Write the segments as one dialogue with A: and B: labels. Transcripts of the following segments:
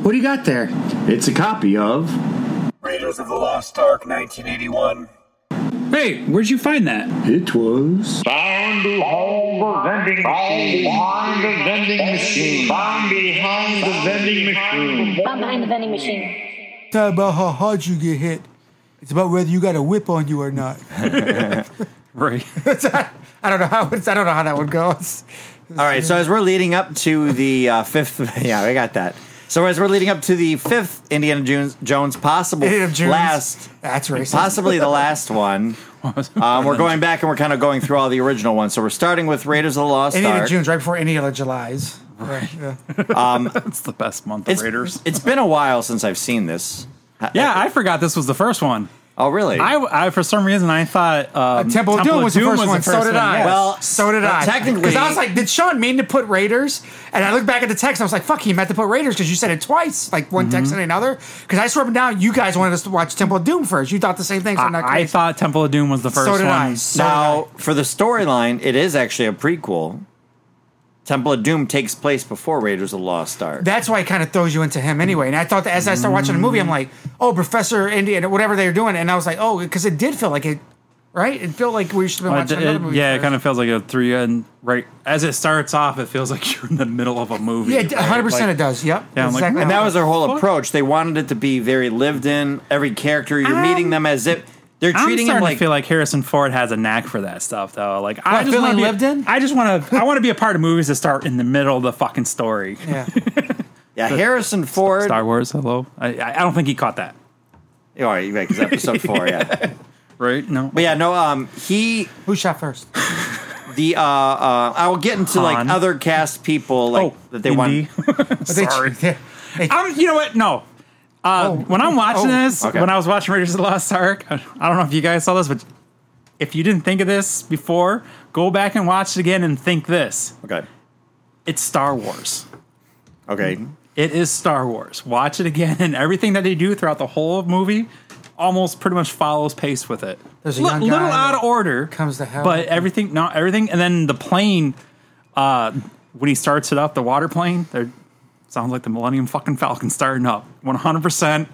A: What do you got there?
B: It's a copy of.
C: Raiders of the Lost Ark 1981.
D: Hey, where'd you find that?
B: It was.
E: Found behind the vending machine. Found the vending machine. Found behind the vending machine.
F: I'm behind the vending machine.
G: It's not about how hard you get hit. It's about whether you got a whip on you or not.
D: Right.
G: I don't know how it's, I don't know how that one goes.
H: All right, so as we're leading up to the uh, fifth, yeah, I got that. So as we're leading up to the fifth Indiana Jones, Jones possible
G: Indiana Jones.
H: last,
G: That's racist.
H: possibly the last one. Um, we're going back and we're kind of going through all the original ones. So we're starting with Raiders of the Lost
G: Indiana
H: Ark.
G: June's right before Indiana July's. Right. Yeah.
D: That's the best month of
H: It's-
D: Raiders.
H: It's been a while since I've seen this.
D: Yeah, I forgot this was the first one.
H: Oh, really?
D: I, I for some reason I thought um,
G: Temple of Doom was the first one. So did I.
D: yes.
H: Well,
G: so did
H: well,
G: I.
H: technically-
G: because I was like, did Sean mean to put Raiders? And I looked back at the text. and I was like, fuck, he meant to put Raiders because you said it twice, like one text and another. Because I swear down, you guys wanted us to watch Temple of Doom first. You thought the same thing. So I'm not
D: I, I
G: crazy.
D: thought Temple of Doom was the first
G: So did
D: one.
G: I. So
H: now for the storyline, it is actually a prequel. Temple of Doom takes place before Raiders of the Lost Ark.
G: that's why it kind of throws you into him anyway. And I thought that as I started watching the movie, I'm like, oh, Professor Indiana, whatever they were doing. And I was like, oh, because it did feel like it, right? It felt like we should have been
D: Well,
G: watching
D: Uh, it-
G: another
D: it-
G: movie.
D: yeah, it
G: first.
D: kind of feels like a three and right as it starts off, it feels like you're in the middle of a movie.
G: Yeah, 100 percent
D: right?
G: it does. Yep.
D: Yeah, I'm like, "Hmm,
G: exactly.
D: "Man,
H: And that
G: how it
H: was their whole approach. They wanted it to be very lived in. Every character you're meeting them as if they're
D: I'm
H: treating them
D: starting
H: like.
D: to feel like Harrison Ford has a knack for that stuff, though. Like I
G: What,
D: just want
G: feeling
D: to
G: lived in?
D: I just want to. I want to be a part of movies that start in the middle of the fucking story.
G: Yeah.
H: yeah, Harrison Ford.
D: Star Wars. Hello. I, I I don't think he caught that.
H: All right, you're right, 'cause episode four. Yeah.
D: Right. No.
H: but yeah, no. Um, he
G: Who shot first?
H: the uh, uh I will get into like
D: Han.
H: other cast people like
D: Oh,
H: that they want.
D: Indy.
G: Sorry.
D: I'm, you know what? No. Uh, when I'm watching
G: Oh.
D: this,
H: Okay.
D: when I was watching Raiders of the Lost Ark, I don't know if you guys saw this, but if you didn't think of this before, go back and watch it again and think this.
H: Okay.
D: It's Star Wars.
H: Okay.
D: It is Star Wars. Watch it again, and everything that they do throughout the whole movie almost pretty much follows pace with it.
G: There's a
D: Li-
G: young guy
D: little out of
G: that
D: order,
G: comes to help.
D: but everything, not everything, and then the plane. Uh, when he starts it up, the water plane, there sounds like the Millennium fucking Falcon starting up. One hundred percent.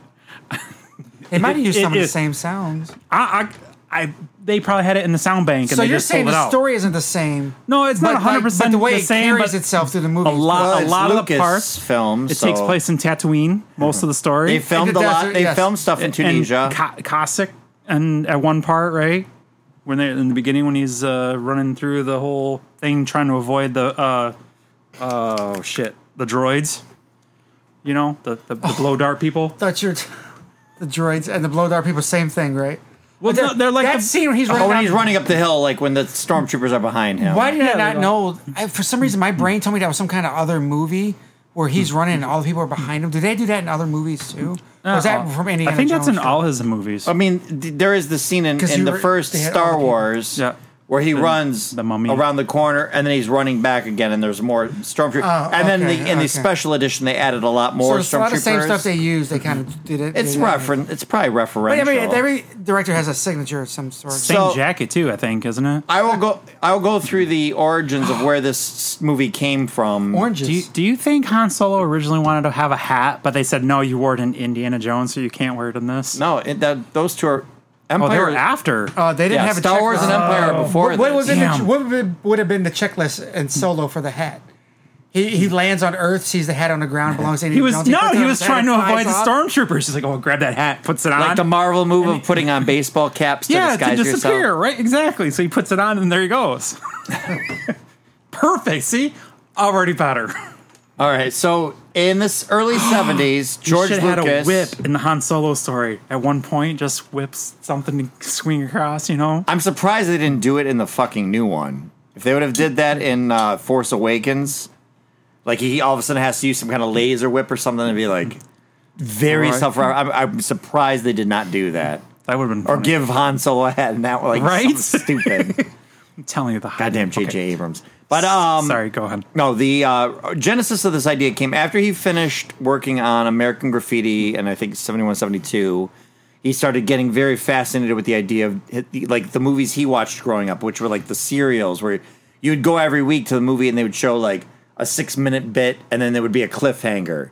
G: They might have used
D: it-
G: some of the
D: it-
G: same sounds.
D: I, I, I, they probably had it in the sound bank. And
G: So
D: they
G: you're
D: just
G: saying
D: pulled it
G: the
D: out.
G: story isn't the same.
D: No, it's
G: but
D: not
G: like-
D: 100%
G: But the way
D: the same,
G: it carries
D: but
G: itself through the movie.
D: A lot,
H: Well,
D: a
H: it's
D: lot of the
H: Lucas
D: parts.
H: film,
D: It
H: so-
D: takes place in Tatooine. Most of the story.
H: They filmed a
G: did that,
H: lot. They
G: yes.
H: filmed stuff in Tunisia.
D: and Ka- Cossack and at one part, right? When they in the beginning when he's uh, running through the whole thing trying to avoid the uh oh shit, the droids. You know, the the, the blow dart people.
G: Thought you're t- the droids and the blow dart people, same thing, right?
D: Well,
G: But
D: no, they're like
G: that
D: the-
G: scene where he's running.
H: oh, when
G: down-
H: he's running up the hill, like when the stormtroopers are behind him.
G: Why did I
D: Yeah, they
G: not
D: go-
G: know? I, for some reason, my brain told me that was some kind of other movie where he's running and all the people are behind him. Did they do that in other movies too? Or was that from Indiana
D: uh, I think that's in
G: Jones?
D: all his movies.
H: I mean, th- there is the scene in,
G: 'Cause
H: in
G: you
H: the
G: were-
H: first
G: they had all
H: Star
G: the people.
H: Wars
D: Yeah.
H: where he runs
D: the mummy.
H: around the corner and then he's running back again and there's more stormtroopers.
G: Oh,
H: and then
G: okay,
H: the, in
G: okay.
H: the special edition, they added a lot
G: So
H: more
G: it's a lot of same
H: stormtroopers.
G: stuff they used. They kind of did it.
H: it's
G: did it.
H: referen- It's probably referential.
G: But every, every director has a signature of some sort.
D: same
H: so-
D: jacket too, I think, isn't it?
H: I will go. I will go through the origins of where this movie came from.
G: Oranges.
D: Do you, do you think Han Solo originally wanted to have a hat, but they said no, you wore it in Indiana Jones, so you can't wear it in this?
H: No, it, that, those two are
D: oh, they
H: Empire.
D: were after.
G: Uh, they didn't
H: yeah,
G: have a
H: Star Wars
G: checklist.
H: and Empire before
G: What, what
H: this.
G: was in the,
D: Damn.
G: what would- would have been the checklist and solo for the hat? He he lands on Earth, sees the hat on the ground, belongs to
D: he
G: Indiana
D: was
G: Jones,
D: no,
G: puts it
D: he
G: on
D: was
G: his head,
D: trying to
G: it flies
D: avoid the
G: off.
D: stormtroopers. He's like, oh, grab that hat, puts it on,
H: like the Marvel move of putting on baseball caps to
D: yeah, to
H: disguise
D: disappear,
H: yourself.
D: right? Exactly. So he puts it on, and there he goes. Perfect. See, already better.
H: All right, so in this early seventies, George
D: Should've
H: Lucas
D: had a whip in the Han Solo story. At one point, just whips something to swing across. You know,
H: I'm surprised they didn't do it in the fucking new one. If they would have did that in uh, Force Awakens, like he all of a sudden has to use some kind of laser whip or something to be like very
D: Right.
H: self. I'm, I'm surprised they did not do that
D: that would have been
H: or
D: funny.
H: give Han Solo a hat and that like
D: Right?
H: something stupid.
D: I'm telling you the
H: Goddamn J.J.
D: Okay.
H: Abrams. But um,
D: Sorry, go ahead.
H: No, the uh, genesis of this idea came after he finished working on American Graffiti, and I think 71, 72. He started getting very fascinated with the idea of hit- the- like the movies he watched growing up, which were like the serials where you would go every week to the movie and they would show like a six minute bit, and then there would be a cliffhanger.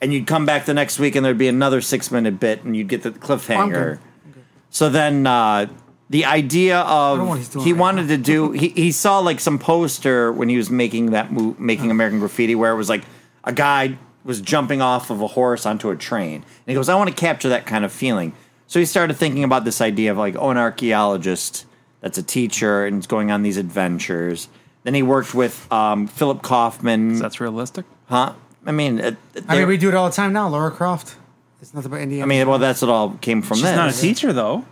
H: and you'd come back the next week and there'd be another six minute bit and you'd get the
G: I'm
H: cliffhanger.
G: good. I'm
H: So then uh, the idea
G: know what
H: of
G: he's doing
H: he
G: right
H: wanted to do he, he saw like some poster when he was making that mo- making
D: Oh.
H: American Graffiti where it was like a guy was jumping off of a horse onto a train and he goes I want to capture that kind of feeling. So he started thinking about this idea of like oh an archaeologist that's a teacher and is going on these adventures. Then he worked with um, Philip Kaufman.
D: That's realistic.
H: huh? I mean, uh, it,
G: I mean, we do it all the time now. Laura Croft. It's nothing but Indiana.
H: I mean, well, that's what all came from
D: She's
H: this.
D: not a teacher though.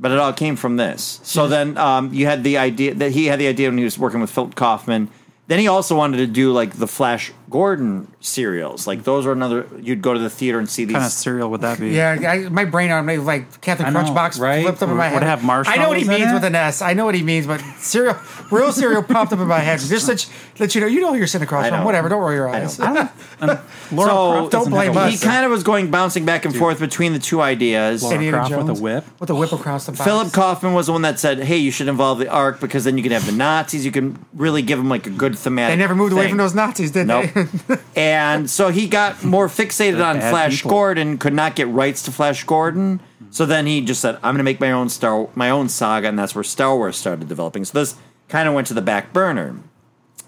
H: but it all came from this. So then um, you had the idea that he had the idea when he was working with Philip Kaufman. Then he also wanted to do like the Flash Gordon serials. Like those were another. You'd go to the theater and see these.
D: Kind of serial would that be?
G: yeah, I, my brain on me like
D: I
G: Captain
D: know,
G: Crunch box
D: right?
G: flipped up in my
D: Would
G: head.
D: it have
G: I know what he
D: marshmallows in
G: means
D: it?
G: with an S. I know what he means, but cereal, real cereal popped up in my head. Just let you, let you know, you know who you're sitting across
H: I
G: from.
H: know.
G: Whatever, don't roll your
H: I
G: eyes.
H: know.
D: Laura
H: So-
D: Croft
G: Don't
D: doesn't
G: blame
D: have a
G: us.
H: he
D: whip.
H: kind of was going bouncing back and forth between the two ideas.
D: Laura
G: Indiana
D: Croft with a
G: Jones.
D: whip?
G: With a whip across the box.
H: Philip Kaufman was the one that said, "Hey, you should involve the Ark because then you can have the Nazis. You can really give them like a good thematic."
G: They never moved away
H: thing."
G: from those Nazis, did
H: Nope.
G: they?
H: and so he got more fixated on
D: bad
H: Flash
D: people.
H: Gordon, could not get rights to Flash Gordon. So then he just said, "I'm going to make my own Star, my own saga," and that's where Star Wars started developing. So this kind of went to the back burner.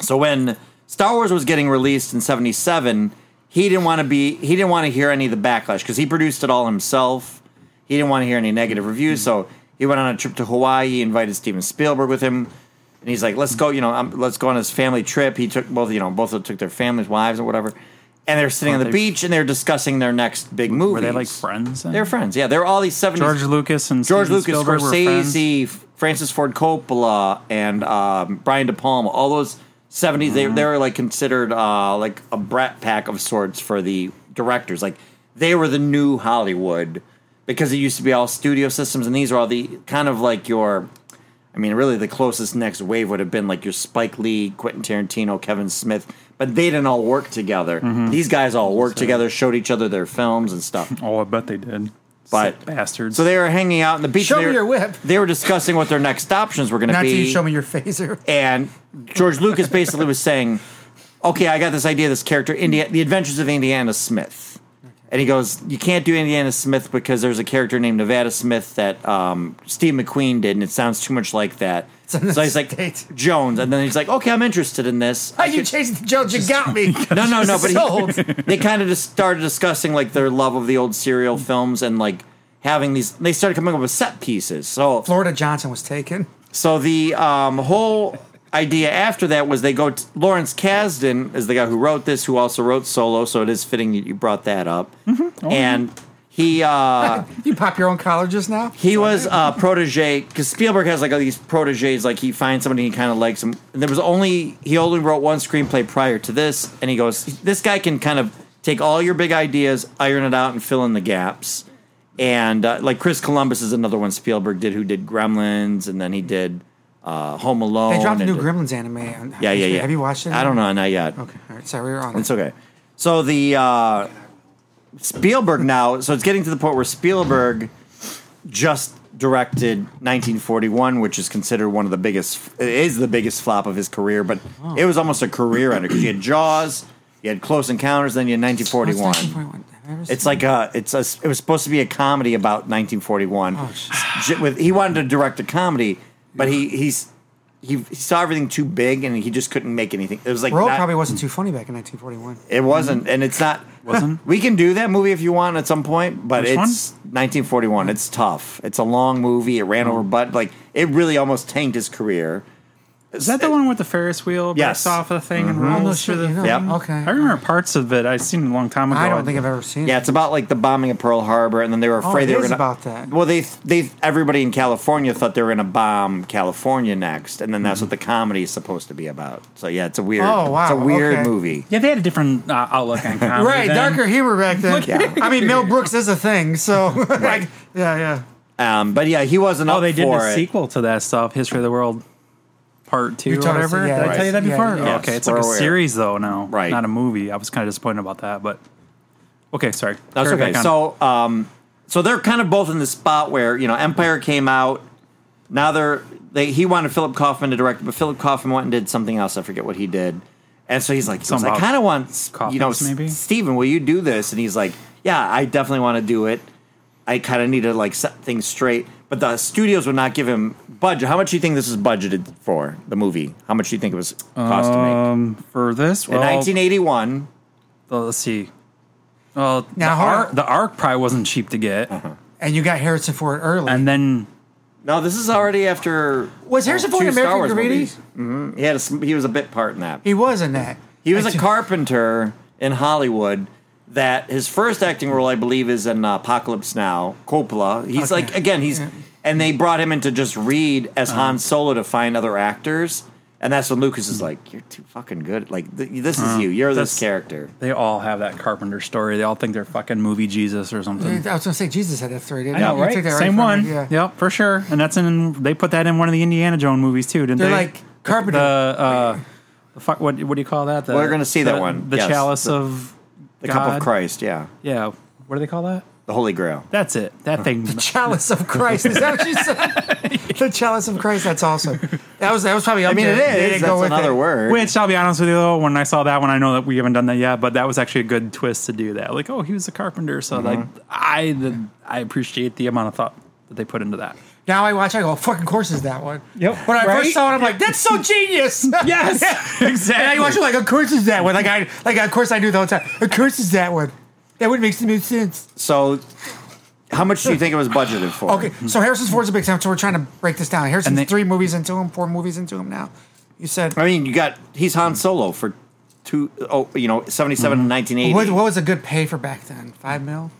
H: So when Star Wars was getting released in '77, he didn't want to be, he didn't want to hear any of the backlash because he produced it all himself. He didn't want to hear any
D: Mm-hmm.
H: negative reviews, so he went on a trip to Hawaii. He invited Steven Spielberg with him, and he's like, "Let's go, you know, um, let's go on this family trip." He took both, you know, both of them took their families, wives, or whatever, and they're sitting on the
D: they-
H: beach and they're discussing their next big movie.
D: Were they like friends? then?
H: They're friends, yeah. They're all these '70s
D: George Lucas and
H: George
D: Steven
H: Lucas,
D: Spielberg were friends.
H: Scorsese, Francis Ford Coppola, and um, Brian De Palma. All those '70s, they
D: Mm-hmm.
H: they were like considered uh, like a brat pack of sorts for the directors. Like they were the new Hollywood because it used to be all studio systems, and these are all the kind of like your. I mean, really, the closest next wave would have been like your Spike Lee, Quentin Tarantino, Kevin Smith, but they didn't all work together.
D: Mm-hmm.
H: These guys all worked together, showed each other their films and stuff.
D: Oh, I bet they did.
H: But-
D: Sick bastards.
H: So they were hanging out on the beach.
G: Show
H: they
G: me
H: were,
G: your whip.
H: They were discussing what their next options were going to
G: Not till
H: be.
G: you show me your phaser.
H: and George Lucas basically was saying, "Okay, I got this idea. This character, India, The Adventures of Indiana Smith." And he goes, "You can't do Indiana Smith because there's a character named Nevada Smith that um, Steve McQueen did, and it sounds too much like that." So
G: in the
H: he's like
G: States.
H: Jones, and then he's like, "Okay, I'm interested in this."
G: How you chasing the judge? You got me.
H: No, no, no. But
G: Sold.
H: he, they kind of just started discussing like their love of the old serial films and like having these. They started coming up with set pieces. So,
G: Florida Johnson was taken.
H: so the um, whole idea after that was they go. To, Lawrence Kasdan is the guy who wrote this, who also wrote Solo. So it is fitting that you brought that up. And he uh,
G: You pop your own collar just now?
H: he was a protege because Spielberg has like all these proteges. Like he finds somebody he kind of likes him. There was only he only wrote one screenplay prior to this, and he goes, "This guy can kind of take all your big ideas, iron it out, and fill in the gaps." And uh, like Chris Columbus is another one Spielberg did, who did Gremlins, and then he did uh, Home Alone.
G: They dropped a
H: and
G: new
H: did-
G: Gremlins anime. on-
H: Yeah, yeah, yeah.
G: Have you watched it?
H: I don't know, not yet.
G: Okay, all right. Sorry, we were on.
H: It's okay. So the uh, Spielberg now. So it's getting to the point where Spielberg just directed 1941, which is considered one of the biggest. It is the biggest flop of his career, but it was almost a career ender because you had Jaws, you had Close Encounters, then you had 1941. It's like a. It's a. It was supposed to be a comedy about 1941.
G: Oh,
H: J- with he wanted to direct a comedy, but he he's. He, he saw everything too big, and he just couldn't make anything. It was like
G: Roll
H: not-
G: probably wasn't too funny back in 1941.
H: it wasn't, and it's not.
D: Wasn't?
H: We can do that movie if you want at some point, but
D: Which
H: it's
D: one?
H: 1941. It's tough. It's a long movie. It ran over, but like it really almost tanked his career.
D: Is that the one with the Ferris wheel
H: Yes.
D: yes. off the thing and
G: Oh,
D: rolls
G: no
D: through
G: shit.
D: the
G: you know.
H: Yep.
G: Okay.
D: I remember parts of it. I seen it a long time ago.
G: I don't think I've ever seen
H: Yeah,
G: it.
H: it's about like the bombing of Pearl Harbor, and then they were afraid
G: Oh, it
H: they were
G: is
H: gonna,
G: about that.
H: Well, they they everybody in California thought they were going to bomb California next, and then that's what the comedy is supposed to be about. So yeah, it's a weird.
G: Mm-hmm. Oh, wow,
H: It's a weird
G: okay.
H: movie.
D: Yeah, they had a different uh, outlook on comedy.
G: Right,
D: then.
G: darker humor back then.
H: Yeah.
G: I mean, Mel Brooks is a thing, so like, yeah, yeah.
H: Um, but yeah, he wasn't.
D: Oh,
H: up
D: they did
H: for
D: a
H: it.
D: sequel to that stuff, History of the World Part Two
G: You
D: or
G: told us,
D: whatever.
G: yeah,
D: did I tell you that
G: yeah,
D: before?
G: yeah.
D: Oh, okay,
H: Yes,
D: it's like a
H: we're aware.
D: series though now,
H: Right.
D: Not a movie. I was kind of disappointed about that, but okay, sorry.
H: That's
D: Carry
H: okay.
D: back on.
H: So, um, so they're kind of both in the spot where you know Empire came out. Now they're they he wanted Philip Kaufman to direct, it, but Philip Kaufman went and did something else. I forget what he did. And so he's like, he goes,
D: Something
H: I
D: about
H: kind of want, s- you know,
D: coffins, maybe?
H: S- Steven, will you do this? And he's like, yeah, I definitely want to do it. I kind of need to like set things straight. But the studios would not give him budget. How much do you think this is budgeted for the movie? How much do you think it was cost to make?
D: Um, for this,
H: In
D: well,
H: 1981,
D: uh, let's see. Well,
G: Now,
D: the,
G: hold
D: arc,
G: on.
D: the arc probably wasn't cheap to get,
H: Uh-huh.
G: and you got Harrison Ford early.
D: and then
H: no, this is already after.
G: Was Harrison Ford
H: two
G: in
H: Star
G: American
H: Wars
G: Graffiti?
H: movies. Mhm. He had a, sm- he was a bit part in that.
G: he was in that.
H: He was
G: I
H: a
G: ju-
H: carpenter in Hollywood. That his first acting role, I believe, is in Apocalypse Now. Coppola. He's
G: Okay. Uh-huh.
H: like again. He's and they brought him in to just read as Han Solo to find other actors. And that's when Lucas is like, "You're too fucking good. Like th- this
G: Uh-huh.
H: is you. You're this
D: that's-
H: character."
D: they all have that Carpenter story. They all think they're fucking movie Jesus or
G: I
D: something.
G: was going to say Jesus had that three. Didn't
D: I know,
G: you? You took
D: right?
G: that
D: Same
G: from
D: one.
G: me, Yeah.
D: Yep, for sure. And that's in. They put that in one of the Indiana Jones movies too, didn't
G: They're
D: they?
G: like Carpenter.
D: The, uh, the fuck. What, what do you call that? The,
H: We're gonna see that
D: the-
H: one.
D: The
H: Yes.
D: chalice
H: The-
D: of
H: The cup
D: God.
H: of Christ. Yeah,
D: Yeah. What do they call that?
H: the Holy Grail.
D: That's it. That thing.
G: Chalice of Christ. Is that what you said? the Chalice of Christ. That's awesome. That was that was probably. Up
H: I mean, it
G: there. They
H: is.
G: didn't
H: That's
G: go with
H: another
G: it.
H: word.
D: Which I'll be honest with you, though, when I saw that one, I know that we haven't done that yet, but that was actually a good twist to do that. Like, oh, he was a carpenter, so
H: Mm-hmm.
D: like I the, I appreciate the amount of thought that they put into that.
G: Now I watch. I go. Fucking course is that one.
D: Yep.
G: When I
D: Right?
G: first saw it, I'm like, that's so genius.
D: Yes, exactly.
G: And I watch it like, of course is that one. Like I like of course I knew the whole time. Of course is that one. That would make some sense.
H: So, how much do you think it was budgeted for?
G: Okay, so Harrison Ford's a big time, so we're trying to break this down. Harrison's
D: they-
G: three movies into him, four movies into him now. You said
H: I mean, you got he's
D: Hmm.
H: Han Solo for two. Oh, you know, seventy-seven
D: Mm-hmm.
H: and nineteen eighty.
G: what, what was a good pay for back then? Five mil.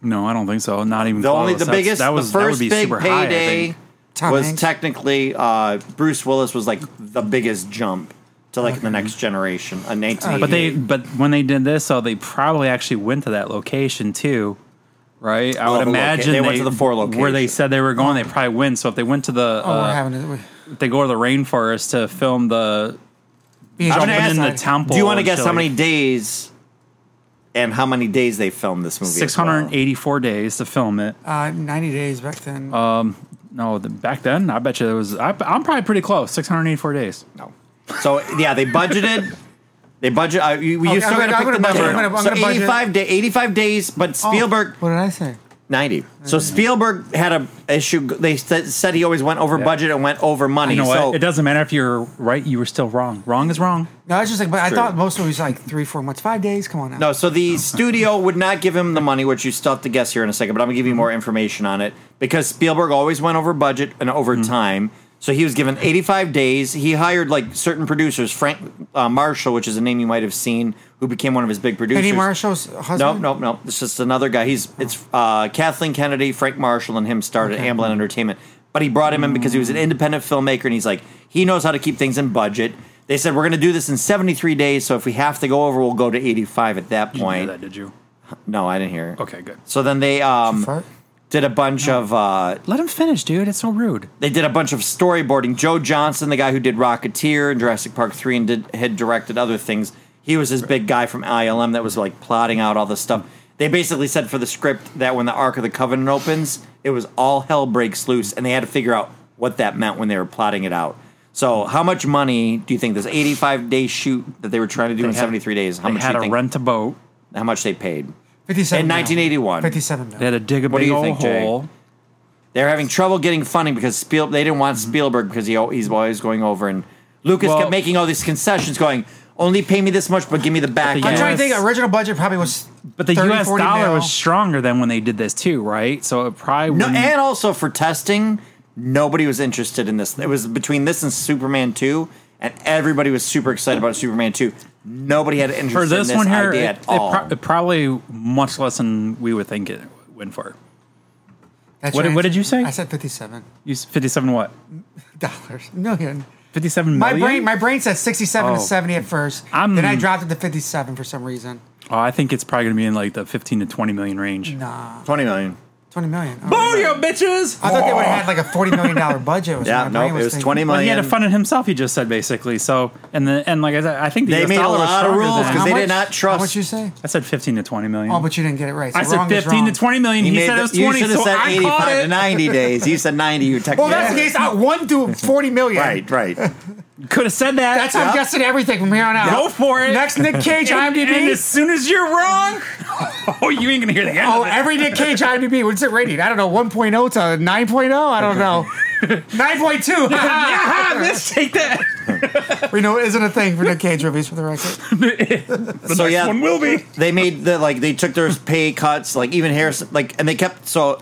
D: no, I don't think so. Not even
H: The
D: close.
H: only the
D: That's-
H: biggest
D: that was
H: the
D: that
H: first
D: would be
H: big
D: super high, I
H: payday
D: think.
G: Tom
H: was
G: Hanks.
H: technically uh, Bruce Willis was like the biggest jump to like the next generation in 1988.
D: But they but when they did this, so they probably actually went to that location too. Right, I
H: Oh,
D: would
H: the loca-
D: imagine
H: they went to the four Oh.
D: where they
H: location.
D: said they were going. They probably went. So if they went to the,
G: Oh, we're
D: uh,
G: having it.
D: if they go to the rainforest to film the
G: Being
H: I'm gonna
D: jumping in
H: ask-
D: the temple.
H: do you want to
D: and
H: guess
D: shit
H: how
D: like-
H: many days and how many days they filmed this movie? as well?
D: 684 days to film it.
G: uh, ninety days back then.
H: Uh,
D: No, the, back then, I bet you it was. I, I'm probably pretty close. 684 days.
H: No. So yeah, they budgeted. They budget. Uh, you you
G: Okay,
H: still
G: I'm
H: got
G: gonna-
H: to pick
G: I'm
H: the
G: gonna budget.
H: number.
G: I'm gonna- I'm
H: so
G: gonna budget.
H: 85 day, 85 days, but
G: Oh,
H: Spielberg
G: what did I say?
H: 90.
D: Mm.
H: So Spielberg had a issue. They said, said he always went over budget and went over money.
D: You know
H: so
D: what? It doesn't matter if you're right. You were still wrong. Wrong is wrong.
G: No, I was just like, but I
H: True.
G: thought most movies like three, four months, five days. Come on now.
H: No, so the studio would not give him the money, which you still have to guess here in a second, but I'm going to give you more information on it because Spielberg always went over budget and over
D: Mm.
H: time. So he was given 85 days. He hired like certain producers, Frank uh, Marshall, which is a name you might have seen, who became one of his big producers.
G: Penny Marshall's husband.
H: Nope, nope, nope. It's just another guy. He's
D: Oh.
H: it's uh, Kathleen Kennedy, Frank Marshall, and him started Amblin Entertainment. But he brought him in because he was an
D: Mm.
H: independent filmmaker, and he's like he knows how to keep things in budget. They said we're going to do this in 73 days, so if we have to go over, we'll go to 85 at that
D: You didn't
H: point.
D: know that, did you?
H: No, I didn't hear. it.
D: Okay, good.
H: So then they um,
G: Fart?
H: did a bunch of uh,
D: Let him finish, dude. It's so rude.
H: they did a bunch of storyboarding. Joe Johnson, the guy who did Rocketeer and Jurassic Park three, and did had directed other things. He was this big guy from ILM that was like plotting out all this stuff. They basically said for the script that when the Ark of the Covenant opens, it was all hell breaks loose, and they had to figure out what that meant when they were plotting it out. So, how much money do you think this eighty-five day shoot that they were trying to do in
D: had-
H: seventy-three days? How
D: They
H: much do
D: had
H: you
D: to
H: think,
D: rent a boat.
H: How much they paid?
G: Fifty-seven.
H: In
G: mil.
H: 1981.
G: Fifty-seven.
D: They
G: Mil.
D: had to dig a
H: What do
D: big
H: you
D: old
H: think, Jay?
D: hole.
H: They're having trouble getting funding because Spiel, they didn't want Spielberg because he al- he's always going over and Lucas
D: Mm-hmm. Well-
H: kept making all these concessions, going only pay me this much, but give me the back.
D: the
G: I'm
H: end."
G: trying to
D: Yes.
G: think. Original budget probably was.
D: But the
G: 30,
D: U.S.
G: 40
D: dollar
G: mil.
D: was stronger than when they did this too, right? So it probably
H: no,
D: wouldn't-
H: and also for testing, nobody was interested in this. It was between this and Superman two, and everybody was super excited about Superman two. Nobody had interest
D: for this,
H: in this
D: one here,
H: idea
D: it,
H: at
D: it
H: all.
D: pro- it probably much less than we would think it went for.
G: That's
D: What
G: your
D: did- what
G: answer?
D: did you say?
G: I said fifty-seven
D: You s- fifty-seven what?
G: dollars million.
D: Fifty-seven
G: My
D: million?
G: brain, my brain said 67
D: Oh.
G: to 70 at 1st
D: I'm-
G: then I dropped it to 57 for some reason.
D: Oh, I think it's probably going to be in like the 15 to 20 million range.
G: Nah,
H: Twenty million.
G: 20 million. Oh,
D: you bitches!
G: I thought they would have had like a 40 million dollar budget. was
H: Yeah,
G: what my brain
H: no, it was
G: thinking.
H: twenty
D: Well,
H: million.
D: he had to fund it himself. He just said basically. So and the and like I said, I think the
H: They
D: US
H: made a
D: dollar was
H: lot of
D: stronger
H: rules
D: than-
H: because
G: How
H: they
G: much-
H: did not trust.
G: How much you say?
D: I said 15 to 20 million.
G: Oh, but you didn't get it right. So
D: I said
G: wrong is
D: 15 to
G: wrong.
D: 20 million. He,
H: made
D: said
H: the-
D: it was
H: you
D: 20.
H: should have
D: so
H: said
D: I called
H: eighty-five to
D: it.
H: ninety days. You said ninety. You
G: Well,
H: technically.
G: that's the case. I one through 40 million.
H: Right, right.
D: Could have said that.
G: That's I'm guessing everything from here on out.
D: Go for it.
G: Next Nick Cage
D: And- And as
G: IMDb.
D: soon as you're wrong, oh, you ain't gonna hear the end.
G: Oh,
D: of it.
G: every Nick Cage IMDb. What's it rated? I don't know. 1.0 to 9.0? I don't know. 9.2.
D: Ah, miss, take that.
G: we know it isn't a thing for Nick Cage movies for the record.
D: The
H: So,
D: next
H: yeah.
D: one will be.
H: they made the like they took their pay cuts, like even Harrison, like, and they kept so.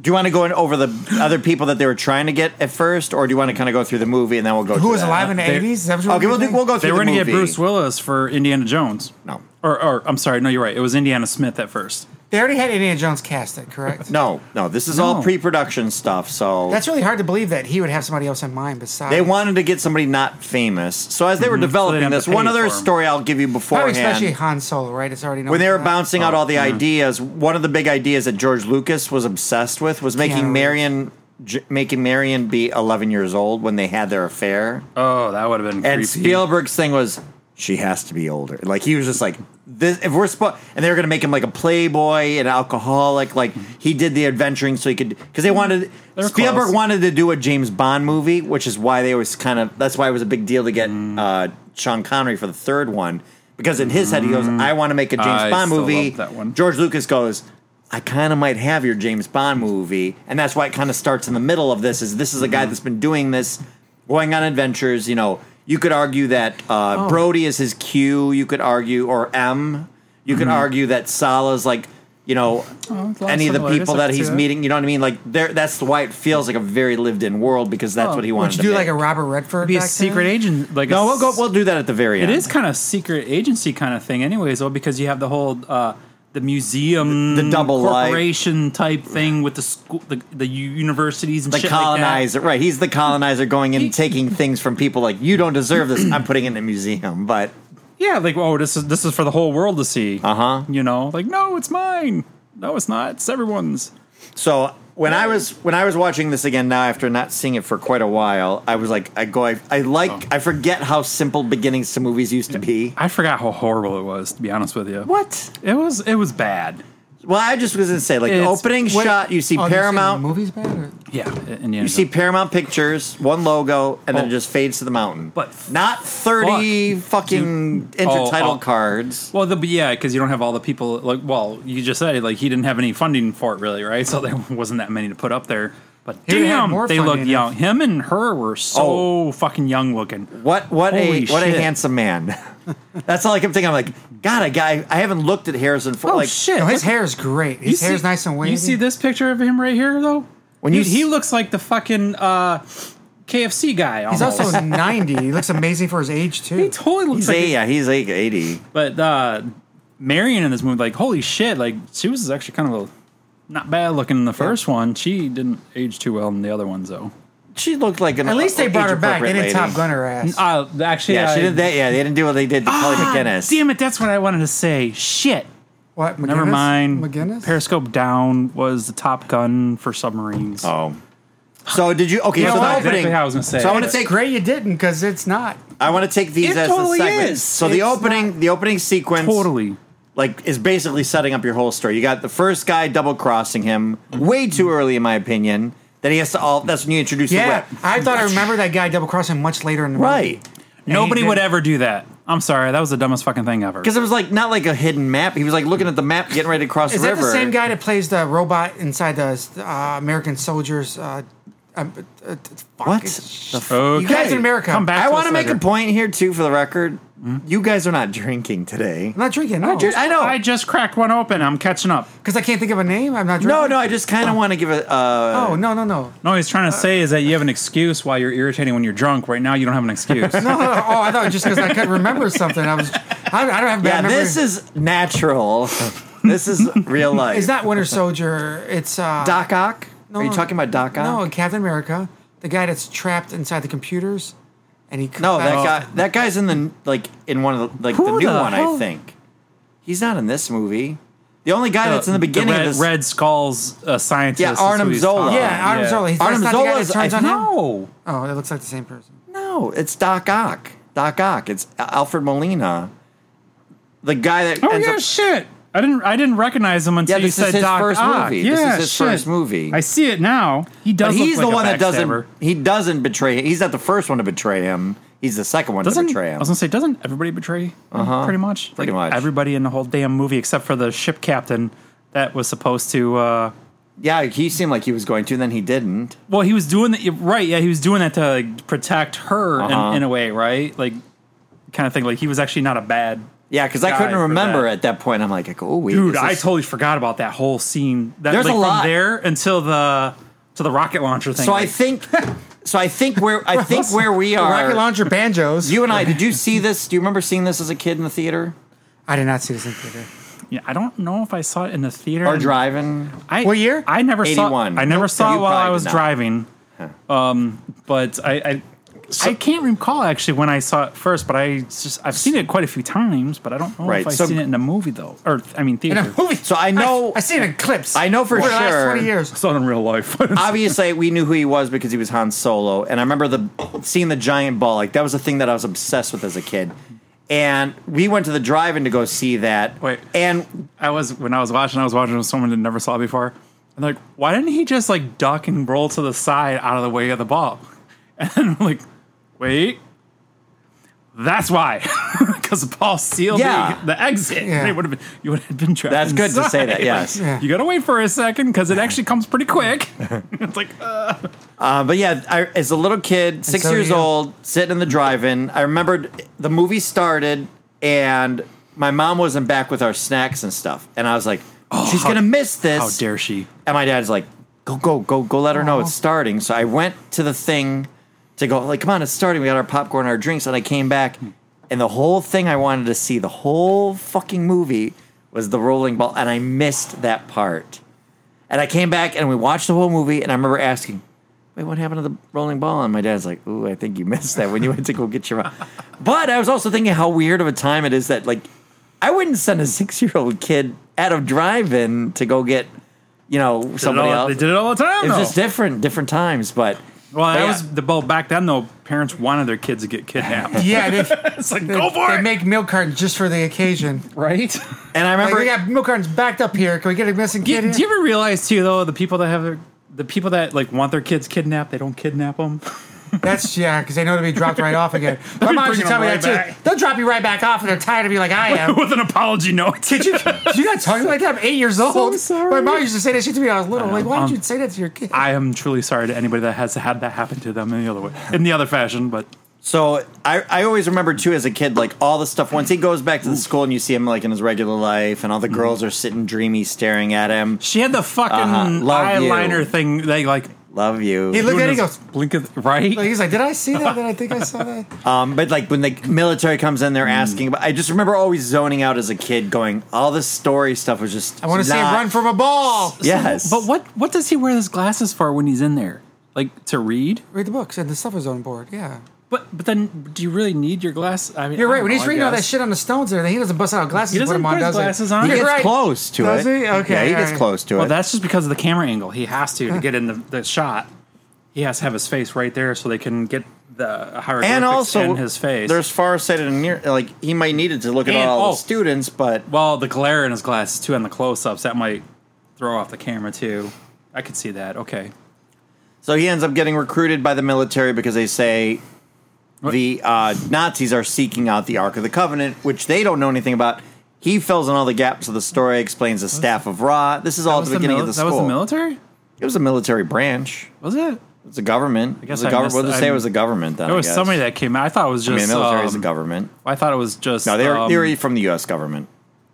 H: Do you want to go in over the other people that they were trying to get at first, or do you want to kind of go through the movie and then we'll go?
G: Who
H: through
G: was
H: that?
G: alive in the
D: They-
G: 80s? Is that what
H: Okay,
G: you're
H: we'll, do,
G: thinking?
H: we'll go
D: They
H: through.
D: were
H: the
D: gonna get
H: movie.
D: Bruce Willis for Indiana Jones.
H: No,
D: Or, or I'm sorry, no, you're right. It was Indiana Smith at first.
G: They already had Indiana Jones casted, correct?
H: no, no. This is
D: No.
H: all pre-production stuff. So
G: That's really hard to believe that he would have somebody else in mind besides.
H: They wanted to get somebody not famous. So as they were developing
D: Mm-hmm. didn't have
H: this,
D: to pay
H: one other
D: for 'em.
H: story I'll give you
G: Probably especially
H: beforehand.
G: Han Solo, right? It's already known.
H: When they were
G: for that.
H: bouncing out all the ideas, one of the big ideas that George Lucas was obsessed with was
G: Keanu
H: making
G: Reeves.
H: Marion j- making Marion be 11 years old when they had their affair.
D: Oh, that would have been
H: And
D: creepy.
H: Spielberg's thing was she has to be older. Like he was just like this. If we're spo- and they were going to make him like a playboy, an alcoholic. Like he did the adventuring so he could because they wanted
D: They're
H: Spielberg
D: close.
H: wanted to do a James Bond movie, which is why they was kind of that's why it was a big deal to get uh, Sean Connery for the third one because in his head he goes, I want to make a James
D: I
H: Bond
D: still
H: movie.
D: love that one.
H: George Lucas goes. I kind of might have your James Bond movie, and that's why it kind of starts in the middle of this. Is this is a
D: Mm-hmm.
H: guy that's been doing this, going on adventures? You know, you could argue that
D: Oh.
H: uh, Brody is his Q. You could argue, or M. You could argue that Salah's like, you know,
D: Mm-hmm. Oh, it's
H: any of the
D: similar. I
H: people
D: guess I
H: that
D: could
H: he's
D: see that.
H: meeting. You know what I mean? Like, there. That's why it feels like a very lived-in world because that's
D: Oh,
H: what he
G: Would
H: wanted
G: you
H: to
G: do
H: make.
G: like a Robert Redford?
D: be a
G: back
D: secret
G: then?
D: agent. Like
H: no,
D: a
H: we'll go. We'll do that at the very
D: It
H: end.
D: is kind of secret agency kind of thing, anyways, though, because you have the whole uh, the museum,
H: The- the double life.
D: corporation type thing with the school, the, the u- universities and
H: the
D: shit
H: colonizer, right? He's the colonizer going in
D: He-
H: and taking things from people. Like, you don't deserve this. I'm putting it in a museum, but.
D: Like that. Yeah, like oh, this is this is for the whole world to see. Uh
H: Uh-huh.
D: You know, like no, it's mine. No, it's not. It's everyone's.
H: So when I was when I was watching this again now after not seeing it for quite a while, I was like, I go, I, I like, I forget how simple beginnings to movies used to be.
D: I forgot how horrible it was. To be honest with you,
H: What?
D: it was, it was bad.
H: Well, I just was gonna say, like the
D: It's-
H: opening
G: What-
H: shot, you see
G: Oh, they're saying the
H: Paramount,
G: movies bad. Or?
D: Yeah, Indiana
H: you see Paramount Pictures, one logo, and then
D: Oh.
H: it just fades to the mountain.
D: But
H: not thirty fucking intertitle
D: oh.
H: cards.
D: Well, the, yeah, because you don't have all the people. Like, well, you just said like he didn't have any funding for it, really, right? So there wasn't that many to put up there. But
G: He had
D: damn,
G: more
D: they
G: funding Oh.
D: looked
G: than-
D: young. Him and her were so fucking young looking.
H: What what a
D: Holy
H: what a
D: shit.
H: handsome man. That's all I kept thinking. I'm like, God, a guy. I haven't looked at Harrison
D: Oh,
H: for like
G: No, Oh, his hair is great. His hair's nice and wavy.
D: You see this picture of him right here, though. When
H: you
D: he, he
H: s-
D: looks like the fucking uh, KFC guy.
G: He's
D: Almost.
G: also 90. He looks amazing for his age too.
D: he totally looks
H: he's
D: like.
H: a, yeah, he's like eighty.
D: But uh, Marion in this movie, like, holy shit! Like, she was actually kind of a not bad looking in the first one. She didn't age too well in the other ones, though.
H: She looked like an
G: At least they brought her back. They didn't
H: age-appropriate
G: Top
H: lady.
G: Gun her ass.
D: Uh, actually,
H: Yeah,
D: I-
H: she did that. Yeah, they didn't do what they did to Kelly McGinnis.
D: Ah, Damn it, that's what I wanted to say. Shit.
G: what? McGinnis?
D: Never mind.
G: McGinnis.
D: Periscope down was the Top Gun for submarines.
H: Oh. So did you? Okay,
D: Yeah,
H: so the
D: that's
H: opening.
D: exactly how I was gonna say
H: So I
D: it.
H: want to
G: It's
H: take.
G: great you didn't because it's not.
H: I want to take these
D: It
H: as
D: totally
H: the segments.
D: is.
H: So the
D: It's
H: opening, the opening sequence,
D: Totally.
H: like is basically setting up your whole story. You got the first guy double crossing him way too early, in my opinion. That he has to all. That's when you introduce
G: Yeah,
H: the whip.
G: I thought I remember that guy double crossing much later in the movie.
H: Right.
D: Nobody
G: he
D: would
G: did-
D: ever do that. I'm sorry, that was the dumbest fucking thing ever.
H: Because it was like not like a hidden map. He was like looking at the map, getting ready to cross
G: Is
H: the
G: that
H: river.
G: the same guy that plays the robot inside the uh, American Soldiers? Uh, um, uh, uh, fuck,
H: What?
G: it's-
H: The f-
D: Okay.
G: You guys in America.
D: Come back
H: I
D: to
H: want
D: us
H: to make
D: later.
H: a point here too, for the record. You guys are not drinking today.
G: I'm not drinking. No,
H: not drink- I know.
D: I just cracked one open. I'm catching up.
G: because I can't think of a name. I'm not drinking.
H: No, no, I just kind of want to give a. Uh,
G: Oh no, no, no.
D: No, he's trying to say is that you have an excuse why you're irritating when you're drunk. Right now, you don't have an excuse.
G: No, no, no. Oh, I thought just because I couldn't remember something. I was. I, I don't have bad
H: yeah,
G: memory.
H: this is natural. this is real life.
G: It's not Winter Soldier. It's uh,
H: Doc Ock?
G: No,
H: are you
G: no.
H: talking about Doc Ock?
G: No, in Captain America, the guy that's trapped inside the computers, and he.
H: No, that
G: uh,
H: guy. That guy's in the like in one of the like the
D: Who
H: new
D: the
H: one.
D: hell-
H: I think he's not in this movie. The only guy that's in the beginning
D: red,
H: of this.
D: Red Skull's uh, scientist.
H: Yeah,
D: is who
H: Arnim
D: he's
H: Zola.
D: talking
G: Yeah,
D: about.
G: Arnim Zola. He's
H: Arnim
G: that's not the guy that
H: Zola's-
G: turns
H: I
G: on him.
D: No.
G: Oh, it looks like the same person.
H: No, it's Doc Ock. Doc Ock. It's Alfred Molina, the guy that.
D: Oh
H: ends
D: yeah,
H: up,
D: shit. I didn't. I didn't recognize him until
H: Yeah,
D: you
H: this is
D: said
H: his
D: Doc
H: first
D: Ock.
H: movie.
D: Yeah,
H: This is his
D: shit.
H: first movie.
D: I see it now. He does.
H: But
D: look
H: he's
D: like
H: the
D: a
H: one that
D: backstabber.
H: doesn't. He doesn't betray. He doesn't betray him. He's the second one to
D: Doesn't
H: betray
D: I
H: him. Uh-huh.
D: was gonna say, doesn't everybody betray? him, Pretty much.
H: Pretty
D: Like,
H: much.
D: Everybody in the whole damn movie except for the ship captain that was supposed to. uh
H: Yeah, he seemed like he was going to, then he didn't.
D: Well, he was doing that. Right? Yeah, he was doing that to like, protect her
H: Uh-huh.
D: in, in a way, right? Like kind of thing. Like he was actually not a bad.
H: Yeah, because I
D: Guy
H: couldn't
D: for
H: remember
D: that.
H: at that point. I'm like, oh, wait,
D: Dude,
H: is
D: I
H: this-
D: totally forgot about that whole scene. That,
H: There's
D: like,
H: a lot.
D: From there until the to the rocket launcher thing.
H: So I
D: Like,
H: think, so I think where I think where we are.
G: Rocket launcher banjos.
H: You and I, did you see this? Do you remember seeing this as a kid in the theater
G: I did not see this in theater.
D: yeah, I don't know if I saw it in the theater.
H: or driving?
D: I,
G: What year?
D: I never saw.
H: 81.
D: I never
H: Nope.
D: saw
H: You
D: it while
H: probably
D: I was
H: did not.
D: driving. Um, but I, I, I can't recall actually when I saw it first. But I just I've seen it quite a few times. But I don't know
H: Right,
D: if I've
H: so-
D: seen it in a movie though, or I mean
G: In a
D: theater.
G: movie.
H: So I know-
G: I, see it in clips.
H: I know for
G: Over the last
H: sure-
G: twenty years.
D: saw it in real life.
H: Obviously, we knew who he was because he was Han Solo, and I remember the seeing the giant ball. Like that was a thing that I was obsessed with as a kid. And we went to the drive-in to go see that.
D: Wait.
H: and
D: I was when I was watching. I was watching with someone that never saw it before. And they're like, why didn't he just like duck and roll to the side out of the way of the ball? And I'm like, wait, that's why, because the ball sealed
H: Yeah.
D: the, the exit.
G: Yeah.
D: They would have been, you would have been trapped.
H: that's good to say that.
D: inside.
H: Yes,
G: Yeah.
D: You gotta wait for a second because it actually comes pretty quick. it's like, uh,
H: Uh, but yeah, I, as a little kid, six
G: so do
H: years
G: you.
H: old, sitting in the drive-in, I remembered the movie started, and my mom wasn't back with our snacks and stuff, and I was like, "She's
D: Oh, how-
H: gonna miss this."
D: how dare she?
H: And my dad's like, "Go, go, go, go! Let her know it's starting." So I went to the thing to go. Like, come on, it's starting. We got our popcorn, our drinks, and I came back, and the whole thing I wanted to see, the whole fucking movie, was the rolling ball, and I missed that part. And I came back and we watched the whole movie, and I remember asking, Wait, what happened to the rolling ball? And my dad's like, Ooh, I think you missed that when you went to go get your mom. But I was also thinking how weird of a time it is that, like, I wouldn't send a six year old kid out of drive in to go get, you know,
D: did it
H: somebody
D: all-
H: else.
D: they did it all the time.
H: It was
D: though.
H: just different, different times. But,
D: well,
H: but
D: that
H: yeah.
D: was the well back then though. Parents wanted their kids to get kidnapped.
G: Yeah, they,
D: it's like,
G: they,
D: go for
G: they
D: it,
G: make milk cartons just for the occasion.
D: right?
H: and I
G: Like,
H: remember,
G: we got milk cartons backed up here. Can we get a missing
D: Do,
G: kid? in?
D: do you ever realize too though the people that have their, the people that like want their kids kidnapped they don't kidnap them
G: That's yeah, because they know to be dropped right off again. My mom used to
D: bringing
G: tell me
D: them
G: that
D: right
G: too.
D: back.
G: They'll drop you right back off, and they're tired of you like I am.
D: with an apology note.
G: Did you, did you not tell me like that? I'm eight years old.
D: sorry.
G: My mom used to say that shit to me. when I was little. like, why
D: um,
G: did you say that to your kid?
D: I am truly sorry to anybody that has had that happen to them in the other way, in the other fashion. But
H: So I, I always remember too as a kid, like all the stuff. Once he goes back to the school and you see him like in his regular life, and all
D: Mm-hmm.
H: the girls are sitting dreamy, staring at him.
D: she had the fucking
H: Uh-huh. Love you.
D: eyeliner thing. They like
H: Love you.
G: He looked at it. He
D: doing
G: goes.
D: this blink of right.
G: Like, he's like, did I see that? Did I think I saw that?
H: Um, but like when the military comes in, they're asking. But I just remember always zoning out as a kid, going all this story stuff was just.
G: I want to see him
H: not-
G: run from a ball.
H: Yes,
D: but what what does he wear those glasses for when he's in there? Like to read?
G: Read the books, and the stuff was on board. Yeah,
D: But but then do you really need your glass? I mean,
G: you're
D: I
G: right.
D: don't
G: When
D: know,
G: he's
D: I
G: reading all that
D: guess.
G: shit on the stones, there, he doesn't bust out glasses.
D: He
G: and
D: doesn't
G: put 'em
D: put
G: on,
D: his
G: does
D: glasses on.
H: he
D: You're
H: gets
G: right.
H: close to
G: Does
H: it.
G: he? Okay,
H: yeah, he gets
G: alright.
H: close to
D: Well,
H: it.
D: that's just because of the camera angle. He has to to get in the, the shot. He has to have his face right there so they can get the hieroglyphics
H: and also
D: in his face.
H: There's farsighted and near. Like he might need it to look at
D: And-
H: all
D: oh.
H: the students, but
D: well, the glare in his glasses too, and the close-ups that might throw off the camera too. I could see that. Okay,
H: So he ends up getting recruited by the military because they say the uh, Nazis are seeking out the Ark of the Covenant, which they don't know anything about. He fills in all the gaps of the story, explains the staff of Ra. This is all at the beginning of the
D: that was the
H: school.
D: military.
H: it was a military branch.
D: Was it?
H: It's a government. I
D: guess
H: it was
D: I
H: a government.
D: missed-
H: We'll just say
D: I-
H: it was a government. Then
D: There was
H: I guess.
D: somebody that came out. I thought it was
H: I
D: just.
H: mean, the military is a
D: um,
H: government.
D: I thought it was just.
H: No, they were,
D: um,
H: they were from the U.S. government.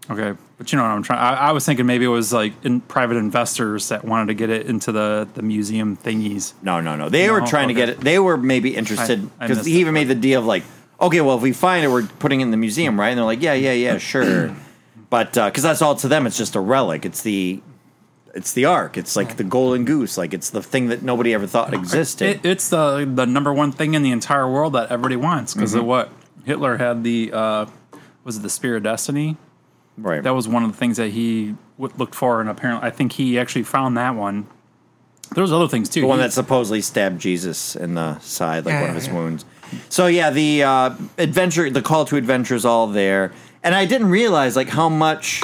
D: Okay, but you know what I'm trying. I, I was thinking maybe it was like in private investors that wanted to get it into the the museum thingies.
H: No, no, no. They were
D: No,
H: trying to
D: okay.
H: get it. They were maybe interested
D: I
H: because
D: missed
H: he
D: it,
H: even made the deal of like, okay, well, if we find it, we're putting it in the museum, right? And they're like, yeah, yeah, yeah, sure. but because that's all to them, it's just a relic. It's the, it's the ark. It's like the golden goose. Like it's the thing that nobody ever thought existed.
D: It, it's the the number one thing in the entire world that everybody wants because
H: Mm-hmm.
D: of what Hitler had the uh, was it the Spear of Destiny?
H: right.
D: That was one of the things that he w- looked for, and apparently, I think he actually found that one. There was other things too.
H: the one
D: He-
H: that supposedly stabbed Jesus in the side, like
G: Yeah,
H: one of his
G: yeah.
H: wounds. So yeah, the uh, adventure, the call to adventure is all there, and I didn't realize like how much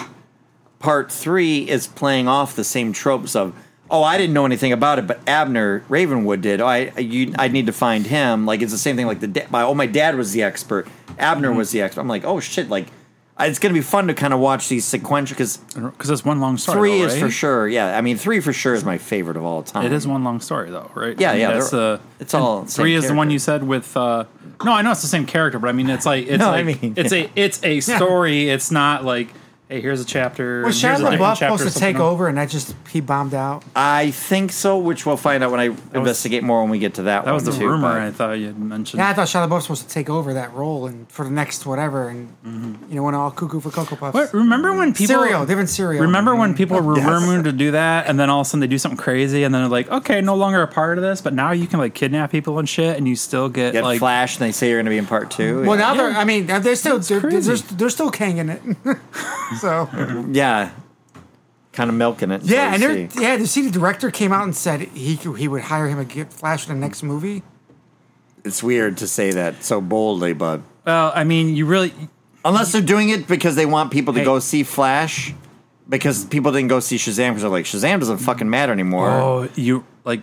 H: part three is playing off the same tropes of oh, I didn't know anything about it, but Abner Ravenwood did. Oh, I you, I'd need to find him. Like it's the same thing. Like the da- my oh my dad was the expert. Abner was the expert. I'm like oh shit. Like it's gonna be fun to kind of watch these sequential because
D: because it's one long story.
H: three
D: though,
H: is
D: right?
H: for sure. Yeah, I mean three for sure is my favorite of all time.
D: It is one long story though, right?
H: Yeah,
D: I mean,
H: yeah,
D: That's
H: they're-
D: the
H: it's all
D: and
H: same
D: three is the one
H: character.
D: you said with. uh No, I know it's the same character, but I mean it's like it's
H: No, I
D: like
H: mean,
D: it's a it's a story. It's not like hey, here's a chapter.
G: Was
D: and here's
G: Shia
D: a different
G: LaBeouf
D: chapter,
G: supposed to
D: something
G: take
D: else.
G: over, and that just he bombed out?
H: I think so, which we'll find out when I investigate more when we get to that.
D: That was the
H: one, too,
D: rumor
H: but-
D: I thought you had mentioned.
G: Yeah, I thought Shia LaBeouf was supposed to take over that role and for the next whatever, and you know, went all cuckoo for cocoa puffs.
D: Mm-hmm. What, remember when people
G: Cereal, different cereal.
D: Remember when people were
H: Yes.
D: rumored to do that, and then all of a sudden they do something crazy, and then they're like, okay, no longer a part of this, but now you can like kidnap people and shit, and you still get
H: Get
D: like
H: Flash, and they say you're going to be in part two.
G: Well,
H: yeah.
G: now they're. I mean, they're still they're, they're,
D: crazy.
G: they're still kanging it. so
H: yeah, kind of milking it.
G: yeah, and
H: so
G: they're,
H: we see.
G: yeah. You see, the director came out and said he could- he would hire him again, Flash for the next movie.
H: it's weird to say that so boldly, but
D: well, I mean, you really
H: unless they're doing it because they want people to
D: Hey.
H: go see Flash, because people didn't go see Shazam because they're like Shazam doesn't fucking matter anymore.
D: oh you like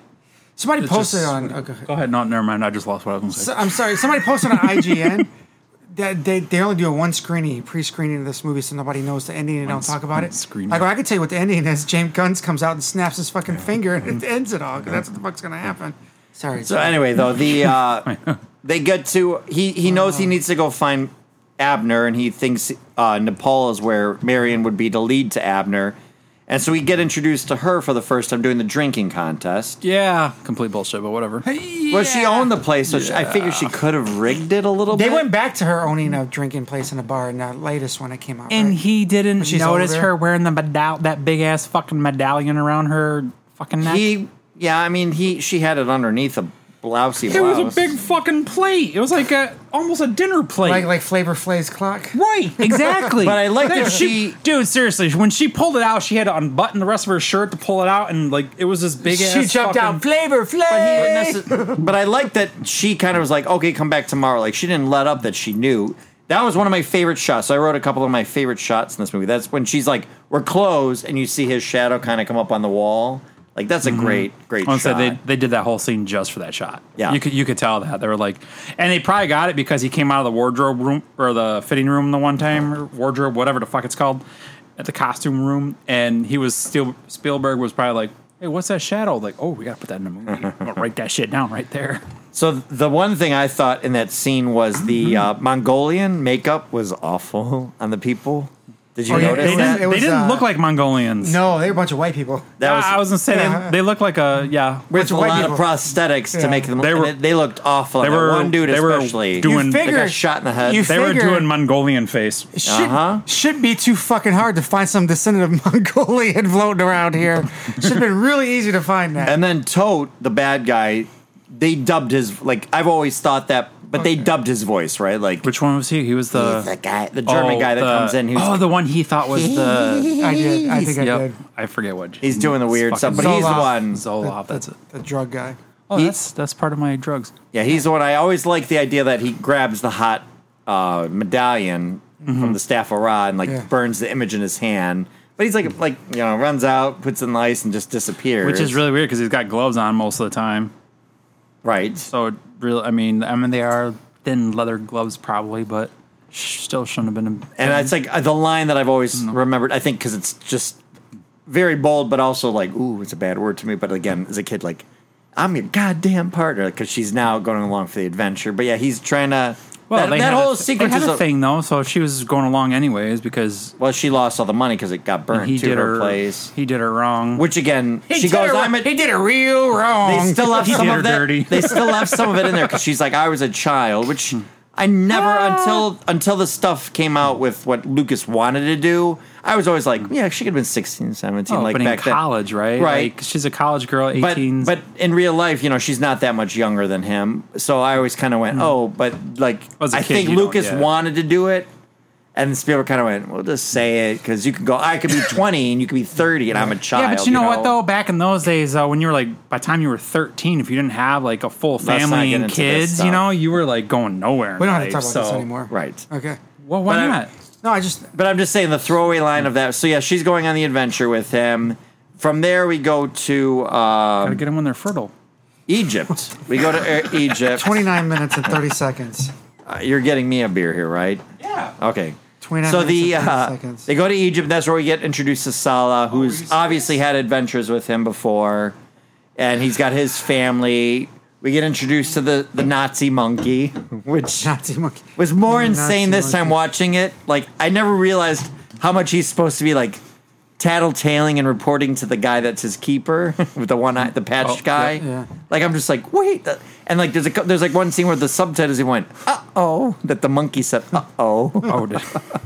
G: Somebody
D: it
G: posted
D: just-
G: on. Okay.
D: Go ahead, no, never mind. I just lost what I was going to say.
G: So- I'm sorry. Somebody posted on IGN that they, they only do a one screening, pre screening of this movie, so nobody knows the ending and don't talk about it.
D: screening.
G: I go, I can tell you what the ending is. James Guns comes out and snaps his fucking finger and it ends it all. 'cause that's what the fuck's gonna happen. Sorry.
H: So anyway, though the uh, they get to he he knows he needs to go find Abner, and he thinks uh, Nepal is where Marion would be to lead to Abner, and so we get introduced to her for the first time during the drinking contest.
D: yeah, complete bullshit, but whatever.
H: Well, she owned the place, so she, I figure she could have rigged it a little
G: they
H: bit.
G: went back to her owning a drinking place in a bar in the latest one that came out.
D: and
G: right?
D: he didn't
G: But she's
D: notice
G: older.
D: her wearing the medall- that big ass fucking medallion around her fucking neck.
H: He yeah, I mean he she had it underneath a blousey.
D: it was a
H: blouse.
D: big fucking plate. It was like a almost a dinner plate.
G: like like Flavor Flay's clock.
D: Right, exactly.
H: But I like that she-
D: dude. Seriously, when she pulled it out, she had to unbutton the rest of her shirt to pull it out, and like it was this big.
G: She
D: ass
G: jumped
D: fucking-
G: out. Flavor Flay.
H: But, he- but I like that she kind of was like, okay, come back tomorrow. Like she didn't let up that she knew. That was one of my favorite shots. So I wrote a couple of my favorite shots in this movie. That's when she's like, we're closed, and you see his shadow kind of come up on the wall. Like that's a great, great
D: I would say
H: shot.
D: Mm-hmm. they they did that whole scene just for that shot.
H: Yeah.
D: you could you could tell that they were like, and they probably got it because he came out of the wardrobe room or the fitting room the one time or wardrobe whatever the fuck it's called at the costume room, and he was still Spielberg was probably like, hey, what's that shadow? Like, oh, we gotta put that in the movie. I'm gonna write that shit down right there.
H: so the one thing I thought in that scene was
D: Mm-hmm.
H: the uh, Mongolian makeup was awful on the people. Did you
G: Oh, yeah,
H: notice
D: They
G: was-
H: that?
D: didn't,
G: it was,
D: they didn't
G: uh,
D: look like Mongolians.
G: No, they were a bunch of white people.
H: that was
D: I was gonna say
G: Yeah.
D: they, they look like a yeah.
H: with a
G: white
H: lot of
G: people.
H: prosthetics
G: Yeah.
H: to make them.
D: They
H: They
D: were-
H: were. They looked awful.
D: They
H: That
D: were-
H: one dude
D: they were
H: especially.
D: doing-
G: You
D: They got
G: figure
H: shot in the head.
G: You
D: They were
G: figure-
D: doing Mongolian face.
G: Shouldn't,
H: Uh-huh.
G: shouldn't be too fucking hard to find some descendant of Mongolian floating around here. Should have been really easy to find that.
H: And then Tote, the bad guy, they dubbed his like I've always thought that, but they dubbed his voice right. Like
D: Which one was he? He was the
H: the guy, the German
D: oh,
H: guy that
D: the-
H: comes in, who's
D: oh, the one he thought was the
G: I did. I think I
D: yep.
G: did.
D: I forget what
H: he's doing the weird
D: It's
H: stuff, but
D: fucking
H: he's the
G: Zoloft.
H: one.
D: Zoloft. That's it.
G: The drug guy.
D: Oh,
H: He-
D: that's that's part of my drugs.
H: Yeah, he's the one. I always like the idea that he grabs the hot uh, medallion
D: Mm-hmm.
H: from the staff of Ra and like
G: Yeah.
H: burns the image in his hand. But he's like like you know runs out, puts in the ice, and just disappears.
D: Which is really weird because he's got gloves on most of the time.
H: right.
D: So it really, I mean, I mean they are thin leather gloves probably, but sh- still shouldn't have been.
H: And it's like uh, the line that I've always
D: Mm-hmm.
H: remembered. I think because it's just very bold, but also like, ooh, it's a bad word to me. But again, as a kid, like, I'm your goddamn partner because she's now going along for the adventure. But yeah, he's trying to.
D: well,
H: that,
D: they
H: that
D: had a-
H: whole
D: they
H: sequence
D: had
H: is
D: a
H: a-
D: thing though. So she was going along anyways because
H: Well, she lost all the money because it got burnt
D: he
H: to
D: did
H: her,
D: her
H: place.
D: He did her wrong.
H: Which again, she goes, I'm a.
G: he did it real wrong.
H: They still left
D: He
H: some
D: did her
H: of that.
D: dirty.
H: They still left some of it in there because she's like, I was a child, which I never until until the stuff came out with what Lucas wanted to do. I was always like, yeah, she could have been 16, 17,
D: Oh,
H: like
D: but in
H: back then.
D: college, right?
H: Right.
D: Like, she's a college girl,
H: But
D: 18.
H: but in real life, you know, she's not that much younger than him. So I always kind of went, oh, but like
D: Mm. As a
H: I
D: kid,
H: think
D: you don't
H: Lucas
D: get it.
H: wanted to do it. And Spielberg kind of went, "We'll just say it because you could go. I could be 20 and you could be 30, and I'm a child."
D: yeah, but you know, what though? Back in those days, uh, when you were like, by the time you were 13, if you didn't have like a full
H: not
D: family
H: get
D: and
H: into this
D: kids,
H: stuff.
D: you know, you were like going nowhere. in
G: we don't have to
D: life,
G: talk about this
D: so-
G: anymore.
H: Right.
G: Okay.
D: Well, why
H: But I-
D: not?
G: No, I just.
H: But I'm just saying the throwaway line of that. So yeah, she's going on the adventure with him. From there, we go to uh,
D: Gotta get them when they're fertile.
H: Egypt. We go to uh, Egypt.
G: 29 minutes and 30 seconds.
H: Uh, You're getting me a beer here, right? Yeah. Okay.
G: 29
H: So the
G: minutes and 30
H: uh,
G: seconds.
H: they go to Egypt. That's where we get introduced to Salah, who's obviously had adventures with him before, and he's got his family. We get introduced to the the Nazi monkey, which
G: Nazi monkey.
H: was more
G: Nazi
H: insane this time
G: monkey.
H: watching it. Like I never realized how much he's supposed to be like tattletaling and reporting to the guy that's his keeper with the one eye, the
D: Oh,
H: patched guy.
G: yeah.
H: Like I'm just like wait, that-" and like there's a cou- there's like one scene where the subtitles he went uh oh that the monkey said uh oh
D: Oh,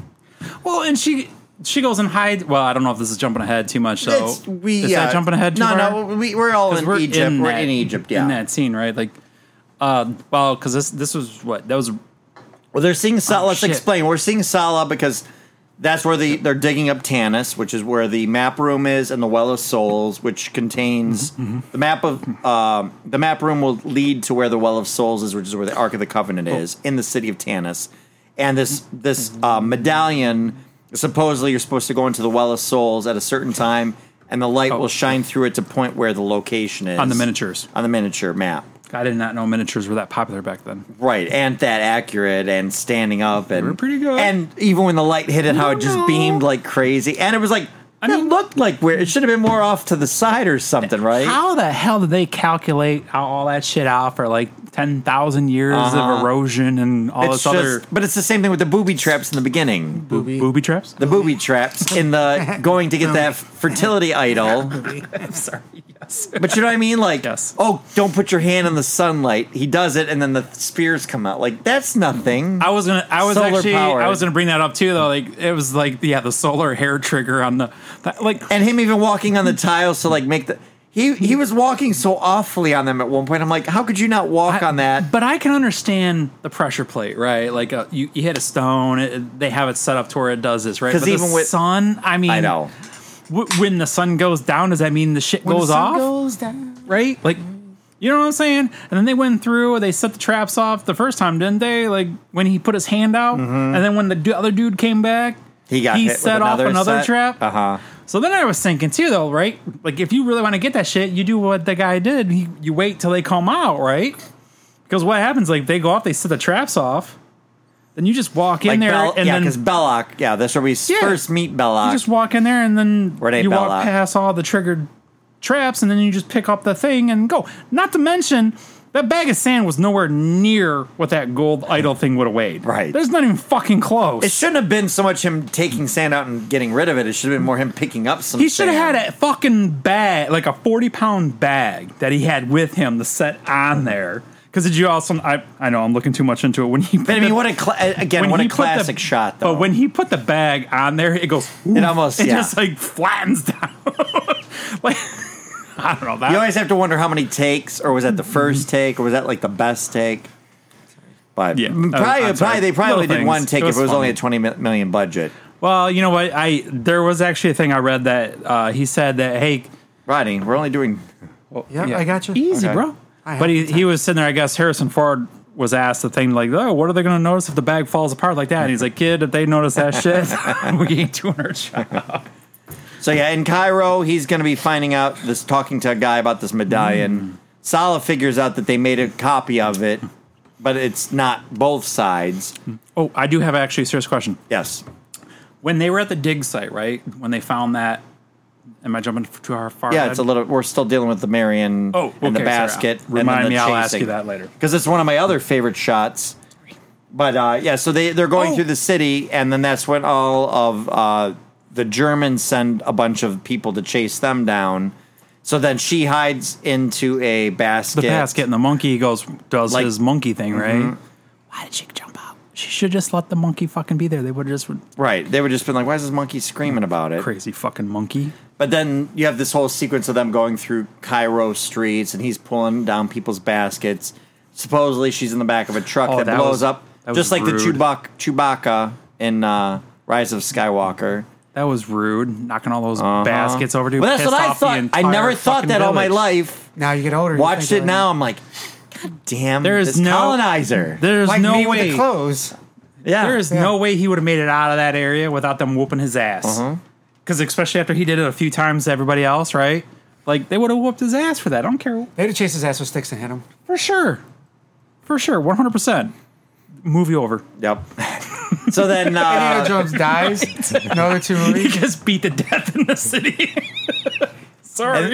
D: well, and she she goes and hides. Well, I don't know if this is jumping ahead too much. So
H: It's- we
D: is
H: uh,
D: that jumping ahead? Too
H: No,
D: far?
H: no, we, we're all
D: 'Cause
H: in
D: we're
H: Egypt. we're
D: that-
H: in Egypt. Yeah.
D: in that scene, right? Like, uh, well, because this this was what that was.
H: Well, they're seeing Salah. let's
D: Oh, shit.
H: explain. We're seeing Salah because that's where the they're digging up Tanis, which is where the map room is, and the Well of Souls, which contains
D: Mm-hmm,
H: the map of um, the map room will lead to where the Well of Souls is, which is where the Ark of the Covenant
D: Oh.
H: is in the city of Tanis. And this this
D: Mm-hmm.
H: uh, medallion supposedly you're supposed to go into the Well of Souls at a certain time, and the light will shine through it to point where the location is
D: Oh. On the miniatures.
H: on the miniature map.
D: I did not know miniatures were that popular back then.
H: Right, and that accurate and standing up and
D: were pretty good.
H: And even when the light hit it, how it just beamed like crazy, and it was like I mean,
D: mean-
H: looked like where it should have been more off to the side or something, right?
D: How the hell did they calculate how all that shit out for like ten thousand years
H: Uh-huh.
D: of erosion and all
H: it's
D: this
H: just,
D: other
H: but it's the same thing with the booby traps in the beginning.
G: Booby.
D: booby traps?
H: the booby traps in the going to get that fertility idol.
D: I'm sorry. Yes.
H: But you know what I mean? Like,
D: Yes.
H: oh, don't put your hand in the sunlight. He does it, and then the spears come out. Like that's nothing.
D: I was gonna. I was
H: Solar
D: actually.
H: powered.
D: I was gonna bring that up too, though. Like it was like yeah, the solar hair trigger on the that, like.
H: and him even walking on the tiles to like make the he he was walking so awfully on them at one point. I'm like, how could you not walk on that?
D: But I can understand the pressure plate, right? Like uh you, you hit a stone, it, they have it set up to where it does this, right?
H: 'Cause
D: But the
H: even with-
D: sun, I mean,
H: I know.
D: W- when the sun goes down, does that mean the shit
G: When the
D: goes
G: sun
D: off?
G: goes down.
D: right? Like, you know what I'm saying? And then they went through, they set the traps off the first time, didn't they? Like when he put his hand out, and then when the du- other dude came back,
H: Mm-hmm. He got hit with
D: set off
H: another
D: another
H: set?
D: trap.
H: Uh-huh.
D: So then I was thinking too, though, right? Like if you really want to get that shit, you do what the guy did. He, you wait till they come out, right? Because what happens? Like they go off, they set the traps off, then you just walk in
H: Like
D: there,
H: Bel-
D: and
H: yeah,
D: then
H: because Belloc, yeah, that's where we s
D: Yeah.
H: first meet
D: you
H: Belloc.
D: just walk in there and then
H: Renee
D: you
H: Bella.
D: walk past all the triggered traps and then you just pick up the thing and go. Not to mention that bag of sand was nowhere near what that gold idol thing would have weighed.
H: Right.
D: That's not even fucking close.
H: it shouldn't have been so much him taking sand out and getting rid of it. It should have been more him picking up some.
D: he should have
H: sand.
D: had a fucking bag, like a 40 pound bag that he had with him to set on there. Because did you also? I, I know I'm looking too much into it. When he, put
H: But I mean,
D: the-
H: what a cla- again,
D: when
H: what
D: he
H: a
D: put the-
H: classic shot though.
D: But when he put the bag on there, it goes.
H: It
D: oof,
H: almost-
D: it
H: yeah.
D: just like flattens down. like I don't know that.
H: you always have to wonder how many takes, or was that the first take, or was that like the best take? But
D: Yeah.
H: probably,
D: Oh, I'm
H: probably
D: sorry.
H: they probably
D: Little
H: did one
D: things.
H: take
D: It
H: if
D: was
H: it was only
D: funny.
H: a twenty mi- million budget.
D: Well, you know what? I there was actually a thing I read that uh, he said that hey,
H: Rodney, we're only doing
G: Yep, I got you.
D: easy,
H: Okay.
D: bro.
G: I have
D: But he,
G: the
D: he was sitting there. I guess Harrison Ford was asked the thing like, "Oh, what are they going to notice if the bag falls apart like that?" And he's like, "Kid, if they notice that shit, we ain't doing our job."
H: So yeah, in Cairo, he's going to be finding out this talking to a guy about this
D: Mm.
H: medallion. Salah figures out that they made a copy of it, but it's not both sides.
D: Oh, I do have actually a serious question.
H: Yes.
D: When they were at the dig site, right? When they found that, am I jumping too far?
H: Yeah,
D: ahead?
H: it's a little. We're still dealing with the Marion
D: Oh,
H: and the
D: okay, sorry.
H: basket. and then
D: Remind
H: the
D: me, I'll ask
H: chasing.
D: you that later.
H: because it's one of my other favorite shots. But uh, yeah, so they they're going
D: Oh.
H: through the city, and then that's when all of uh, the Germans send a bunch of people to chase them down. So then she hides into a
D: the
H: basket.
D: basket, and the monkey goes does
H: Like- mm-hmm.
D: his monkey thing, right? Why did she jump out? She should just let the monkey fucking be there. They would have just
H: Right. They would just been like, why is this monkey screaming about it?
D: crazy fucking monkey.
H: But then you have this whole sequence of them going through Cairo streets and he's pulling down people's baskets. Supposedly she's in the back of a truck
D: Oh,
H: that,
D: that
H: blows
D: was-
H: up,
D: that was
H: just like the
D: rude.
H: Chewbac- Chewbacca in uh, Rise of Skywalker.
D: That was rude, knocking all those baskets over to.
H: Uh-huh. Well, that's what I thought. I never thought that all my life.
G: Now you get older. you
H: Watched
G: think
H: it
G: like-
H: now. I'm like, God damn,
D: There is
H: this
D: no-
H: colonizer.
D: There's
G: Like
D: no
G: me
D: way.
G: with the clothes.
H: yeah.
D: There is
G: Yeah.
H: Uh-huh.
D: no way he would have made it out of that area without them whooping his ass. because especially after he did it a few times to everybody else, right? Like they would have whooped his ass for that. I don't care
G: They'd have chased his ass with sticks and hit him.
D: for sure, for sure, one hundred percent. Movie over.
H: Yep. so then,
G: Indiana
H: uh,
G: Jones dies. Another two
D: He
G: movies.
D: gets beat to death in the city. Sorry.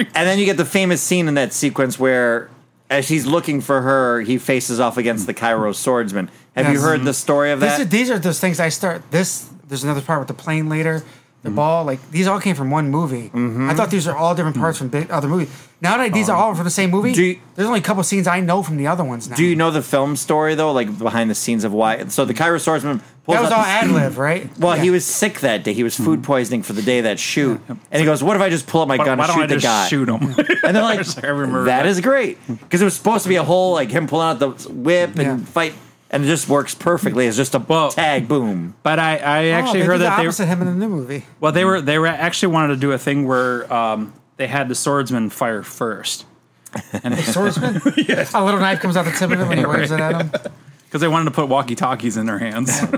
H: and, and then you get the famous scene in that sequence where, as he's looking for her, he faces off against the Cairo swordsman. Have you
G: Yes.
H: heard the story of
G: This
H: that?
G: is, these are those things I start. This there's another part with the plane later, the
D: Mm-hmm.
G: ball. Like these all came from one movie. I thought these are all
D: Mm-hmm.
G: different parts from big, other movies. Now that
D: Um,
G: these are all from the same movie,
H: do you-
G: there's only a couple scenes I know from the other ones now.
H: Do you know the film story though, like behind the scenes of why? So the Cairo swordsman pulls
G: that was
H: out
G: all
H: the-
G: ad lib, right?
H: Well,
G: Yeah.
H: he was sick that day. He was food poisoning for the day of that shoot, and he goes, "What if I just pull up my
D: Why
H: gun and
D: don't
H: shoot
D: I
H: the
D: just
H: guy?"
D: shoot him?
H: And they're like,
D: I remember
H: that
D: that."
H: is great because it was supposed to be a whole like him pulling out the whip and
G: Yeah.
H: fight, and it just works perfectly. It's just a
D: Well-
H: tag, boom.
D: but I, I
G: Oh,
D: actually
G: they
D: heard
G: did
D: that
G: the
D: they
G: opposite him in the new movie.
D: Well, they were they were actually wanted to do a thing where um, they had the swordsman fire first
G: Swordsman. A little knife comes out the tip of it when he waves it at him. E
D: because they wanted to put walkie talkies in their hands.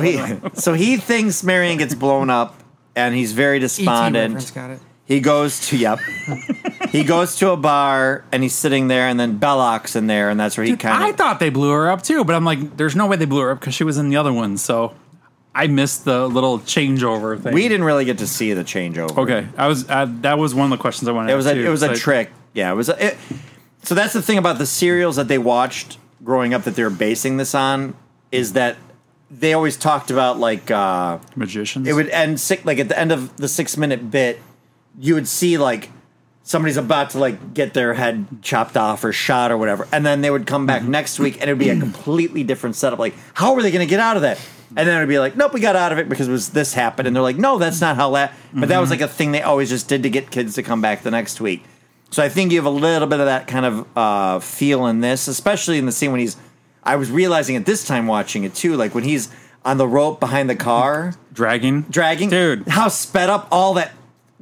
H: he, so he thinks Marion gets blown up, and he's very
G: ET
H: despondent.
G: E reference got it.
H: He goes to yep. he goes to a bar and he's sitting there, and then Belloc's in there, and that's where he kind
D: I
H: of.
D: thought they blew her up too, but I'm like, there's no way they blew her up because she was in the other one. So I missed the little changeover thing.
H: we didn't really get to see the changeover.
D: Okay, I was I, that was one of the questions I wanted.
H: It was
D: to
H: a,
D: ask, too.
H: it was a
D: It's like,
H: trick. Yeah, it was. A, it, so that's the thing about the serials that they watched growing up that they're basing this on is that they always talked about like uh,
D: Magicians.
H: it would end sick like at the end of the six minute bit you would see like somebody's about to like get their head chopped off or shot or whatever and then they would come back next week and it would be a completely different setup like how are they going to get out of that and then it would be like nope we got out of it because it was this happened and they're like no that's not how that but that was like a thing they always just did to get kids to come back the next week so i think you have a little bit of that kind of uh, feel in this especially in the scene when he's i was realizing at this time watching it too like when he's on the rope behind the car
D: dragging,
H: dragging,
D: dude.
H: How sped up all that.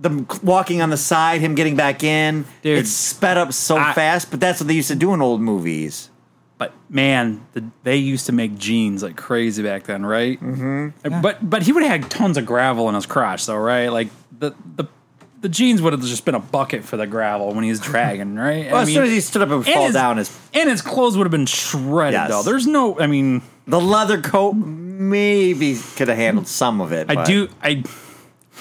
H: The walking on the side, him getting back in.
D: Dude.
H: it's sped up so
D: I-
H: fast, but that's what they used to do in old movies.
D: But man, the, they used to make jeans like crazy back then, right? Mm-hmm. But but he would have had tons of gravel in his crotch, though, right? Like the the the jeans would have just been a bucket for the gravel when he's dragging, right?
H: Well, as soon as he stood up and would fall down, his
D: and his clothes would have been shredded.
H: Yes.
D: Though there's no, I mean,
H: the leather coat maybe could have handled some of it.
D: I
H: but-
D: do, I.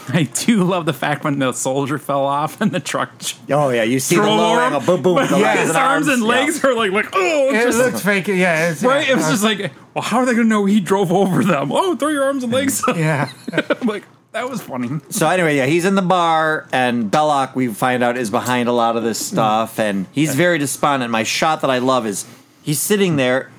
D: I do love the fact when the soldier fell off and the truck
H: Oh yeah, you see the
D: drove
H: low
D: over him,
H: angle, boom, boom.
D: but
H: the legs
D: his
H: and
D: arms and
H: yeah.
D: legs are like, like oh,
G: It
D: just-
G: looked fake. Yeah, it's,
D: right.
G: Yeah,
D: It was just like, well, how are they going to know he drove over them? Oh, throw your arms and legs up.
G: yeah.
D: I'm like, that was funny.
H: So anyway, yeah, he's in the bar, and Belloc, we find out, is behind a lot of this stuff, and he's very despondent. My shot that I love is he's sitting there.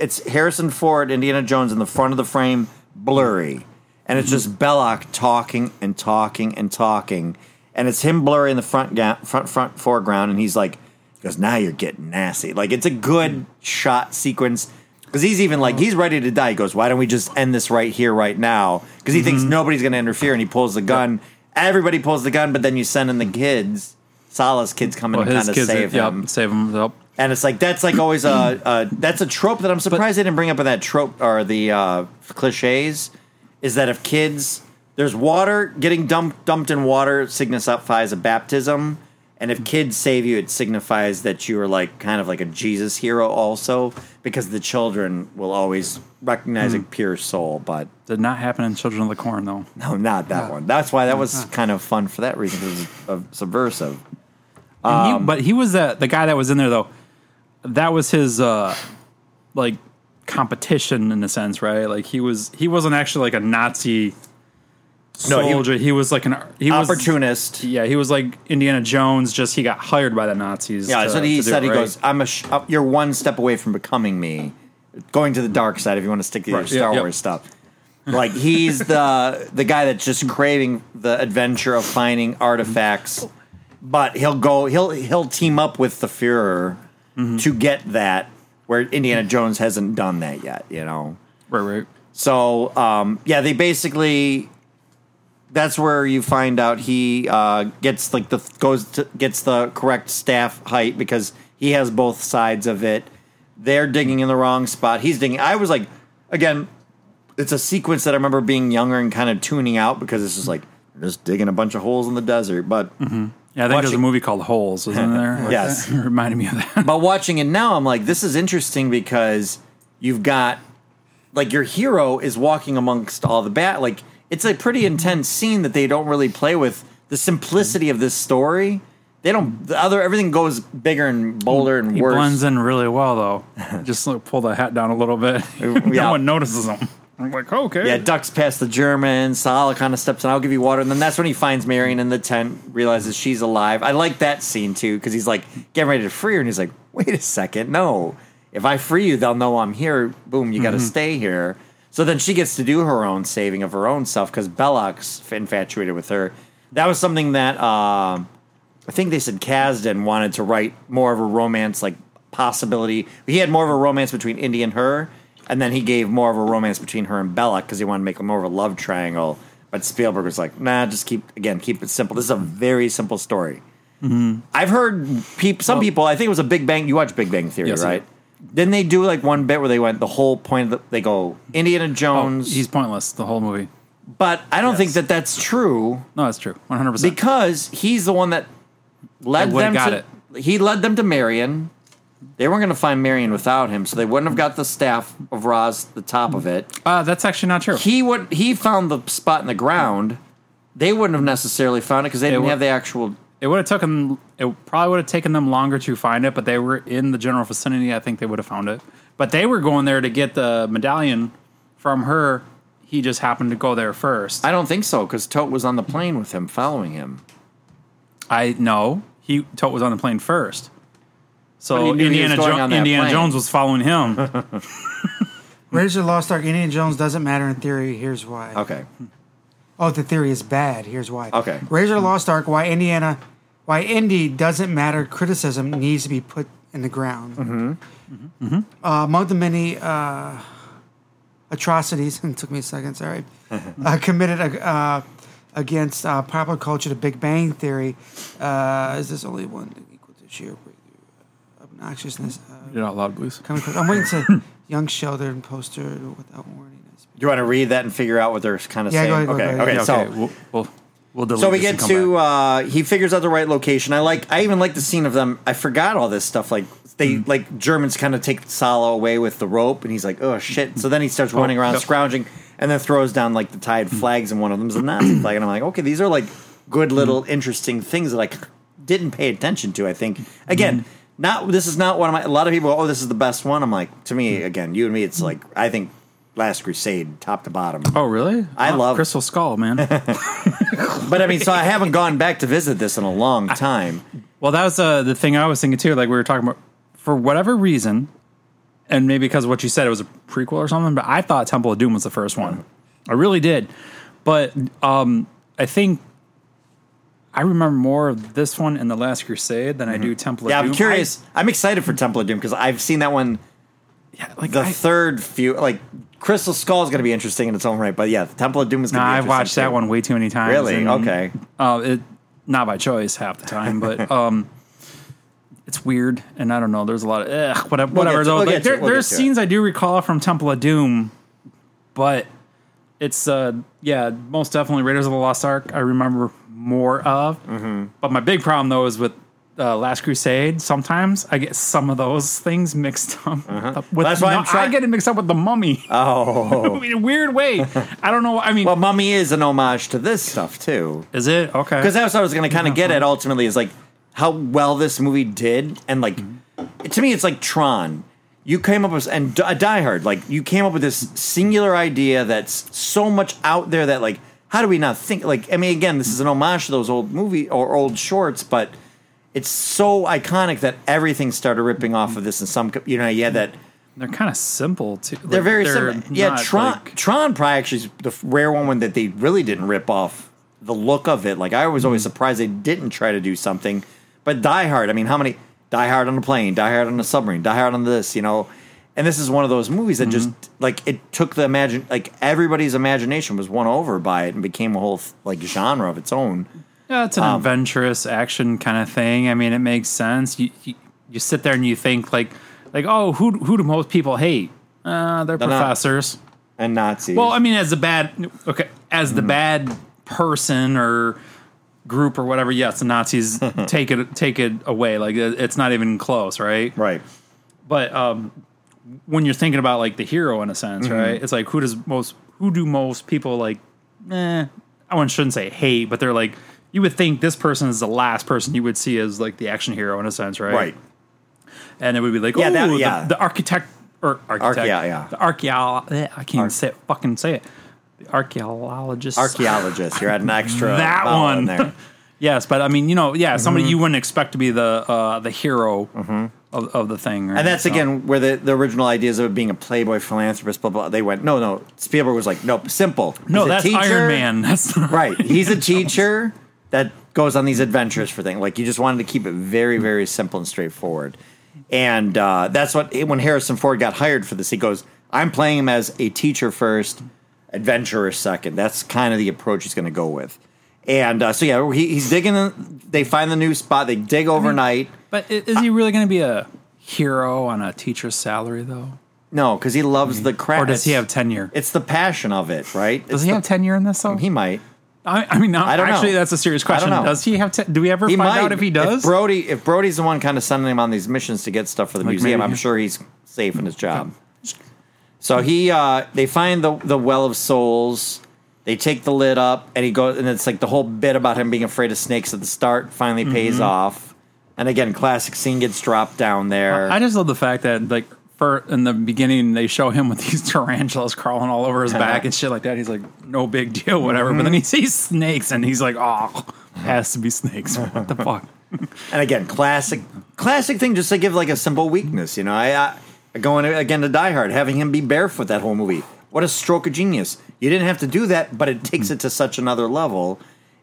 H: It's Harrison Ford, Indiana Jones, in the front of the frame, blurry, and it's just Belloc talking and talking and talking, and it's him blurry in the front ga- front front foreground, and he's like, "Because now you're getting nasty." Like it's a good shot sequence. Because he's even like he's ready to die. He goes, "Why don't we just end this right here, right now?" Because he thinks nobody's going to interfere, and he pulls the gun. Everybody pulls the gun, but then you send in the kids. Salah's kids come in and kind of save
D: yep,
H: him,
D: Save him. Yep.
H: and it's like that's like always a, a that's a trope that I'm surprised they didn't bring up in that trope or the uh, cliches is that if kids there's water getting dumped dumped in water signifies a baptism, and if kids save you, it signifies that you are like kind of like a Jesus hero also because the children will always recognize
D: Hmm.
H: a pure soul, but
D: Did not happen in Children of the Corn though.
H: no, not that one. That's why that was kind of fun for that reason. 'cause It was uh, subversive.
D: And he, but he was the the guy that was in there though. That was his uh like competition in a sense, right? Like he was he wasn't actually like a Nazi
H: No, he-
D: soldier. he, was like an he was
H: Opportunist.
D: Yeah, he was like Indiana Jones. Just he got hired by the Nazis.
H: Yeah,
D: to-
H: so he
D: to do
H: said
D: it,
H: he
D: right?
H: goes, "I'm a sh- uh, you're one step away from becoming me, going to the dark side if you want to stick to your
D: Right,
H: Star
D: yeah,
H: Wars
D: yep.
H: stuff." Like he's the the guy that's just craving the adventure of finding artifacts, but he'll go he'll he'll team up with the Führer
D: Mm-hmm.
H: to get that where Indiana Jones hasn't done that yet, you know.
D: right, right.
H: So um, yeah, they basically that's where you find out he uh, gets like the goes to, gets the correct staff height because he has both sides of it. They're digging in the wrong spot. He's digging. I was like, again, it's a sequence that I remember being younger and kind of tuning out because it's just like just digging a bunch of holes in the desert. But
D: Yeah, I think there's a
H: Watching-
D: movie called Holes, isn't there?
H: Yes.
D: That reminded me of that.
H: but watching it now, I'm like, this is interesting because you've got like your hero is walking amongst all the bat. Like it's a pretty intense scene that they don't really play with the simplicity of this story. They don't. The other everything goes bigger and bolder and
D: He
H: worse.
D: blends in really well, though. Just like, pull the hat down a little bit.
H: Yeah.
D: no one notices him. I'm like, okay.
H: Yeah, ducks past the Germans. Salah kind of steps in. I'll give you water, and then that's when he finds Marion in the tent, realizes she's alive. I like that scene too because he's like getting ready to free her, and he's like, "Wait a second, no! If I free you, they'll know I'm here. Boom, you got to stay here." So then she gets to do her own saving of her own self because Belloc's infatuated with her. That was something that um, I think they said Kasdan wanted to write more of a romance like possibility. He had more of a romance between Indy and her, and then he gave more of a romance between her and Belloc because he wanted to make more of a love triangle. But Spielberg was like, nah, just keep again, keep it simple. This is a very simple story.
D: Mm-hmm.
H: I've heard peop- some people. I think it was a Big Bang. You watch Big Bang Theory,
D: Yes, I
H: right? Then they do like one bit where they went the whole point. Of the, they go Indiana Jones,
D: Oh, He's pointless the whole movie.
H: but I don't think
D: Yes.
H: that that's true
D: No, that's true. 100%.
H: because he's the one that led
D: They would've
H: them
D: got
H: to he led them to Marion. They weren't going to find Marion without him, so they wouldn't have got the staff of Roz the top of it.
D: uh, that's actually not true.
H: He would he found the spot in the ground. They wouldn't have necessarily found it because they didn't
D: wa-
H: have the actual.
D: it would have taken it probably would have taken them longer to find it, but they were in the general vicinity. I think they would have found it. But they were going there to get the medallion from her. He just happened to go there first.
H: I don't think so because Tote was on the plane with him, following him.
D: I know he Tote was on the plane first,
H: But he
D: so
H: knew he was
D: Indiana,
H: going
D: jo-
H: on that
D: Indiana
H: plane.
D: Jones was following him.
G: Raiders of the Lost Ark, Indiana Jones doesn't matter in theory. Here's why.
H: Okay,
G: Oh, the theory is bad. Here's why.
H: Okay.
G: Raiders of the Lost Ark, why Indiana, why Indy doesn't matter. Criticism needs to be put in the ground. Mm-hmm. Uh, among the many uh, atrocities, it took me a second, sorry, uh, committed uh, against uh, popular culture, the Big Bang Theory, uh, is this only one equal to sheer obnoxiousness? Uh,
D: You're not loud, please.
G: coming from, I'm waiting to young shelter and poster without warning. I
H: do you want to read that and figure out what they're kind of
G: Yeah,
H: saying?
G: go ahead, go
H: okay,
G: ahead, go
H: okay,
G: ahead.
H: so.
D: we'll, we'll, we'll delete
H: So we
D: this
H: get
D: and come
H: to
D: back.
H: uh, he figures out the right location. I like. I even like the scene of them. I forgot all this stuff. Like they
D: Hmm.
H: like Germans kind of take Salo away with the rope, and he's like, "Oh shit!" So then he starts running around,
D: yep.
H: scrounging, and then throws down like the tied
D: Hmm.
H: flags, and one of them's a Nazi flag. And I'm like, "Okay, these are like good little interesting things that I c- didn't pay attention to." I think again.
D: Hmm.
H: Not this is not one of my. A lot of people, go, oh, this is the best one. I'm like, to
D: Hmm.
H: me, again, you and me, it's like I think Last Crusade, top to bottom.
D: oh really?
H: uh, I
D: Oh,
H: love-
D: Crystal Skull, man.
H: But I mean, so I haven't gone back to visit this in a long time.
D: Well, that was uh, the thing I was thinking too. Like we were talking about, for whatever reason, and maybe because what you said it was a prequel or something. But I thought Temple of Doom was the first one. I really did. But um, I think I remember more of this one and the Last Crusade than I do Temple
H: Mm-hmm. Yeah,
D: of Doom.
H: I'm curious. I'm excited for Temple of Doom because I've seen that one.
D: I- like
H: The
D: I,
H: third few, like Crystal Skull is going to be interesting in its own right. But yeah, the Temple of Doom is. going
D: nah,
H: to be
D: I've
H: interesting,
D: watched that
H: too.
D: one way too many times.
H: Really?
D: and,
H: Okay.
D: Uh, it not by choice half the time, but um, it's weird, and I don't know. There's a lot of ugh, whatever.
H: We'll get
D: whatever
H: to-
D: though,
H: we'll
D: like,
H: get to
D: there,
H: it, we'll
D: there's
H: get to
D: scenes I do recall from Temple of Doom, but it's uh, yeah, most definitely Raiders of the Lost Ark. I remember more of.
H: Mm-hmm.
D: But my big problem though is with. Uh, Last Crusade. Sometimes I get some of those things mixed up. With,
H: Uh-huh. That's why I'm
D: no,
H: try-
D: I get it mixed up with the Mummy
H: Oh,
D: in a weird way. I don't know. I mean,
H: well, Mummy is an homage to this stuff too,
D: is it okay?
H: because that's what I was going to kind of get at. Ultimately, is like how well this movie did, and like to me, it's like Tron. You came up with and D- uh, Die Hard, like you came up with this singular idea that's so much out there that like how do we not think? Like I mean, again, this is an homage to those old movie or old shorts, but it's so iconic that everything started ripping off of this in some. co- You know, yeah, that
D: They're kind of simple too. Like,
H: they're very similar. Yeah,
D: not,
H: Tron
D: like-
H: Tron probably actually is the rare one that they really didn't rip off the look of it. Like I was
D: Mm-hmm.
H: always surprised they didn't try to do something. But Die Hard, I mean, how many Die Hard on a plane, Die Hard on a submarine, Die Hard on this, you know? And this is one of those movies that just
D: Mm-hmm.
H: like it took the imagine like everybody's imagination was won over by it and became a whole like genre of its own.
D: yeah, it's an
H: um,
D: adventurous action kind of thing. I mean, it makes sense. You, you you sit there and you think like like oh who who do most people hate? Uh, they're
H: not-
D: professors.
H: And Nazis. Mm-hmm.
D: Well, I mean, as the bad okay, as the bad person or group or whatever, yes, the Nazis take it take it away. Like it- it's not even close, right?
H: Right.
D: But um, when you're thinking about like the hero in a sense,
H: Mm-hmm.
D: right? It's like who does most who do most people like? Eh, I wouldn't- shouldn't say hate, but they're like you would think this person is the last person you would see as like the action hero in a sense, right?
H: Right.
D: and it would be like,
H: Yeah,
D: oh,
H: that- yeah.
D: the, the architect or architect,
H: Archaea, yeah.
D: the archaeo, I can't say it, fucking say it, the archaeologist,
H: Archaeologist. You're adding an extra
D: That
H: vowel
D: one.
H: in there. Mm-hmm.
D: yes, but I mean, you know, yeah, somebody you wouldn't expect to be the uh, the hero of, of the thing, right?
H: And that's
D: So-
H: again where the, the original ideas of it being a playboy philanthropist, blah blah. They went no, no. Spielberg was like, nope, simple. He's
D: no,
H: a
D: that's
H: teacher.
D: Iron Man. That's
H: Right, he's a teacher that goes on these adventures for things. Like you just wanted to keep it very, very simple and straightforward. And uh, that's what when Harrison Ford got hired for this, he goes, "I'm playing him as a teacher first, adventurer second. That's kind of the approach he's going to go with. And uh, so yeah, he, he's digging. in- They find the new spot. They dig overnight.
D: But i- is he really going to be a hero on a teacher's salary though,
H: No, because he loves the craft.
D: or does he have tenure?
H: It's the passion of it, right?
D: Does he have tenure in this though?
H: He might.
D: I, I mean,
H: I don't know.
D: actually, that's a serious
H: I don't
D: question.
H: know.
D: Does he have? Te- do we ever
H: He
D: find
H: might
D: out if he does?
H: Brody, if Brody's the one kind of sending him on these missions to get stuff for the
D: Like
H: museum,
D: maybe-
H: I'm sure he's safe in his job. So he, uh, they find the the well of souls. They take the lid up, and he goes, and it's like the whole bit about him being afraid of snakes at the start finally pays
D: Mm-hmm.
H: off. And again, classic scene gets dropped down there.
D: I just love the fact that like for in the beginning they show him with these tarantulas crawling all over his back and shit like that. He's like, no big deal, whatever. But
H: Mm-hmm.
D: then he sees snakes and he's like, oh, has to be snakes. What the fuck?
H: And again, classic, classic thing just to give like a simple weakness. You know, I, I going again to Die Hard, having him be barefoot that whole movie. What a stroke of genius! You didn't have to do that, but it takes it to such another level.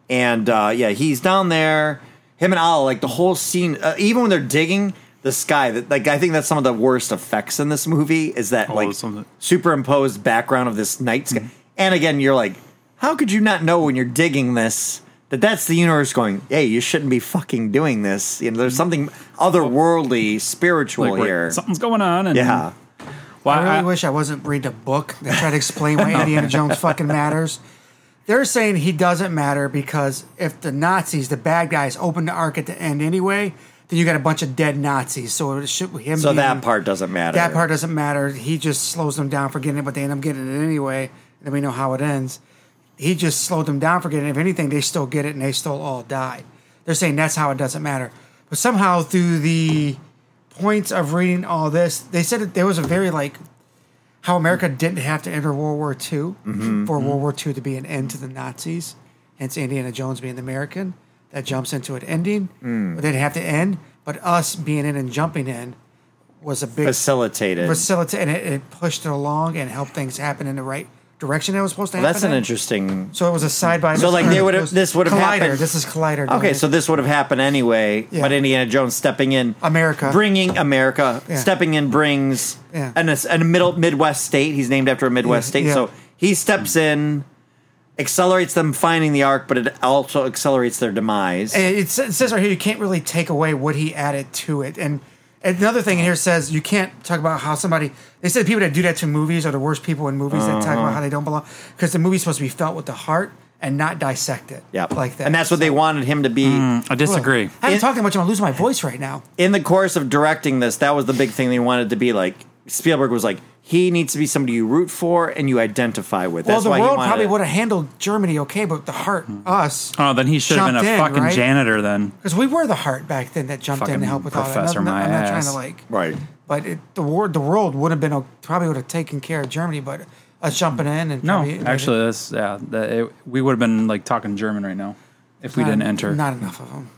H: And uh, yeah, he's down there. Him and Al, like the whole scene, uh, even when they're digging the sky, that like I think that's some of the worst effects in this movie is that
D: Oh,
H: like
D: some of the-
H: superimposed background of this night sky. And again, you're like, how could you not know when you're digging this that that's the universe going, hey, you shouldn't be fucking doing this. You know, there's something otherworldly, spiritual
D: Like, we're-
H: here.
D: something's going on. And
H: Yeah.
D: Well,
G: I
D: I-
G: really wish I wasn't reading a book that tried to explain why Indiana Jones fucking matters. They're saying he doesn't matter because if the Nazis, the bad guys, open the Ark at the end anyway, then you got a bunch of dead Nazis. So it should him.
H: So
G: being-
H: that part doesn't matter.
G: That part doesn't matter. He just slows them down for getting it, but they end up getting it anyway. And then we know how it ends. He just slowed them down for getting it. If anything, they still get it and they still all die. They're saying that's how it doesn't matter. But somehow through the points of reading all this, they said that there was a very like how America didn't have to enter World War II for World War II to be an end to the Nazis, hence Indiana Jones being the American that jumps into an ending. But they didn't have to end, but us being in and jumping in was a big
H: facilitated.
G: facilitate and it, it pushed it along and helped things happen in the right direction it was supposed to happen.
H: that's an
G: in.
H: interesting.
G: So it was a side by.
H: So, like, they would've-
G: it was
H: this would've
G: collider.
H: happened-
G: This is collider. doing
H: Okay,
G: it.
H: so this would have happened anyway,
G: Yeah.
H: but Indiana Jones stepping in,
G: America.
H: bringing America,
G: Yeah.
H: stepping in brings
G: Yeah.
H: an and a middle Midwest state. He's named after a Midwest
G: Yeah,
H: state,
G: yeah.
H: so he steps in, accelerates them finding the Ark, but it also accelerates their demise.
G: And it, sa- it says right here you can't really take away what he added to it. And another thing in here says you can't talk about how somebody. They said people that do that to movies are the worst people in movies that talk
H: Uh-huh.
G: about how they don't belong because the movie's supposed to be felt with the heart and not dissect it.
H: yeah,
G: like that.
H: and that's what they
G: So-
H: wanted him to be.
D: I disagree.
G: I haven't
H: It-
G: talked that much. I'm gonna lose my voice right now.
H: in the course of directing this, that was the big thing they wanted to be like. Spielberg was like, he needs to be somebody you root for and you identify with.
G: Well,
H: That's
G: the
H: why Mm-hmm. he
G: world
H: wanted
G: probably
H: it.
G: would have handled Germany okay, but the heart, us.
D: Oh, then he should have been a
G: jumped in,
D: fucking
G: right?
D: janitor then.
G: Because we were the heart back then that jumped in
D: Fucking
G: to help with all that. I'm not,
D: professor my
G: I'm not trying
D: ass.
G: to like,
H: right.
G: but it, the world the world would have been o- probably would have taken care of Germany, but us jumping in and
D: No,
G: probably-
D: actually, that's yeah. That it, we would have been like talking German right now if we
G: not-
D: didn't enter.
G: Not enough of them.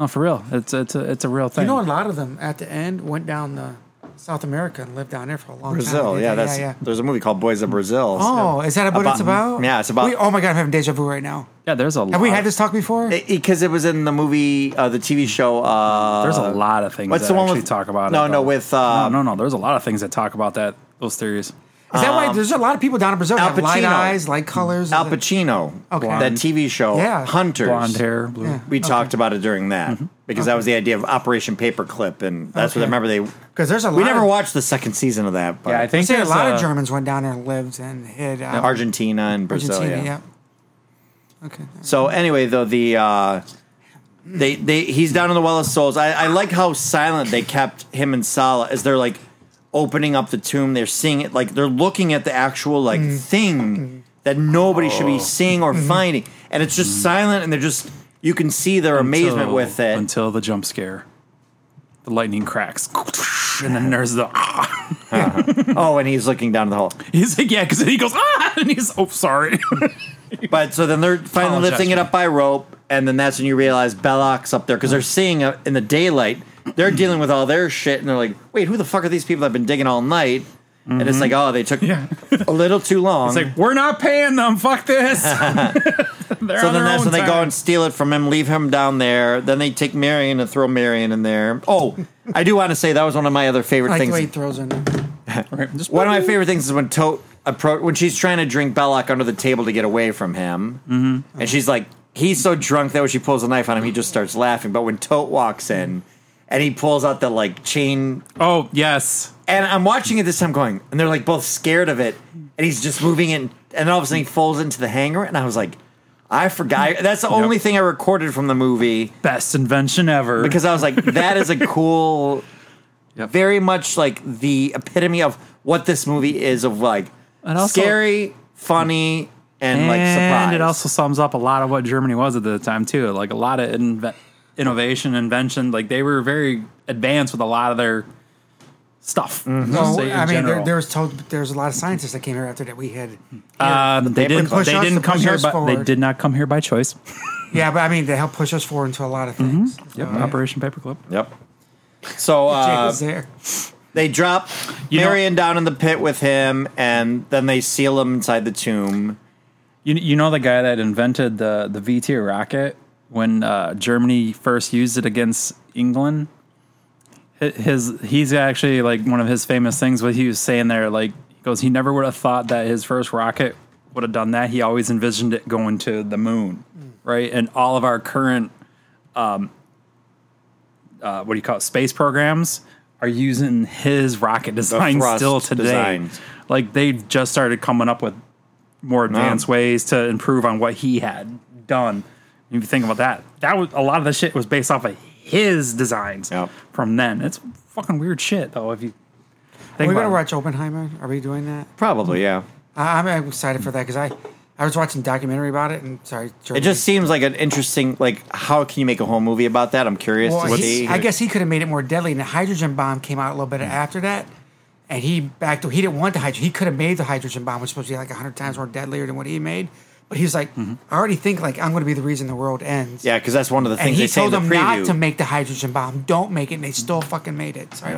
D: no, for real. It's it's a it's a real thing.
G: You know, a lot of them at the end went down to South America and lived down there for a long time.
H: Brazil,
G: They
H: yeah,
G: did-
H: that's there's a movie called Boys of Brazil.
G: Oh, is that what it's about?
H: Yeah, it's about Uh,
G: We, oh my god, I'm having deja vu right now.
D: yeah, there's a lot.
G: Have we had this talk before?
H: because it was in the movie, uh, the TV show. Uh,
D: There's a lot of things.
H: what's
D: that
H: the one
D: actually
H: with-
D: talk about?
H: no,
D: it,
H: no,
D: though.
H: with, uh,
D: no, no, no. There's a lot of things that talk about that those theories.
G: Is that why there's a lot of people down in Brazil that
H: um, Al
G: have light
H: Pacino.
G: eyes, light colors?
H: Al Pacino.
G: Okay.
H: that TV show.
G: Yeah.
H: Hunters.
D: Blonde hair, blue.
G: Yeah.
H: We talked about it during that because that was the idea of Operation Paperclip, and that's what I
G: Mm-hmm. Okay.
H: remember. They
G: Because there's a lot.
H: we never
G: of,
H: watched the second season of that. But
D: Yeah, I think
G: See, a
D: there's
G: lot
D: uh,
G: of Germans went down there and lived and hid. uh, out.
H: Argentina and Brazil.
G: Argentina,
H: yeah.
G: yeah. Okay.
H: So anyway, though the uh, they they he's down in the well of souls. I, I like how silent they kept him and Sala as they're like opening up the tomb. They're seeing it like they're looking at the actual like thing that nobody should
D: Oh.
H: be seeing or finding, and it's just silent. And they're just you can see their amazement
D: Until-
H: with it.
D: until the jump scare. The lightning cracks, and then there's the.
H: oh, and he's looking down the hole.
D: He's like, yeah, because he goes ah, and he's oh sorry.
H: But so then they're finally
D: Apologize
H: lifting it
D: for
H: up by rope, and then that's when you realize Belloc's up there because they're seeing it in the daylight. They're dealing with all their shit, and they're like, "Wait, who the fuck are these people that have been digging all night?" And it's like, "Oh, they took
D: Mm-hmm. Yeah.
H: a little too long."
D: It's like we're not paying them. Fuck this. They're
H: so
D: on
H: then
D: their
H: that's when
D: own
H: they go
D: time.
H: and steal it from him, leave him down there. Then they take Marion and throw Marion in there. Oh, I do want to say that was one of my other favorite
G: I like the
H: things.
G: way he throws in there.
D: Right, just-
H: One of my favorite things is when Tote appro- when she's trying to drink Belloc under the table to get away from him, mm-hmm. and she's like, he's so drunk that when she pulls a knife on him, he just starts laughing. But when Tote walks in and he pulls out the like chain,
D: Oh yes,
H: and I'm watching it this time going, and they're like both scared of it, and he's just moving it, and then all of a sudden he folds into the hangar, and I was like, I forgot. That's the only thing I recorded from the movie
D: best invention ever.
H: because I was like, that is a cool,
D: Yep.
H: very much like the epitome of what this movie is of like
D: And also-
H: scary, funny, and,
D: and
H: like surprise.
D: it also sums up a lot of what Germany was at the time too. Like a lot of inve- innovation, invention. Like they were very advanced with a lot of their stuff.
H: Mm-hmm.
G: Well,
D: Just say in
G: Oh, I mean, there,
D: general.
G: there was told there was a lot of scientists that came here after that we had.
D: Um, they
H: They
D: didn't.
G: push
D: They
G: us-
D: didn't
G: push
D: come here,
G: us
D: but they
G: forward.
D: did not come here by choice.
G: Yeah, but I mean, they helped push us forward into a lot of
H: Mm-hmm.
G: things.
D: Yep,
G: So,
D: Operation Paperclip.
H: yep. So
G: yeah. Jake
H: uh,
G: was there.
H: they drop
D: You know-
H: Marion down in the pit with him, and then they seal him inside the tomb.
D: You you know the guy that invented the the V2 rocket when uh, Germany first used it against England. Hi- His he's actually like one of his famous things. What he was saying there, like he goes, he never would have thought that his first rocket would have done that. He always envisioned it going to the moon, right? And all of our current, um, uh, what do you call it, space programs are using his rocket design
H: thrust
D: still today.
H: designs.
D: Like they've just started coming up with more advanced ways to improve on what he had done. If you think about that, that was a lot of the shit was based off of his designs
H: Yep.
D: from then. It's fucking weird shit though. If you
G: Are
D: think
G: we going
D: about
G: to
D: it.
G: watch Oppenheimer? Are we doing that?
H: Probably, yeah.
G: I, I'm excited for that because I, I was watching a documentary about it and sorry.
H: It just seems like an interesting, like, how can you make a whole movie about that? I'm curious
G: Well,
H: to
G: he-
H: see.
G: I guess he could have made it more deadly. And the hydrogen bomb came out a little bit
H: Hmm.
G: after that, and he backed. He didn't want the hydrogen. He could have made the hydrogen bomb, which was supposed to be like hundred times more deadlier than what he made. But he's like, I already think like I'm going to be the reason the world ends.
H: Mm-hmm. yeah, because that's one of the
G: And
H: things
G: he
H: they say in
G: told
H: the
G: them not
H: preview. Mm-hmm.
G: to make the hydrogen bomb. Don't make it. And they still fucking made it. Sorry.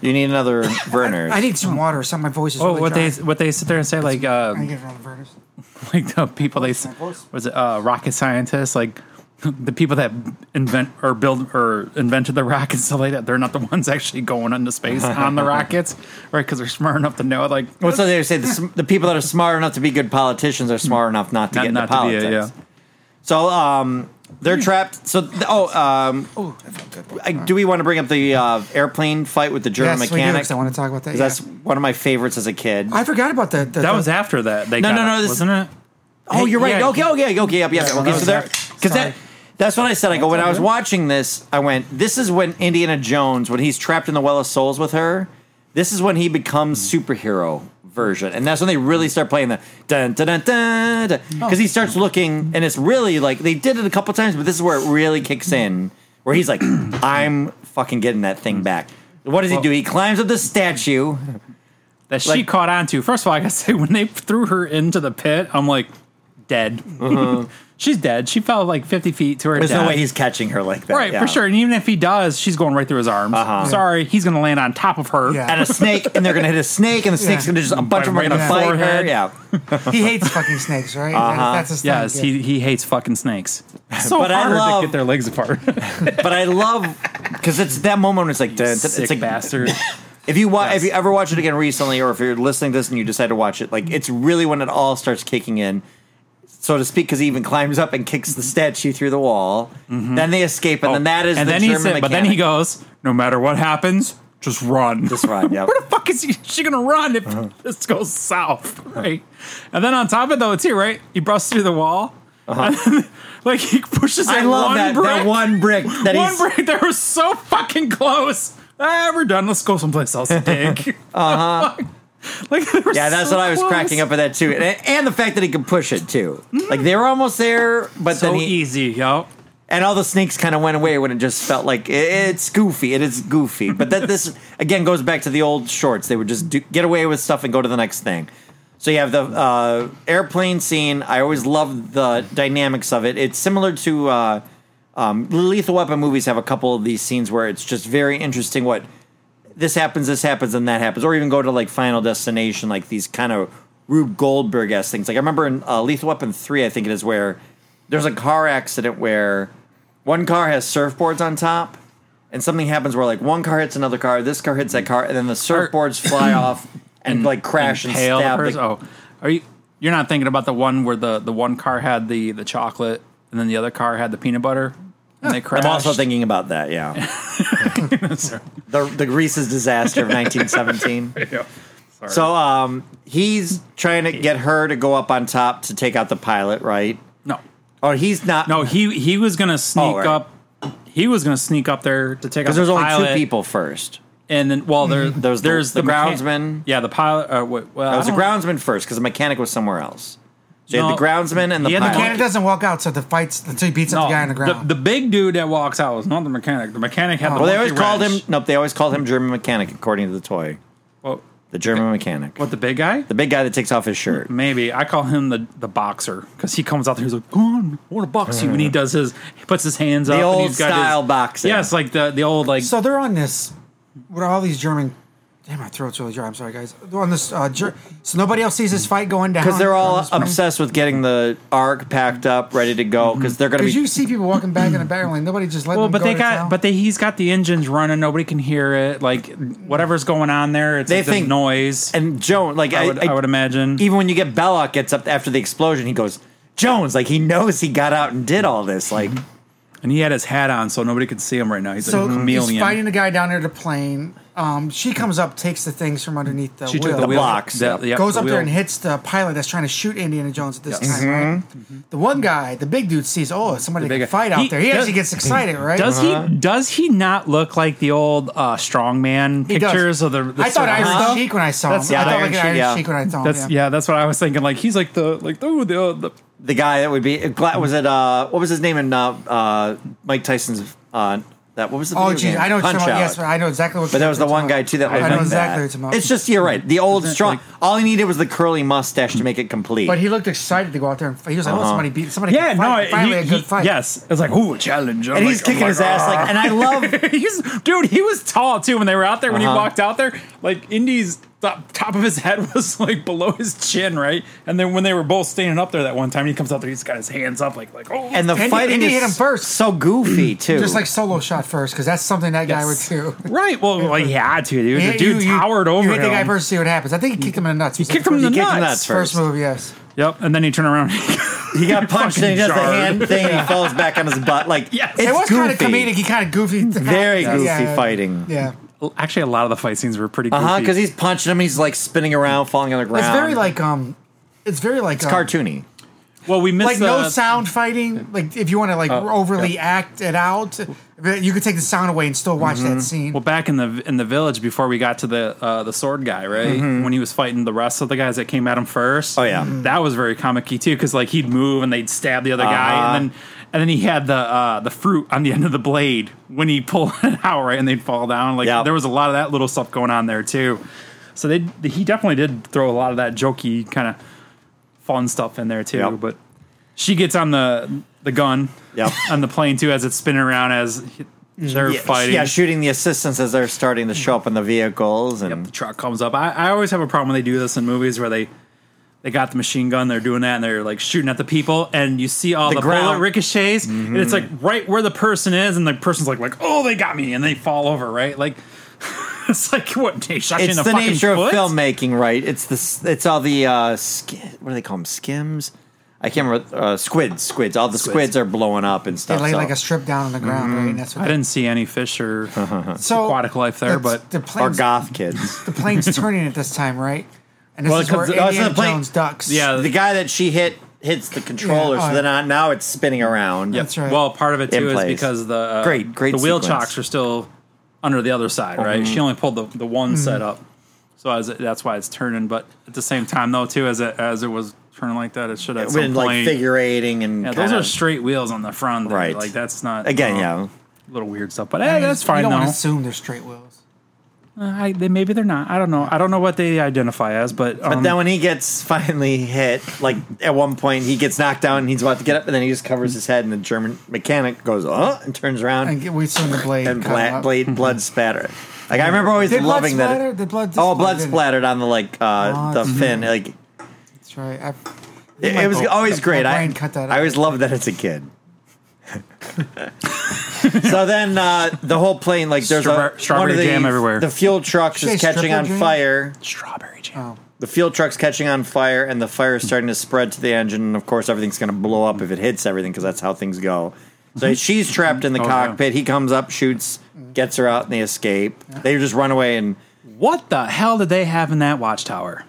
H: you need another Werner.
G: I need some water. Some of my voice is.
D: Oh,
G: really
D: what
G: dry.
D: they what they sit there and say like uh,
G: I get it on the burners.
D: like the people they s- was it uh, rocket scientists like the people that invent or build or invented the rockets stuff like that they're not the ones actually going into space on the rockets right because they're smart enough to know like
H: What's well, so they say? The, sm- the people that are smart enough to be good politicians are smart enough not to
D: Not-
H: get
D: not
H: into
D: to be a-
H: politics. So um, they're trapped. So th- oh, um, I, do we want to bring up the uh, airplane fight with the German
G: Yes, we do,
H: mechanic?
G: 'cause I want to talk about that.
H: 'Cause
G: Yeah.
H: That's one of my favorites as a kid.
G: I forgot about the. the
D: that was after that they
H: No,
D: got
H: no, no,
D: up,
H: this-
D: wasn't it
H: Oh, you're right.
D: Yeah.
H: Okay, okay, okay, yep, yep. Okay,
G: that
H: so
G: was
H: there,
G: after.
H: because that,
G: Sorry.
H: that's what I said. I go when I was watching this, I went, "This is when Indiana Jones, when he's trapped in the Well of Souls with her, this is when he becomes superhero version, and that's when they really start playing the dun dun dun dun because he starts looking, and it's really like they did it a couple times, but this is where it really kicks in, where he's like, "I'm fucking getting that thing back." What does he do? He climbs up the statue.
D: that she
H: Like-
D: caught on to. First of all, I gotta say, when they threw her into the pit, I'm like, dead. she's dead. She fell like 50 feet to her
H: Uh-huh. There's
D: death.
H: no way he's catching her like that,
D: right,
H: yeah. Uh-huh.
D: for sure. And even if he does, she's going right through his arms. Sorry, he's gonna land on top of her.
G: Yeah.
H: and a snake, and they're gonna hit a snake, and the snake's
G: Yeah.
H: gonna just a bunch of them are
D: Right in
H: gonna
D: the
H: fight her.
D: forehead.
H: Yeah,
G: He hates fucking snakes, right?
H: Uh-huh.
G: That- That's his thing.
D: Yes,
G: yeah.
D: he, he hates fucking snakes. It's so
H: But I
D: hard
H: love-
D: to get their legs apart.
H: but I love because it's that moment. When it's like dun, dun,
D: Sick
H: it's like
D: bastard.
H: If you watch,
D: Yes.
H: if you ever watch it again recently, or if you're listening to this and you decide to watch it, like it's really when it all starts kicking in, so to speak, because he even climbs up and kicks the statue through the wall. Then they escape, and then that is
D: Mm-hmm. Oh, and
H: the
D: then
H: German
D: he said, but then
H: mechanic.
D: he goes, no matter what happens, Just run.
H: Just run, Uh-huh. yeah.
D: Where the fuck is he, she gonna run if this goes south, right? And then on top of it though, too, right? He busts through the wall. And then, like he pushes
H: Uh-huh. I
D: that
H: love
D: one
H: that,
D: brick.
H: that one brick that
D: one
H: he's
D: break. They were so fucking close. Ah, we're done. Let's go someplace else and dig. uh huh. like they were
H: Uh-huh. Yeah, that's
D: so
H: what I was
D: close. Mm-hmm.
H: cracking up at that too, and, and the fact that he could push it too. Like they were almost there, but
D: So
H: then he,
D: easy, yo.
H: and all the snakes kind of went away when it just felt like it, it's goofy. It is goofy, but that this again goes back to the old shorts. They would just do, get away with stuff and go to the next thing. So you have the uh, airplane scene. I always love the dynamics of it. It's similar to uh, um, Lethal Weapon movies have a couple of these scenes where it's just very interesting what this happens, this happens, and that happens, or even go to like Final Destination, like these kind of Rube Goldberg esque things. Like I remember in uh, Lethal Weapon three, I think it is where there's a car accident where one car has surfboards on top, and something happens where like one car hits another car, this car hits that car, and then the surfboards fly off and, like crash and,
D: Impale the
H: stab.
D: person-
H: the-
D: oh, are you? You're not thinking about the one where the the one car had the the chocolate and then the other car had the peanut butter and they crashed.
H: I'm also thinking about that. Yeah, the the Reese's disaster of 1917. So um, he's trying to get her to go up on top to take out the pilot, right?
D: no,
H: Or he's not.
D: no. He he was gonna sneak
H: right.
D: up. He was gonna sneak up there to take out.
H: because there's
D: the
H: only
D: pilot,
H: two people first.
D: and then well, there,
H: There's the-
D: there's
H: the
D: mechan-
H: groundsman.
D: Yeah, the pilot. Uh, wait, well,
H: It was
D: I
H: the
D: don't-
H: groundsman first because the mechanic was somewhere else. So you
D: No.
H: had the groundsman and the
D: He had the
H: pilot.
D: mechanic-
G: And it doesn't walk out, so the fights until he beats up the guy on the ground.
D: The, big dude that walks out was not the mechanic. The mechanic had the.
H: Oh. well, they
D: monkey
H: always called him.
D: wrench.
H: Nope, they always called him German mechanic according to the toy.
D: Well,
H: The German mechanic,
D: what the big guy?
H: the big guy that takes off his shirt.
D: Maybe I call him the the boxer because he comes out there. He's like, "Go on, I want to box you." And he does his, he puts his hands up. and
H: old
D: he's got
H: style
D: his,
H: Uh-huh. boxing.
D: Yes, like the the old like.
G: so they're on this with all these German. Damn, my throat's really dry. I'm sorry, guys. They're on this. Uh, ger- so nobody else sees this fight going down
H: Because
D: Oh,
H: they're all
G: Because
H: obsessed with getting the arc packed up, ready to go.
D: Mm-hmm.
H: Because they're going to be
G: you see people walking back in the back lane. Nobody just let
D: well,
G: them
D: "Oh, but
G: go
D: they
G: to
D: got,
G: town.
D: but they, he's got the engines running. Nobody can hear it. Like whatever's going on there, it's
H: They
D: like the
H: think-
D: noise.
H: and Joan. Like
D: I would, I, would imagine.
H: even when you get Belloc gets up after the explosion, he goes Jones. Like he knows he got out and did all this. Like
G: Mm-hmm.
D: And he had his hat on, so nobody could see him right now. He's
G: so
D: like a
G: he's
D: chameleon.
G: fighting the guy down near the plane. Um, she comes up, takes the things from underneath the
D: she
G: wheel.
D: took the,
H: wheel.
D: wheel,
H: blocks.
D: that- yep,
G: goes
D: the
G: up there
D: wheel.
G: and hits the pilot that's trying to shoot Indiana Jones at this time, right? The one guy, the big dude, sees, oh, somebody
D: big
G: can
D: guy.
G: fight
D: Mm-hmm. He-
G: out there. He
D: does-
G: actually gets excited, right?
D: Does
H: Uh-huh.
D: he does he not look like the old uh, strongman
G: He does.
D: pictures of the, the
G: I thought
D: Iron
G: Iron
H: Huh?
G: Sheik when I saw
D: That's-
G: him.
D: yeah,
G: I
D: the
G: thought
H: Iron
G: like an
H: Sheik,
G: Iron
H: yeah.
G: Sheik when I saw him.
D: That's
G: yeah.
D: yeah. that's what I was thinking. Like he's like the like the, the, the
H: the guy that would be Gla- was it uh what was his name in uh, uh Mike Tyson's uh that what was the
G: Oh,
H: video
G: geez,
H: game?
G: I know what you're
H: Punch
G: talking about.
H: Out.
G: Yes, I know exactly what
H: but there was the
G: you're
H: one
G: talking
H: guy too that was
G: I
H: like
G: know exactly
H: that.
G: what you're talking about.
H: It's just you're right. The old strong.
D: like-
H: all he needed was the curly mustache to make it complete.
G: But he looked excited to go out there and fight. He was like,
H: Uh-huh.
G: oh, somebody beat somebody.
D: yeah
G: can fight.
D: no
G: Finally,
D: he,
G: a good
D: he-
G: fight.
D: yes it's like ooh a challenge I'm
H: and
D: like- "Oh
H: he's kicking
D: I'm
H: his ass like, and I love.
D: like, he's dude he was tall too when they were out there when he
H: Uh-huh.
D: walked out there like Indy's top, top of his head was like below his chin right and then when they were both standing up there that one time he comes out there he's got his hands up like like oh
H: And the
G: Andy-
H: fighting
G: Andy
H: is
G: hit him first.
H: so goofy too.
G: Just like solo shot first, because that's something that guy would
D: Yes.
G: do.
D: right well like he had to dude
G: Yeah,
D: the dude
G: you- you-
D: towered over
G: You hit the
D: him.
G: guy first, see what happens. I think he kicked him in the nuts. He
D: kicked him in the
H: kicked him nuts
D: nuts.
G: first
H: first.
G: move, yes.
D: yep and then he turned around
H: He got punched and he does the
D: jarred.
H: hand thing and he falls back on his butt. Like
D: Yes.
H: it's
G: it was
H: goofy.
G: kind of comedic. He kind of goofy.
H: Very
G: Yeah,
H: goofy
G: yeah.
H: fighting.
G: Yeah.
D: actually a lot of the fight scenes were pretty
H: Uh
D: goofy
H: huh. Because he's punching him. He's like spinning around, falling on the ground.
G: It's very like um, it's very like um,
H: cartoony.
D: well we missed
G: Like no
D: the-
G: sound fighting. Like if you want to
H: Oh,
G: like overly act it out, you could take the sound away and still watch
H: Mm-hmm.
G: that scene.
D: Well, back in the in the village before we got to the uh, the sword guy, right? When he was fighting the rest of the guys that came at him first.
H: Mm-hmm. Oh, yeah. Mhm.
D: that was very comic-y too, because like he'd move and they'd stab the other
H: Uh-huh.
D: guy, and then and then he had the uh, the fruit on the end of the blade when he pulled it out, right? And they'd fall down. Like
H: Yeah.
D: there was a lot of that little stuff going on there too. So they he definitely did throw a lot of that jokey kind of fun stuff in there too.
H: Yep.
D: But she gets on the the gun
H: Yep.
D: on the plane too as it's spinning around as. he- They're
H: Yeah,
D: fighting.
H: Yeah, shooting the assistants as they're starting to show up in the vehicles, and
D: the truck comes up. I, I always have a problem when they do this in movies where they they got the machine gun, they're doing that, and they're like shooting at the people, and you see all
H: The
D: the, bullet
H: ground- Mm-hmm.
D: ricochets, and it's like right where the person is, and the person's like like oh they got me, and they fall over right like. It's like what they shot you in
H: it's
D: the,
H: the
D: fucking
H: nature
D: foot?
H: of filmmaking, right? It's the s- it's all the uh, sk- what do they call them? Skims. I can't remember uh, squids. Squids. All the squids, are blowing up and
G: They
H: stuff.
G: lay
H: so- Mm-hmm.
G: like a strip down on the ground, right? And that's what
D: I
G: they-
D: didn't see any fish or
H: Uh-huh.
G: so
D: aquatic life there,
G: that's-
D: but-
G: the
H: or
G: plane's,
H: goth kids.
G: the plane's turning at this time, right? And this
H: Well, it
G: is where
D: uh,
H: comes- oh, it's
G: Indiana
H: not a plane.
G: Jones ducks.
D: yeah,
H: the guy that she hit hits the controller,
G: Yeah,
H: so
G: oh,
H: then I, now it's spinning around.
D: Yep.
G: That's right.
D: Well, part of it
H: In
D: too is
H: place.
D: because the uh,
H: Great, great
D: the wheel
H: sequence. Mm-hmm.
D: chocks are still under the other side, right? She only pulled the, the one
G: Mm-hmm.
D: set up, so as it, that's why it's turning. But at the same time, though, too, as it as it was turning like that, it should at some
H: When like
D: point.
H: figurating and
D: yeah, those
H: kinda-
D: are straight wheels on the front, there.
H: Right.
D: Like that's not
H: again,
D: um,
H: yeah.
D: little weird stuff. But
G: I
D: eh,
G: mean,
D: that's fine
G: You don't
D: though.
G: want to assume they're straight wheels.
D: Uh, I, they, maybe they're not. I don't know. I don't know what they identify as, but um,
H: But then when he gets finally hit, like at one point he gets knocked down and he's about to get up, and then he just covers his head, and the German mechanic goes oh and turns around
G: And
H: and,
G: get- we assume the blade. cut
H: bla-
G: out.
H: blade blood spatter. Like I remember always
G: Did blood
H: loving that.
G: splatter? Did blood
H: oh,
G: splatter,
H: blood
G: didn't it?
H: splattered on the like uh,
G: Oh,
H: the
G: it's-
H: fin. Like
G: That's right. I,
H: it, it was
G: Michael,
H: always
G: my
H: great. I
G: brain cut that
H: I
G: out.
H: always loved that as a kid. so then uh, the whole plane, like there's
D: Strawberry-
H: a,
D: strawberry
H: one of the,
D: jam everywhere.
H: The fuel trucks
G: Say
H: is catching
G: stripper
H: on
G: jam?
H: fire.
D: strawberry jam.
G: oh,
H: the fuel truck's catching on fire and the fire is starting to spread to the engine and of course everything's going to blow up if it hits everything because that's how things go so she's trapped in the
D: Oh, yeah.
H: cockpit he comes up shoots gets her out and they escape they just run away and
D: What the hell did they have in that watchtower?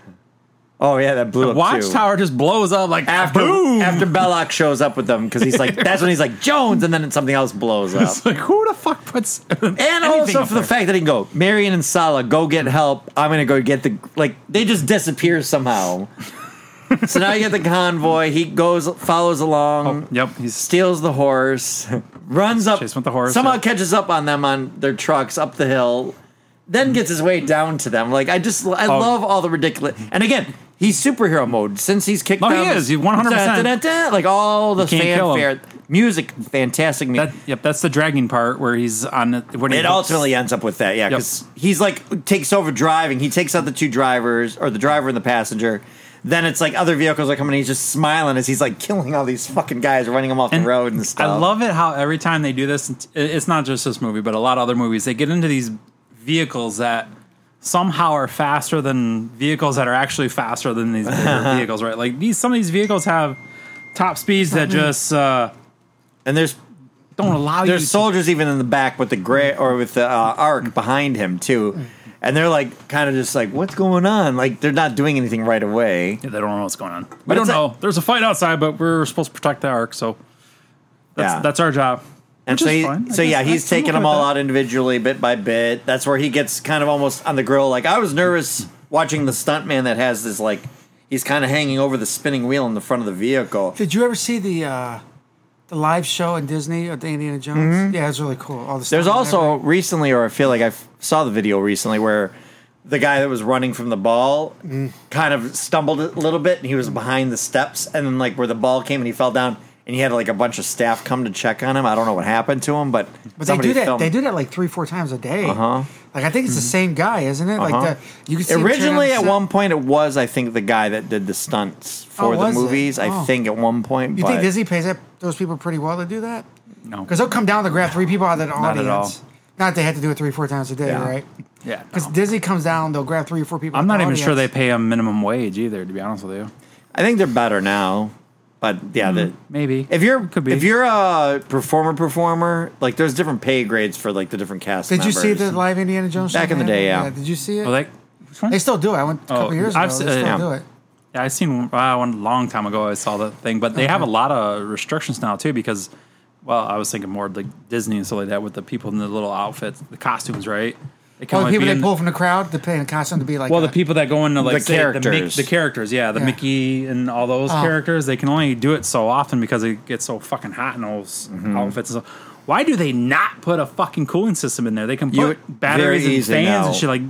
H: oh yeah that blew up too.
D: Watchtower just blows up like
H: after
D: boom.
H: after belloc shows up with them because he's like that's when he's like jones and then something else blows up
D: It's like who the fuck puts
H: and also for the fact that he can go marion and Sala go get help i'm gonna go get the like they just disappear somehow so now you get the convoy he goes follows along
D: Yep, he's
H: steals the horse, runs up,
D: Chase with the horse,
H: somehow
D: yeah.
H: catches up on them on their trucks up the hill, then gets his way down to them. Like I just, I
D: Oh.
H: love all the ridiculous. And again, he's superhero mode since he's kicked.
D: No, he
H: down-
D: is. He 100%.
H: Da, da, da, da, Like all the
D: You can't kill him.
H: fanfare, music, fantastic music.
D: that, yep. That's the dragging part where he's on the, when he
H: It
D: hits-
H: ultimately ends up with that, yeah,
D: Yep.
H: because he's like takes over driving. He takes out the two drivers, or the driver and the passenger. Then it's like other vehicles are coming. And he's just smiling as he's like killing all these fucking guys, running them off
D: And
H: the road and stuff.
D: I love it how every time they do this, it- it's not just this movie, but a lot of other movies. They get into these vehicles that somehow are faster than vehicles that are actually faster than these bigger vehicles, right? Like these, some of these vehicles have top speeds that just uh,
H: and there's
D: don't allow you.
H: There's soldiers even in the back with the gray or with the uh, arc behind him
D: Mm.
H: too, and they're like kind of just like, "What's going on?" Like they're not doing anything right away.
D: Yeah, they don't know what's going on. We
H: But
D: don't
H: it's a-
D: know. There's a fight outside, but we're supposed to protect the arc, so that's
H: Yeah.
D: that's our job.
H: And
D: Which
H: so,
D: is
H: he,
D: fine. I
H: so yeah,
D: guess
H: he's
D: I- I'm
H: taking
D: okay
H: them
D: with
H: all
D: that.
H: out individually, bit by bit. That's where he gets kind of almost on the grill. Like I was nervous watching the stuntman that has this like. He's kind of hanging over the spinning wheel in the front of the vehicle.
G: did you ever see the uh, the live show in Disney of the Indiana Jones? Yeah, it was really cool. All the stuff
H: Mm-hmm. There's
G: and
H: also
G: everything.
H: recently, or I feel like I f- saw the video recently where the guy that was running from the ball kind of stumbled a little bit, and he was behind the steps, and then like where the ball came, and he fell down, and he had like a bunch of staff come to check on him. I don't know what happened to him, but
G: But they do that.
H: filmed-
G: They do that like three, four times a day.
H: Uh-huh.
G: Like I think it's the same guy, isn't it?
H: Uh-huh.
G: Like the you can see him turn on
H: Originally,
G: the
H: at
G: set.
H: one point, it was I think the guy that did the stunts for the
G: was it?
H: movies. I
G: Oh.
H: think at one point,
G: You
H: but
G: think Disney pays that, those people pretty well to do that?
D: No.
G: Because they'll come down to grab three people out of the
D: Not
G: audience.
D: at all.
G: Not that they had to do it three, four times a day,
H: Yeah.
G: right?
D: Yeah,
G: Because
D: no.
G: Disney comes down, they'll grab three or four people.
D: I'm
G: out
D: not
G: the
D: even sure they
G: audience.
D: pay a minimum wage either. To be honest with you,
H: I think they're better now. But
G: Mm-hmm.
H: yeah, the,
D: maybe
H: If you're
D: Could be.
H: if you're a performer performer, like there's different pay grades for like the different cast.
G: Did you see
H: members.
G: the live Indiana Jones show
H: Back in the
G: they had?
H: day, yeah.
G: Did you see it?
D: Well, like, which one?
G: they still do it. I went a couple
D: Oh,
G: years ago.
D: I've
G: they
D: seen-
G: still
D: yeah.
G: do it.
D: Yeah, I seen uh, one long time ago. I saw that thing, but they have a
G: Uh-huh.
D: lot of restrictions now too because, well, I was thinking more of like Disney and stuff like that with the people in the little outfits, the costumes, right? They can
G: Oh, the
D: only
G: people
D: be
G: they
D: in-
G: pull from the crowd to pay a costume to be like.
D: well, the
G: a-
D: people that go into like
H: uh, The
D: say, Mick-
H: characters.
D: the characters, yeah, the
G: Yeah. Oh.
D: Mickey and all those characters, they can only do it so often because they get so fucking hot in those
H: Mm-hmm.
D: outfits. And stuff. Why do they not put a fucking cooling system in there? They can put
H: You- very
D: batteries and
H: easy
D: fans
H: now.
D: and shit like,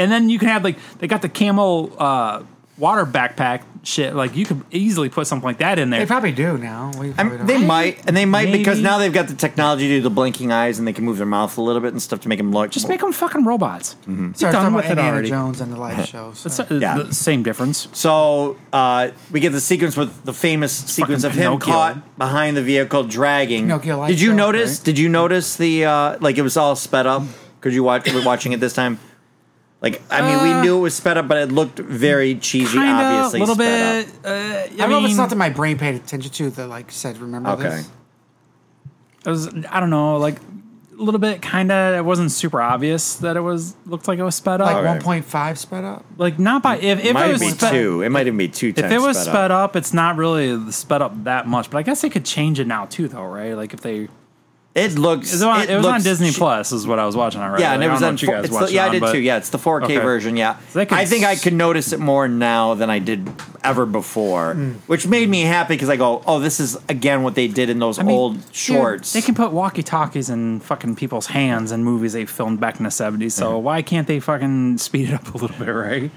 D: and then you can have like they got the camel uh, water backpack shit. Like you could easily put something like that in
G: They
D: there.
G: probably do now. We
H: I
G: probably
H: mean,
G: don't.
H: they might, and they might because
D: Maybe.
H: now they've got the technology to do the blinking eyes, and they can move their mouth a little bit and stuff to make them look.
D: Just make them fucking robots. Mm-hmm.
G: Sorry,
D: done
G: talking
D: with
G: about
D: it
G: Indiana
D: already.
G: Jones and the live show. so.
D: It's uh,
H: Yeah.
D: the same difference.
H: So uh, we get the sequence with the famous sequence of
D: fucking
H: him
D: Pinocchio.
H: caught behind the vehicle dragging.
G: Pinocchio light
H: Did you
G: show,
H: notice?
G: right?
H: Did you notice the uh, like it was all sped up? Could you watch were watching it this time? Like, I mean, we knew it was sped up, but it looked very cheesy,
D: Kind of, a
H: obviously.
D: little
H: sped
D: bit. Uh, I,
G: I, don't know if it's
D: mean,
G: not that my brain paid attention to that. Like said, remember
H: Up. Okay.
G: this.
D: it was I don't know, like a little bit kind of it wasn't super obvious that it was looked like it was sped up.
G: Like
D: Like,
H: right.
G: 1.5 sped up.
D: not by if, if it
H: Might
D: was
H: be
D: sped,
H: two. It might even be two.
D: if it was sped,
H: up.
D: up. it's not really sped up that much, but I guess they could change it now too though, right? Like if they
H: it looks.
D: it was on, it was on
H: looks
D: Disney
H: che-
D: Plus is what I was watching on right.
H: Yeah,
D: like,
H: and
D: I
H: it
D: don't
H: was
D: know
H: on.
D: what you
H: four-
D: guys
H: it's the-
D: watched it
H: yeah, I
D: on,
H: did
D: but-
H: too. Yeah, it's the 4K
D: Okay.
H: version. Yeah,
D: So they could
H: I think I
D: s-
H: could notice it more now than I did ever before,
D: Hmm.
H: which made me happy because I go, "Oh, this is again what they did in those
D: I mean,
H: old
D: dude,
H: shorts."
D: they can put walkie talkies in fucking people's hands in movies they filmed back in the seventies. So why can't they fucking speed it up a little bit, right?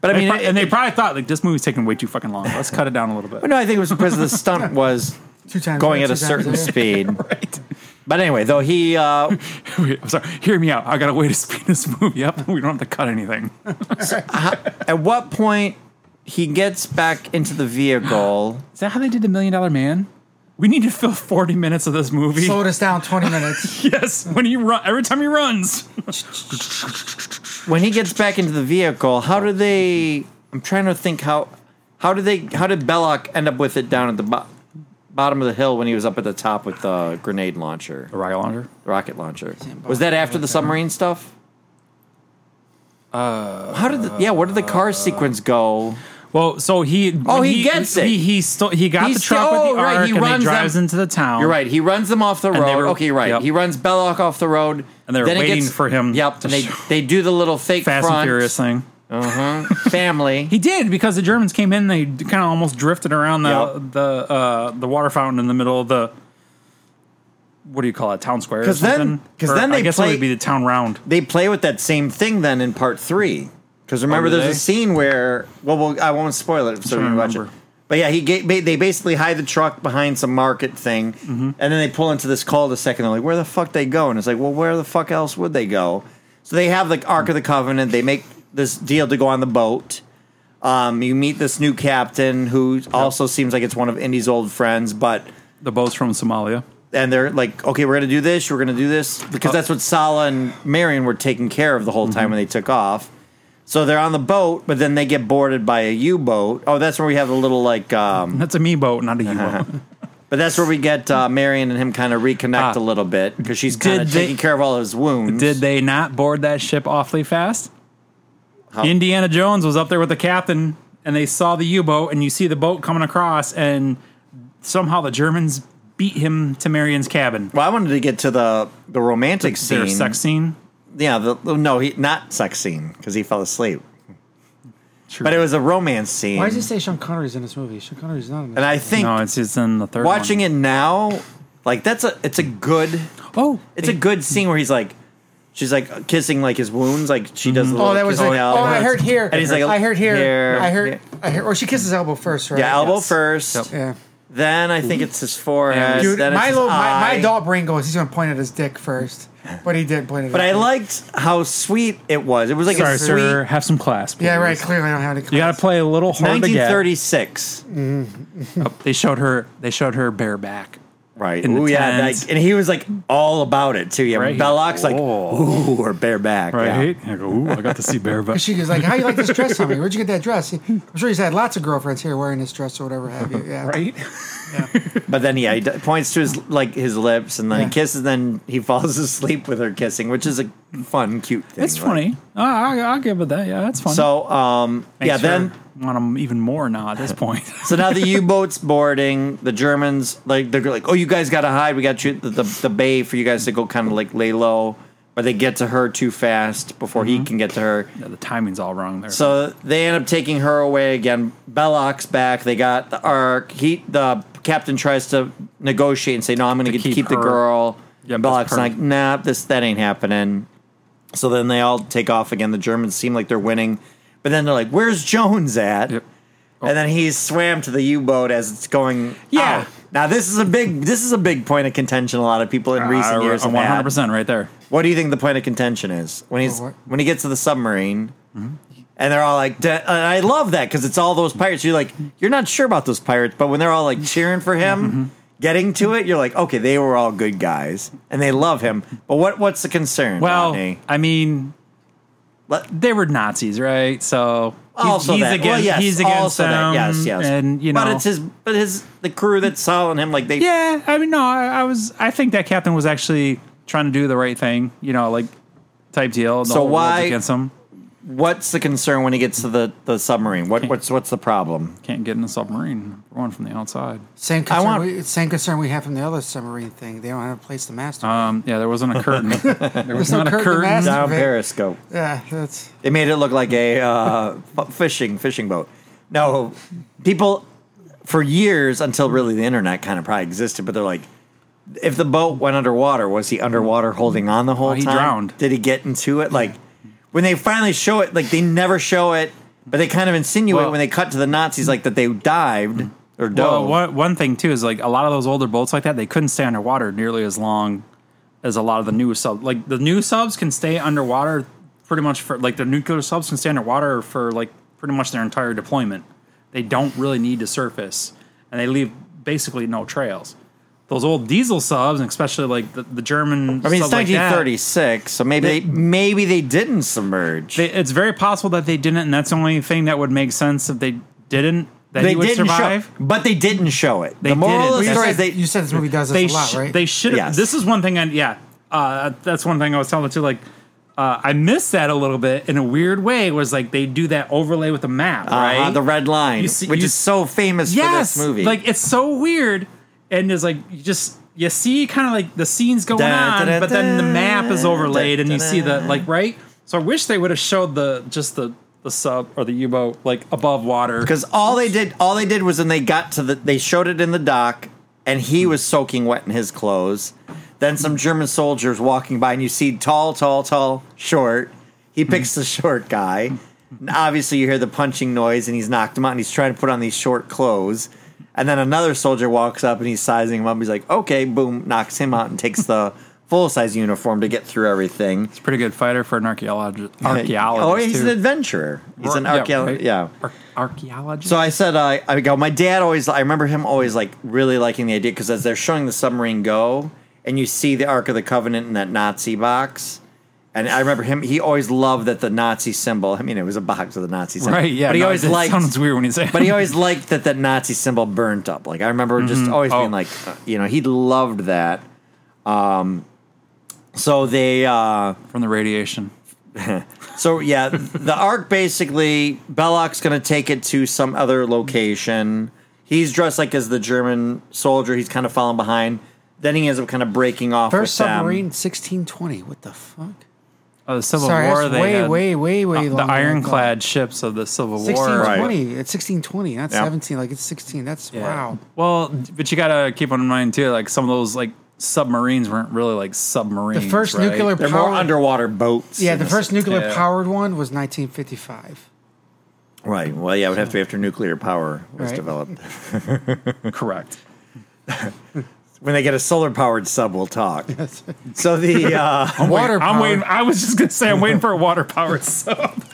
H: but
D: I mean,
H: it-
D: and they
H: it-
D: probably thought like this movie's taking way too fucking long. Let's cut it down a little bit.
H: But no, I think it was because the stunt was
G: Two times
H: going
G: there,
H: at a
G: two times
H: certain
G: there.
H: speed. But anyway, though he uh,
D: Wait, I'm sorry. Hear me out. I got a way to speed this movie up. We don't have to cut anything.
H: at what point he gets back into the vehicle.
D: Is that how they did the Million Dollar Man? We need to fill 40 minutes of this movie.
G: Slowed us down 20 minutes.
D: yes, when he run, every time he runs.
H: when he gets back into the vehicle, how do they? I'm trying to think how how did they how did Belloc end up with it down at the bo- bottom of the hill when he was up at the top with the grenade launcher,
D: The rocket launcher.
H: rocket launcher? Was that after the submarine stuff? Uh, how did the, yeah? Where did the car sequence go?
D: Well, so he.
H: Oh, he gets it.
D: He he, sto- he got
H: He's
D: the truck
H: still-
D: with the
H: oh, right,
D: arc
H: he
D: and he
H: runs
D: drives
H: them-
D: into the town.
H: You're right. He runs them off the
D: And they
H: road.
D: were-
H: okay, right.
D: yep.
H: He runs Belloc off the road,
D: And they were
H: it
D: waiting for him
H: Yep.
D: to
H: And they
D: show-
H: they do the little fake
D: Fast
H: front Uh-huh.
D: and Furious thing.
H: family.
D: He did because the Germans came in. They kind of almost drifted around the
H: Yep.
D: the uh, the water fountain in the middle of the what do you call it town square? Because
H: 'Cause then- 'cause then
D: I
H: they
D: guess it
H: play-
D: would be the town round.
H: they play with that same thing then in part three. Because remember,
D: Oh, do
H: there's a
D: they?
H: scene where well, well, I won't spoil it. So
D: trying
H: you
D: to
H: watch it.
D: remember.
H: But yeah, he ga- ba- they basically hide the truck behind some market thing,
D: Mm-hmm.
H: and then they pull into this cul-de-sac, and they're like, "Where the fuck they go?" And it's like, "Well, where the fuck else would they go?" So they have the Ark of the Covenant. They make this deal to go on the boat. Um, you meet this new captain who also seems like it's one of Indy's old friends, but
D: The boat's from Somalia.
H: and they're like, okay, we're gonna do this, we're gonna do this,
D: Uh,
H: because that's what Sala and Marion were taking care of the whole
D: Mm-hmm.
H: time when they took off. So they're on the boat, but then they get boarded by a U boat. Oh, that's where we have the little like, um,
D: That's a me boat, not a you boat.
H: but that's where we get uh, Marion and him kind of reconnect
D: Ah.
H: a little bit because she's kind
D: Did
H: of
D: they-
H: taking care of all his wounds.
D: Did they not board that ship awfully fast? Indiana Jones was up there with the captain, and they saw the U boat, and you see the boat coming across, and somehow the Germans beat him to Marion's cabin.
H: well, I wanted to get to the the romantic scene.
D: Their sex scene.
H: Yeah, the, no, he not sex scene because he fell asleep. But it was a romance scene,
G: Why does it say Sean Connery's in this movie? Sean Connery's not in this
H: and I think
D: No, it's it's in the third.
H: watching
D: one.
H: it now, like that's a it's a good
D: Oh,
H: It's a good scene where he's like, she's like kissing like his wounds, like she does. A
D: Mm-hmm.
H: little
G: Oh, that was
H: kiss
G: like,
H: on the
G: oh,
H: elbow.
G: I heard here.
H: And he's like,
G: I heard here.
H: here,
G: I heard,
H: here.
G: I heard. Or she kisses elbow first, right?
H: Yeah, elbow first.
G: Yeah.
H: Then I think it's his forehead.
G: Dude,
H: then it's
G: my,
H: his
G: little, my, my
H: eye.
G: adult brain goes, he's going to point at his dick first. But he didn't point at
H: But I
G: his dick.
H: liked how sweet it was. It was like
D: Sorry,
H: a sweet
D: sir. Have some class. Please.
G: Yeah, right. Clearly, I don't have any.
D: You got to play a little hard to get.
H: 1936.
D: Oh, They showed her. They showed her bareback.
H: Right.
D: In the
H: Ooh, yeah.
D: tens.
H: like- and he was like all about it too. Yeah.
D: Right.
H: Belloc's like,
D: Oh.
H: ooh, or bareback.
D: Right.
H: Yeah.
D: I go. Ooh, I got to see bareback.
G: She goes like, "How you like this dress, homie? Where'd you get that dress?" I'm sure he's had lots of girlfriends here wearing this dress or whatever have you. Yeah.
D: right.
H: But then yeah, he d- points to his like his lips, and then
G: Yeah.
H: he kisses. Then he falls asleep with her kissing, which is a fun, cute thing.
D: It's
H: Like,
D: funny. I, I, I'll give it that. Yeah, that's funny.
H: So um, yeah, then
D: want them even more now at this point.
H: so now the U boat's boarding. The Germans like they're like, oh, you guys gotta hide. We got you the, the, the bay for you guys to go kind of like lay low, but they get to her too fast before he can get to her.
D: Yeah, the timing's all wrong there.
H: So they end up taking her away again. Belloc's back. They got the ark. He the captain tries to negotiate and say, "No, I'm going to get
D: keep
H: keep, the
D: her.
H: girl."
D: Yeah, that's
H: Belloc's
D: her.
H: like, "Nah, this that ain't happening." So then they all take off again. The Germans seem like they're winning, but then they're like, "Where's Jones at?"
D: Yep.
H: And then he's swam to the U-boat as it's going.
D: Yeah.
H: out. Now this is a big this is a big point of contention. A lot of people in
D: Uh,
H: recent years have
D: one hundred
H: had.
D: percent right there.
H: What do you think the point of contention is when he's
G: Oh, what?
H: when he gets to the submarine?
D: Mm-hmm.
H: And they're all like, "Da- and I love that because it's all those pirates. You're like, you're not sure about those pirates, but when they're all like cheering for him,
D: Mm-hmm.
H: getting to it, you're like, okay, they were all good guys and they love him. But what what's the concern?
D: Well,
H: Rodney?
D: I mean,
H: Let-
D: they were Nazis, right? So he-
H: also
D: he's
H: that.
D: against
H: well, yes,
D: he's against
H: also
D: them.
H: that. Yes, yes.
D: and you know,
H: but it's his, but his the crew that's following him, like they,
D: yeah. I mean, no, I, I was I think that captain was actually trying to do the right thing. You know, like type deal. The
H: So
D: whole world's
H: why-
D: against him?
H: What's the concern when he gets to the, the submarine? What what's what's the problem?
D: Can't get in a submarine. We're going from the outside.
G: Same concern.
H: want-
G: we, same concern we have from the other submarine thing. They don't have a place to master.
D: Um, yeah, there wasn't a curtain. there was
G: no
D: not a
G: curtain to
D: curtain.
G: mask.
H: Down
G: Right.
H: Um, periscope.
G: yeah, that's
H: They made it look like a uh, f- fishing fishing boat. No, people for years until really the internet kind of probably existed, but they're like, if the boat went underwater, was he underwater holding on the whole
D: Oh, he
H: time?
D: drowned.
H: Did he get into it? Like when they finally show it, like they never show it, but they kind of insinuate
D: Well-
H: when they cut to the Nazis, like that they dived or dove.
D: Well, one, one thing too is like a lot of those older boats like that, they couldn't stay underwater nearly as long as a lot of the new subs. Like the new subs can stay underwater pretty much for like the nuclear subs can stay underwater for like pretty much their entire deployment. They don't really need to surface, and they leave basically no trails. Those old diesel subs, and especially like the, the German.
H: I mean, it's
D: sub like that,
H: 1936, so maybe they, maybe they didn't submerge.
D: they- it's very possible that they didn't, and that's the only thing that would make sense if they didn't. That he would survive.
H: show, but they didn't show it. the moral
D: didn't.
H: of the
D: That's-
H: story is they
G: you said this movie does this
D: they
G: a lot,
D: sh-
G: right?
D: They should. have.
H: Yes.
D: This is one thing. I yeah. Uh, that's one thing I was telling them too. Like, uh, I missed that a little bit in a weird way. Was like they do that overlay with the map,
H: uh-huh,
D: right?
H: the red line,
D: You see-
H: which
D: you-
H: is so famous
D: yes,
H: for this movie.
D: Like it's so weird, and it's like you just you see kind of like the scenes going
H: Da, da,
D: on,
H: da,
D: but then the map is
H: da,
D: overlaid,
H: da,
D: and you
H: da,
D: see the
H: da.
D: like right. So I wish they would have showed the just the the sub or the U boat like above water
H: because all they did, all they did was when they got to the, they showed it in the dock, and he was soaking wet in his clothes. Then some German soldiers walking by, and you see tall, tall, tall, short. He
D: Hmm.
H: picks the short guy. And obviously, you hear the punching noise, and he's knocked him out, and he's trying to put on these short clothes. And then another soldier walks up, and he's sizing him up. He's like, "Okay, boom!" Knocks him out, and takes the full size uniform to get through everything.
D: pretty good fighter for an archaeologist.
H: Oh, he's an
D: too.
H: adventurer. He's an archaeologist. Yeah.
D: Ar- archaeologist.
H: So I said, uh, I go. My dad always. I remember him always like really liking the idea because as they're showing the submarine go, and you see the Ark of the Covenant in that Nazi box, and I remember him. He always loved that the Nazi symbol. I mean, it was a box with a Nazi symbol,
D: Right, yeah.
H: But he
D: no,
H: always
D: it
H: liked.
D: sounds weird when you say it.
H: but he always liked that that Nazi symbol burnt up. Like I remember just always
D: Oh.
H: being like, uh, you know, he loved that. Um, so they. Uh,
D: from the radiation.
H: so yeah, the arc basically Belloc's going to take it to some other location. He's dressed like as the German soldier. He's kind of falling behind. Then he ends up kind of breaking off.
G: First
H: with
D: um,
H: them.
G: submarine, sixteen twenty. What the fuck?
D: Oh, the Civil
G: Sorry,
D: War.
G: that's
D: They
G: way,
D: had,
G: way, way, way
D: uh, the
G: longer than I
D: ironclad ships of the Civil War.
G: Sixteen
H: Right.
G: twenty. It's sixteen twenty, not
H: Yeah.
G: seventeen. Like it's sixteen. That's
D: Yeah.
G: wow.
D: Well, but you gotta keep in mind too, like some of those like submarines weren't really like submarines.
G: The first
D: right?
G: nuclear
H: They're more
G: powered.
H: underwater boats.
G: yeah,
H: in
G: the
H: this-
G: first nuclear
D: yeah.
G: powered one was nineteen fifty five.
H: Right. Well, yeah, it would have to be after nuclear power was
G: Right.
H: developed.
D: correct.
H: when they get a solar powered sub, we'll talk. so the uh,
G: Water.
D: I'm oh.
G: powered.
D: waiting. I was just gonna say I'm waiting for a water powered sub.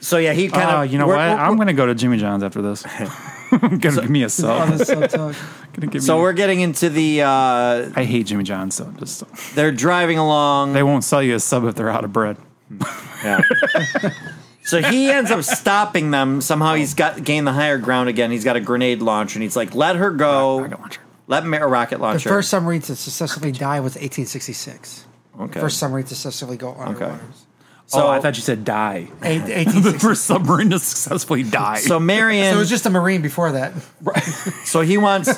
H: so yeah, he kind of
D: Oh, you know
H: we're-
D: what?
H: we're-
D: I'm gonna go to Jimmy John's after this. gonna give me a
G: Oh,
D: sub.
G: that's so tough.
D: Gonna give
H: so
D: me-
H: we're getting into the uh,
D: I hate Jimmy John's. So just
H: they're driving along.
D: they won't sell you a sub if they're out of bread.
H: Yeah. so he ends up stopping them. Somehow he's got gained the higher ground again. He's got a grenade launcher and he's like, "Let her go.
D: Rocket launcher.
H: Let me a rocket
G: The
H: launcher."
G: first submarine to successfully die was eighteen sixty six.
H: okay.
G: First submarine to successfully go underwater.
H: so
D: oh, I thought you said die.
G: Eight-
D: the
G: 1866.
D: first submarine to successfully die.
H: so Marion.
G: So it was just a marine before that.
H: So he wants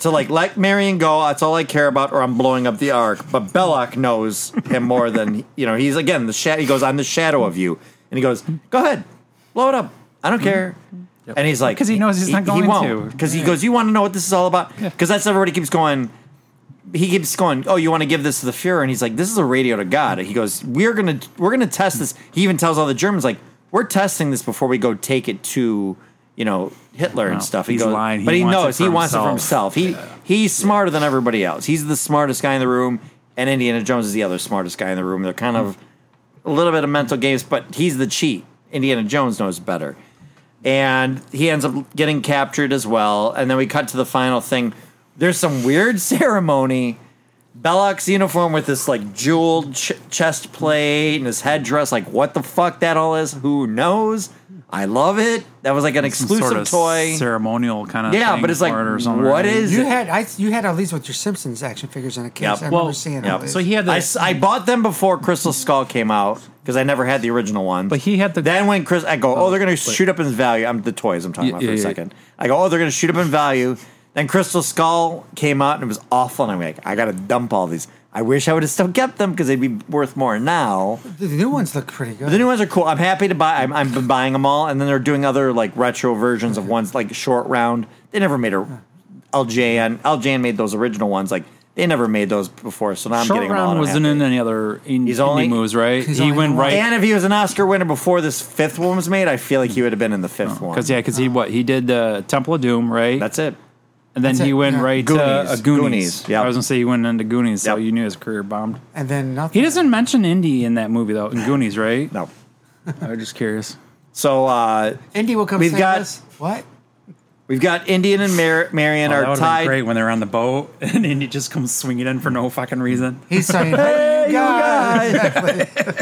H: to like let Marion go. That's all I care about, or I'm blowing up the ark. But Belloc knows him more than you know. He's again the shadow. He goes, "I'm the shadow of you," and he goes, "Go ahead, blow it up. I don't care." And he's like,
D: 'Cause he knows he's not going to.
H: Because he goes, "You want to know what this is all about?" Because that's everybody keeps going. He keeps going. Oh, you want to give this to the Fuhrer? And he's like, "This is a radio to God." And he goes, "We're gonna we're gonna test this." He even tells all the Germans like, "We're testing this before we go take it to." You know Hitler and
D: No,
H: stuff. He
D: he's
H: goes-
D: lying. He
H: but he
D: wants it
H: knows
D: for
H: he wants it for
D: himself.
H: himself. He he's smarter than everybody else. He's the smartest guy in the room, and Indiana Jones is the other smartest guy in the room. They're kind of a
D: Mm.
H: little bit of mental games, but he's the cheat. Indiana Jones knows better, and he ends up getting captured as well. And then we cut to the final thing. There's some weird ceremony Belloc's uniform with this like jeweled ch- chest plate and his headdress. Like, what the fuck that all is? Who knows? I love it. That was like an
D: Some
H: exclusive
D: sort of
H: toy.
D: ceremonial kind of
H: Yeah,
D: thing
H: but it's like,
D: for it or something.
H: what is
G: You
H: it?
G: had I you had at least with your Simpsons action figures in a case.
H: Yep.
G: I
D: Well,
G: remember seeing
H: yep.
G: all these.
D: So he had
H: I,
D: the
H: s- I bought them before Crystal Skull came out because I never had the original one.
D: But he had the-
H: Then when Chris, I go, oh, they're going to
D: wait.
H: shoot up in value. I'm the toys I'm talking
D: Yeah,
H: about for
D: yeah,
H: a
D: yeah.
H: second. I go, oh, they're going to shoot up in value. Then Crystal Skull came out and it was awful. And I'm like, I got to dump all these. I wish I would have still kept them because they'd be worth more now.
G: the new ones look pretty good.
H: The new ones are cool. I'm happy to buy. I'm, I've been buying them all, and then they're doing other like retro versions of ones like short round. They never made a LJN. LJN made those original ones. Like they never made those before, so now I'm
D: short
H: getting them all. and
D: round
H: I'm
D: wasn't
H: happy.
D: in any other in,
H: He's
D: indie
H: only-
D: moves, right?
G: he's
D: He
G: only
D: went
G: in
D: right
H: And if he was an Oscar winner before this fifth one was made, I feel like he would have been in the fifth one.
D: because yeah, because he what he did uh, Temple of Doom, right?
H: That's it.
D: and then
G: that's
D: he
G: it,
D: went
G: yeah.
D: right
H: Goonies.
D: to uh, Goonies.
H: Goonies, yeah.
D: I was gonna say he went into Goonies, so
H: Yep.
D: you knew his career bombed.
G: and then nothing.
D: He doesn't mention indie in that movie though. In Goonies, right?
H: No.
D: I'm just curious.
H: So uh,
G: Indy will come.
H: We've
G: save
H: got-
G: us. what?
H: we've got Indian and Mar- Marion
D: Oh, that
H: are
D: would've been
H: tied.
D: great when they're on the boat and Indy just comes swinging in for no fucking reason.
G: He's saying, "Hey, you guys."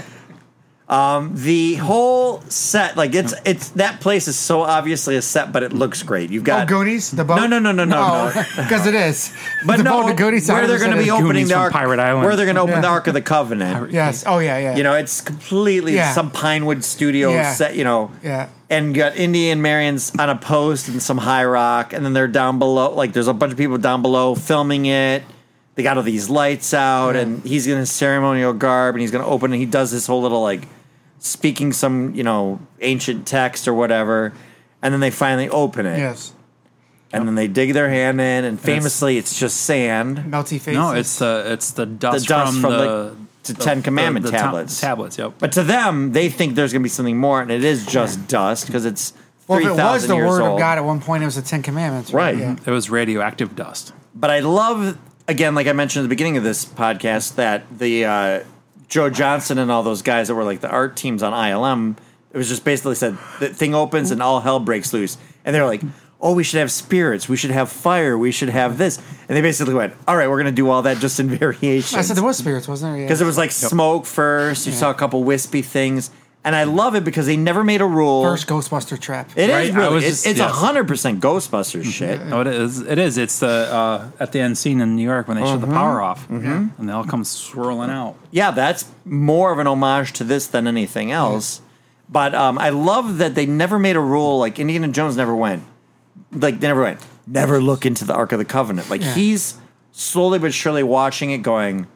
H: Um, The whole set, like it's it's that place is so obviously a set, but it looks great. You've
G: Oh,
H: got
G: Goonies, the boat.
H: No, no, no, no, no, no.
G: because it is.
H: But
G: the
H: no,
G: boat, the Goonies.
H: where they're going to be
D: Goonies
H: opening the
D: from
H: Ark,
D: Pirate Island.
H: where they're going to open
G: Yeah.
H: the Ark of the Covenant.
G: Yes. Oh yeah, yeah.
H: You know, it's completely
G: Yeah.
H: some Pinewood Studio
G: Yeah.
H: set. You know,
G: Yeah.
H: And you got Indy and Marion's on a post and some high rock, and then they're down below. Like there's a bunch of people down below filming it. They got all these lights out, and he's in his ceremonial garb, and he's going to open. And he does this whole little like speaking some you know ancient text or whatever, and then they finally open it,
G: Yes.
H: and then they dig their hand in, and
D: it's-
H: famously it's just sand.
G: Melty faces.
D: No, it's the it's the dust,
H: The dust
D: from,
H: from
D: the,
H: the- the Ten Commandment
D: ta-
H: tablets.
D: tablets, yep.
H: But to them, they think there's going to be something more, and it is just dust because it's
G: well,
H: three
G: if it was
H: thousand
G: the
H: years
G: word
H: old.
G: of God at one point, it was the Ten Commandments.
H: Right.
G: Yeah.
D: It was radioactive dust.
H: But I love again, like I mentioned at the beginning of this podcast, that the uh, Joe Johnson and all those guys that were like the art teams on ILM, it was just basically said the thing opens and all hell breaks loose, and they're like. Oh, we should have spirits. We should have fire. We should have this. And they basically went, "All right, we're going to do all that just in variations."
G: I said there was spirits, wasn't there? Yeah.
H: Mm-hmm. because it was like smoke first. You saw a couple wispy things, and I love it because they never made a rule.
G: first Ghostbuster trap.
H: It is
D: Right, I
H: really.
D: was
H: it's-
D: just-
H: it's a
D: yes. Mm-hmm.
H: hundred percent Ghostbusters shit.
D: No, it is. It is. It's the uh, at the end scene in New York when they shut
H: Mm-hmm.
D: the power off, and they all come swirling out.
H: Yeah, that's more of an homage to this than anything else. But um, I love that they never made a rule like Indiana Jones never went. Like they never went. Never look into the Ark of the Covenant. Like
G: Yeah.
H: he's slowly but surely watching it, going.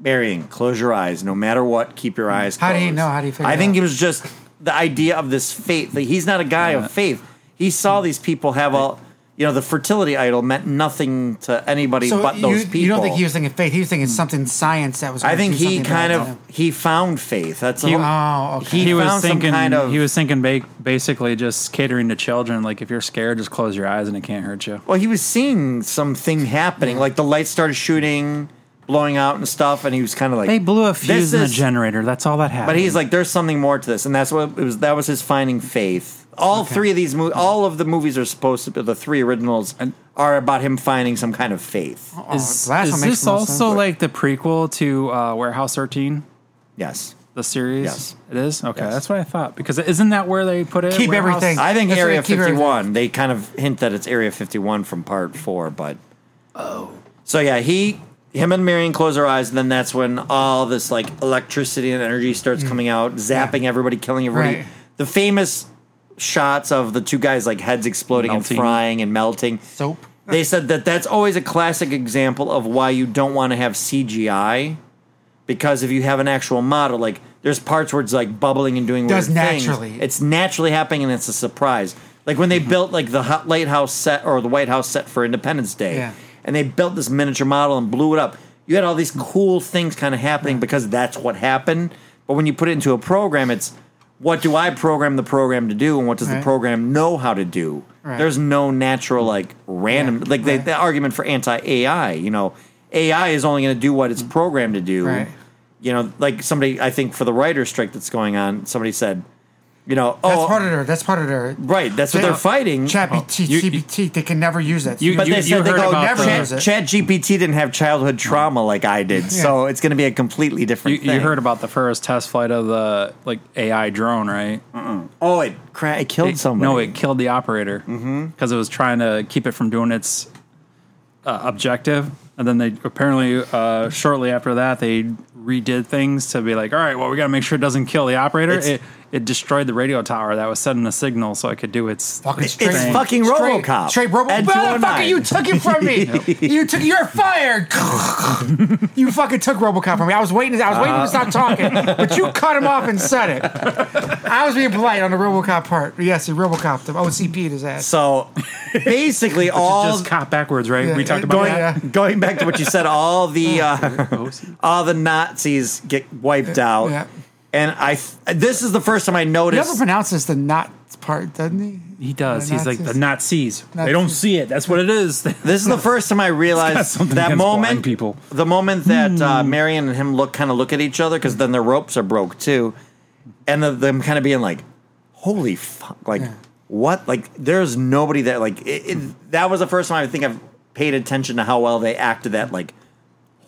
H: Marion, close your eyes. No matter what, keep your eyes.
G: How
H: closed.
G: do you know? How do you figure
H: I
G: it
H: think
G: out?
H: it was just the idea of this faith. Like, he's not a guy
D: Yeah.
H: of faith. He
G: Mm.
H: saw these people have all. You know, the fertility idol meant nothing to anybody
G: So
H: but
G: you,
H: those people.
G: you don't think he was thinking faith? He was thinking something science that was.
H: I
G: gonna
H: think
G: do
H: he
G: something
H: kind
G: bad
H: of
G: to him.
H: he found faith. That's all.
G: Oh, okay.
H: He,
D: He
H: found
D: was thinking.
H: some kind of.
D: he was thinking ba- basically just catering to children. Like if you're scared, just close your eyes and it can't hurt you.
H: well, he was seeing something happening. Like the lights started shooting, blowing out and stuff, and he was kind of like
D: They blew a
H: "This
D: fuse in a
H: is-
D: generator. That's all that happened.
H: But he's like, there's something more to this, and that's what it was. That was his finding faith. All three of these movies, all of the movies are supposed to. be The three originals are about him finding some kind of faith.
G: Oh,
D: is,
G: the last
D: is
G: one makes
D: this
G: the most
D: also
G: sense.
D: like the prequel to uh, Warehouse 13?
H: Yes,
D: The series,
H: Yes.
D: it is okay.
H: Yes.
D: That's what I thought because isn't that where they put it?
G: Keep
D: Warehouse-
G: everything.
H: I think
G: That's
H: Area
G: right, keep everything.
H: 51. They kind of hint that it's Area 51 from Part Four, but oh, so yeah, he, him, and Marion close their eyes, and then that's when all this like electricity and energy starts coming out, zapping everybody, killing everybody.
G: Mm. Right.
H: The famous shots of the two guys like heads exploding
D: Melting.
H: and frying and melting.
G: soap.
H: They said that that's always a classic example of why you don't want to have CGI. Because if you have an actual model, like there's parts where it's like bubbling and doing
G: Does
H: weird things.
G: naturally. Mm-hmm.
H: It's naturally happening and it's a surprise. Like when they built like the hot lighthouse set or the White House set for Independence Day,
G: Yeah.
H: and they built this miniature model and blew it up. You had all these cool things kind of happening because that's what happened. But when you put it into a program, it's what do I program the program to do, and what does the
G: Right.
H: program know how to do?
G: Right.
H: There's no natural like random
G: Yeah,
H: like they,
G: right.
H: the argument for anti AI. You know, AI is only going to do what it's programmed to do.
G: Mm. Right.
H: You know, like somebody I think for the writer's strike that's going on, somebody said You know,
G: That's
H: oh,
G: part of their. That's part of their.
H: right. That's what they're fighting.
G: Chappy
D: you- you-
G: GPT. They can never use that.
D: You-
G: So
H: But they said
D: you
H: they
D: heard
H: go,
D: about
H: never
G: the-
H: Chat, Chat GPT didn't have childhood
G: Mm.
H: trauma like I did, so it's going to be a completely
D: You,
H: different thing.
D: you heard about the first test flight of the like AI drone, right?
H: Oh, it cra- it killed
D: It-
H: somebody.
D: No, it killed the operator because
H: Mm-hmm.
D: it was trying to keep it from doing its uh, objective. And then they apparently, uh, shortly after that, they redid things to be like, all right, well, we got to make sure it doesn't kill the operator.
H: It's-
D: it, it destroyed the radio tower that was sending a signal so I could do its.
G: fucking
D: its
G: straight-
H: It's
D: thing.
H: fucking
G: straight-
H: RoboCop. oh
G: Straight RoboCop.
H: And 209.
G: Motherfucker, you took it from me. you took. You're fired. you fucking took RoboCop from me. I was waiting. I was waiting to stop talking, but you cut him off and said it. I was being polite on the RoboCop part. Yes, he RoboCop the OCP'd his ass.
H: So basically, all
D: Just cop backwards, right? we
G: Yeah,
D: talked
G: it-
D: about
H: going
D: that.
G: Yeah.
H: going back to what you said, all the uh, all the Nazis get wiped out,
G: Yeah.
H: and I th- this is the first time I
G: He never
H: noticed.
G: pronounces the not part, doesn't he?
D: He does.
G: The
D: He's like
G: Nazis.
D: the Nazis. They don't
G: Nazis.
D: see it. That's what it is.
H: This is the first time I realized
D: something
H: that
D: against blind
H: moment.
D: people. Hmm.
H: the moment that uh, Marion and him look kind of look at each other because then their ropes are broke too, and the, them kind of being like, "Holy fuck!" Like what? Like there's nobody that like it, it, that was the first time I think I've paid attention to how well they acted that like,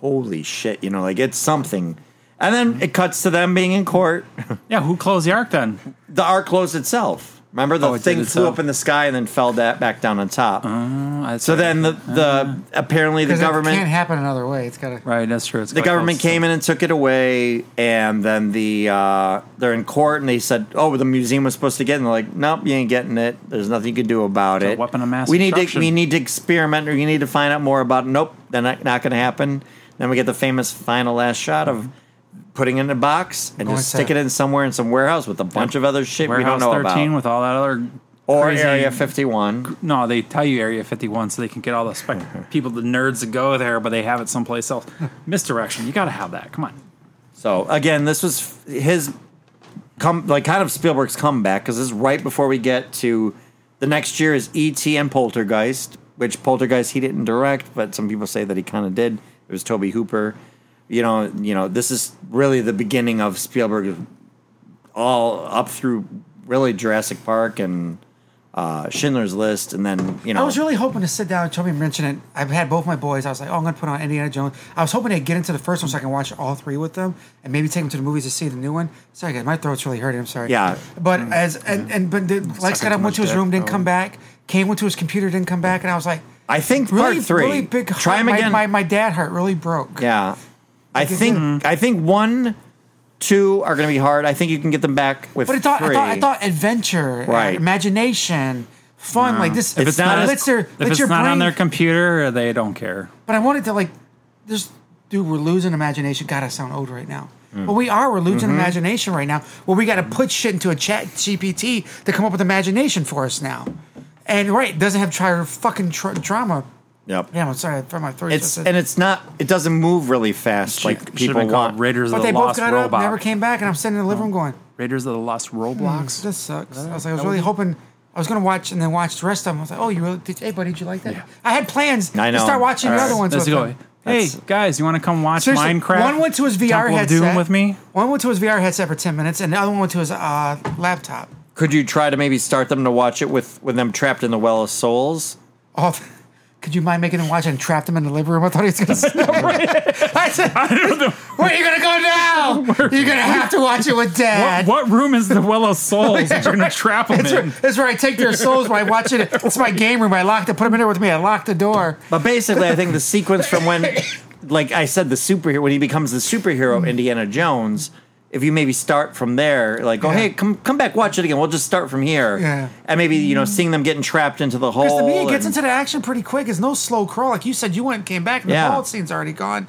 H: holy shit, you know, like it's something. And then it cuts to them being in court.
D: yeah, who closed the arc then?
H: The arc closed itself. Remember the
D: Oh, it did
H: thing flew
D: itself. Uh-huh.
H: up in the sky and then fell that back down on top. so
D: So
H: then the, the
D: Uh-huh.
H: apparently the
G: Because
H: government
G: it can't happen another way. It's got to.
D: right, that's true. It's
H: the
D: gotta
H: government
D: close.
H: came in and took it away, and then the uh, they're in court and they said, "Oh, the museum was supposed to get," it. and they're like, "Nope, you ain't getting it. There's nothing you can do about
D: It's a
H: it.
D: weapon of mass
H: we need to
D: destruction.
H: we need to experiment, or you need to find out more about. It. Nope, they're not, not going to happen. Then we get the famous final last shot of putting it in a box and
G: Going
H: just
G: to-
H: stick it in somewhere in some warehouse with a bunch of other shit we don't
D: Warehouse
H: know
D: 13
H: about,
D: with all that other
H: or
D: crazy-
H: Area 51.
D: No, they tell you Area 51 so they can get all the spec- people, the nerds, to go there, but they have it someplace else. Misdirection. You got to have that. Come on.
H: So again, this was f- his come like kind of Spielberg's comeback because this is right before we get to the next year is E.T. and Poltergeist, which Poltergeist he didn't direct, but some people say that he kind of did. It was Toby Hooper. You know, you know, this is really the beginning of Spielberg, all up through really Jurassic Park and uh, Schindler's List, and then you know,
G: I was really hoping to sit down and Toby mention it. I've had both my boys. I was like, oh, I'm going to put on Indiana Jones. I was hoping to get into the first one so I can watch all three with them and maybe take them to the movies to see the new one. Sorry, guys, my throat's really hurting. I'm sorry.
H: Yeah. Mm.
G: But as, and, and but the, Lex got up, went to his room, didn't come back. Kane went to his computer, didn't come back. And I was like,
H: I think
G: really,
H: part three.
G: really big heart.
H: Try him
G: my,
H: again.
G: My, my dad heart really broke.
H: Yeah, I think I think one, two are going to be hard. I think you can get them back with
G: But I thought, I
H: three.
G: thought, I thought adventure, uh,
H: Right.
G: imagination, fun, like this.
H: If it's not
G: it
H: as-
G: lets their,
D: if
G: lets
D: it's
G: your
D: not on
G: brain
D: their computer, they don't care.
G: But I wanted to like, there's dude, we're losing imagination. God, I sound old right now.
H: Mm.
G: But we are. We're
H: Mm-hmm.
G: losing imagination right now. Where we got to put shit into a chat GPT to come up with imagination for us now. And right, it doesn't have tri- fucking tr- drama.
H: Yep.
G: Yeah, I'm sorry for my throat.
H: It's
G: just-
H: and it's not. It doesn't move really fast like
D: Should've
H: people
D: been called
H: want.
D: Raiders
G: but
D: of the
G: they both
D: Lost
G: got
D: Robot.
G: up, never came Hmm, back, and I'm sitting in the
H: Oh.
G: living room going,
D: Raiders of the Lost
G: "Blocks,
D: Roblox.
G: this Mm. sucks." I was like, I was really hoping. I was gonna watch and then watch the rest of them. I was like, "Oh, you really? Did, hey, buddy, did you like that?" I had plans
H: I
G: to
H: know.
G: start watching the
H: All
G: other
H: right.
G: ones.
D: Let's
G: with
D: go.
G: them.
D: Hey,
H: That's-
D: guys, you want to come watch
G: Seriously,
D: Minecraft?
G: One went to his VR
D: Temple of
G: headset.
D: Doom with me?
G: One went to his VR headset for ten minutes, and the other one went to his uh, laptop.
H: Could you try to maybe start them to watch it with with them trapped in the well of souls?
G: Oh, could you mind making him watch and trapped him in the living room? I thought he was gonna snap right. I said, "Where are you gonna go now? You're gonna have to watch it with
D: What,
G: Dad." Oh,
D: what room is the Well of Souls that you're going to trap them
G: That's, where,
D: in?
G: that's where I take their souls when I watch it. It's my game room. I locked it. Put them in there with me. I locked the door.
H: But basically, I think the sequence from when, like I said, the superhero when he becomes the superhero Indiana Jones. If you maybe start from there, like, oh
G: Yeah.
H: hey, come come back, watch it again. We'll just start from here,
G: Yeah.
H: and maybe you know, seeing them getting trapped into the hole.
G: Because to me, it gets
H: and-
G: into the action pretty quick. It's no slow crawl. Like you said, you went and came back, and
H: Yeah.
G: the ball scene's already gone.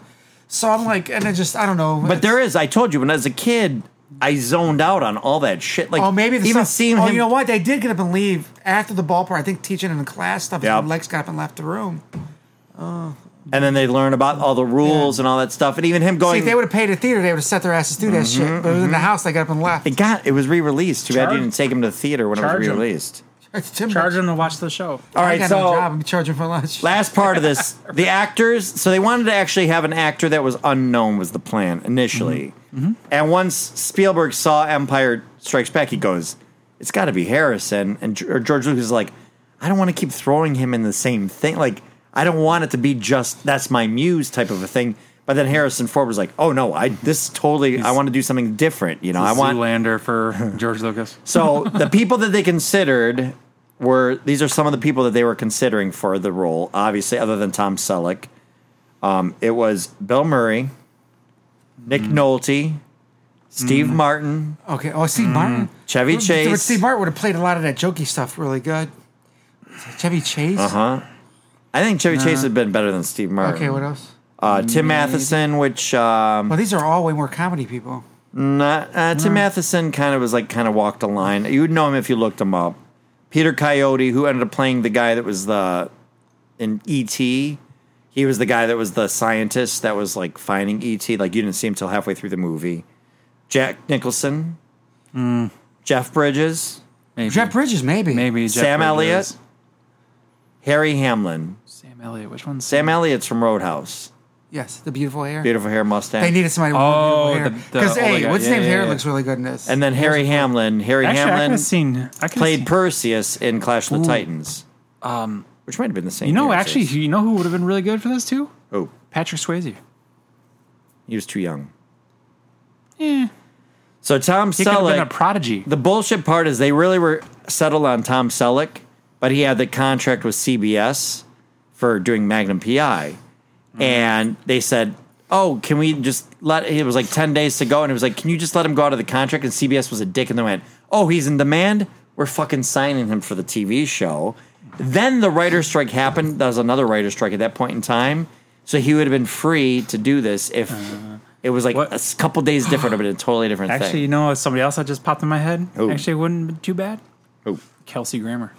G: So I'm like, and I just, I don't know.
H: But there is, I told you, when I was a kid, I zoned out on all that shit. Like,
G: Oh, maybe the
H: even
G: stuff-
H: seeing
G: Oh,
H: him.
G: you know what? They did get up and leave after the ballpark. I think teaching in the class stuff. is
H: Yep.
G: when Lex got up and left the room.
H: And then they learn about all the rules and all that stuff, and even him
G: See,
H: going.
G: if they would have paid a theater, they would have set their asses through that
H: Mm-hmm,
G: shit. But it was in the house, they got up and left.
H: it got it was re-released. Too bad you
D: Charge-
H: didn't take him to the theater when it was
D: charge 'em.
H: re-released.
G: It's Timber.
D: Charge them to watch the show.
H: All
G: I
H: right,
G: got
H: so
G: no job. I'm charging for lunch.
H: last part of this, the actors. So they wanted to actually have an actor that was unknown was the plan initially, and once Spielberg saw Empire Strikes Back, he goes, it's got to be Harrison. And G- or George Lucas is like, I don't want to keep throwing him in the same thing. Like, I don't want it to be just that's my muse type of a thing. But then Harrison Ford was like, oh no, I this totally, I want to do something different. You know, I want
D: Zoolander for George Lucas.
H: so the people that they considered were these are some of the people that they were considering for the role. Obviously, other than Tom Selleck, um, it was Bill Murray, Nick
G: Mm.
H: Nolte, Steve Martin,
G: Okay. Oh, Steve Martin.
H: Mm-hmm. Chevy
G: But- but
H: Chase.
G: Steve Martin would have played a lot of that jokey stuff really good. Chevy Chase.
H: huh? I think Chevy Chase had been better than Steve Martin.
G: Okay. What else?
H: Uh, Tim Matheson, which um,
G: Well, these are all way more comedy people.
H: not, uh,
D: Hmm.
H: Tim Matheson kind of was like kind of walked a line. You would know him if you looked him up. Peter Coyote, who ended up playing the guy that was the in ET. He was the guy that was the scientist that was like finding ET. Like you didn't see him till halfway through the movie. Jack Nicholson,
D: Hmm.
H: Jeff Bridges,
D: Maybe.
G: Jeff Bridges, maybe.
D: Maybe Jeff
H: Sam
D: Bridges.
H: Elliott, Harry Hamlin.
D: Sam Elliott. Which one's
H: Sam Elliott's from Roadhouse.
G: Yes, the beautiful hair.
H: Beautiful hair, mustache.
G: They needed somebody with beautiful
D: Oh,
G: hair.
D: the- the
G: Because
D: older
G: hey,
D: guy.
G: what's his
H: Yeah,
G: name's
H: yeah,
G: hair
H: yeah.
G: looks really good in this.
H: and then Harry Hamlin. Harry
D: Actually, I could
H: Hamlin
D: have seen. I could
H: played
D: Seen,
H: Perseus in Clash of the Titans, which might have been the same.
D: Um, you know,
H: year,
D: actually,
H: too.
D: you know who would have been really good for this too?
H: oh,
D: Patrick Swayze.
H: he was too young.
D: Yeah,
H: So Tom
D: Eh. he could have been a
H: Selleck.
D: prodigy.
H: the bullshit part is they really were settled on Tom Selleck, but he had the contract with CBS for doing Magnum PI,
D: Mm-hmm.
H: and they said, "Oh, can we just let?" It was like ten days to go, and it was like, "Can you just let him go out of the contract?" And CBS was a dick, and they went, "Oh, he's in demand. We're fucking signing him for the TV show." Then the writer strike happened. There was another writer strike at that point in time, so he would have been free to do this if. it was like
D: Uh-huh. What-
H: a s- couple days different, but a totally different
D: Actually, you
H: thing.
D: know somebody else that just popped in my head.
H: Who?
D: Actually, wouldn't be too bad.
H: Who?
D: Kelsey Grammer.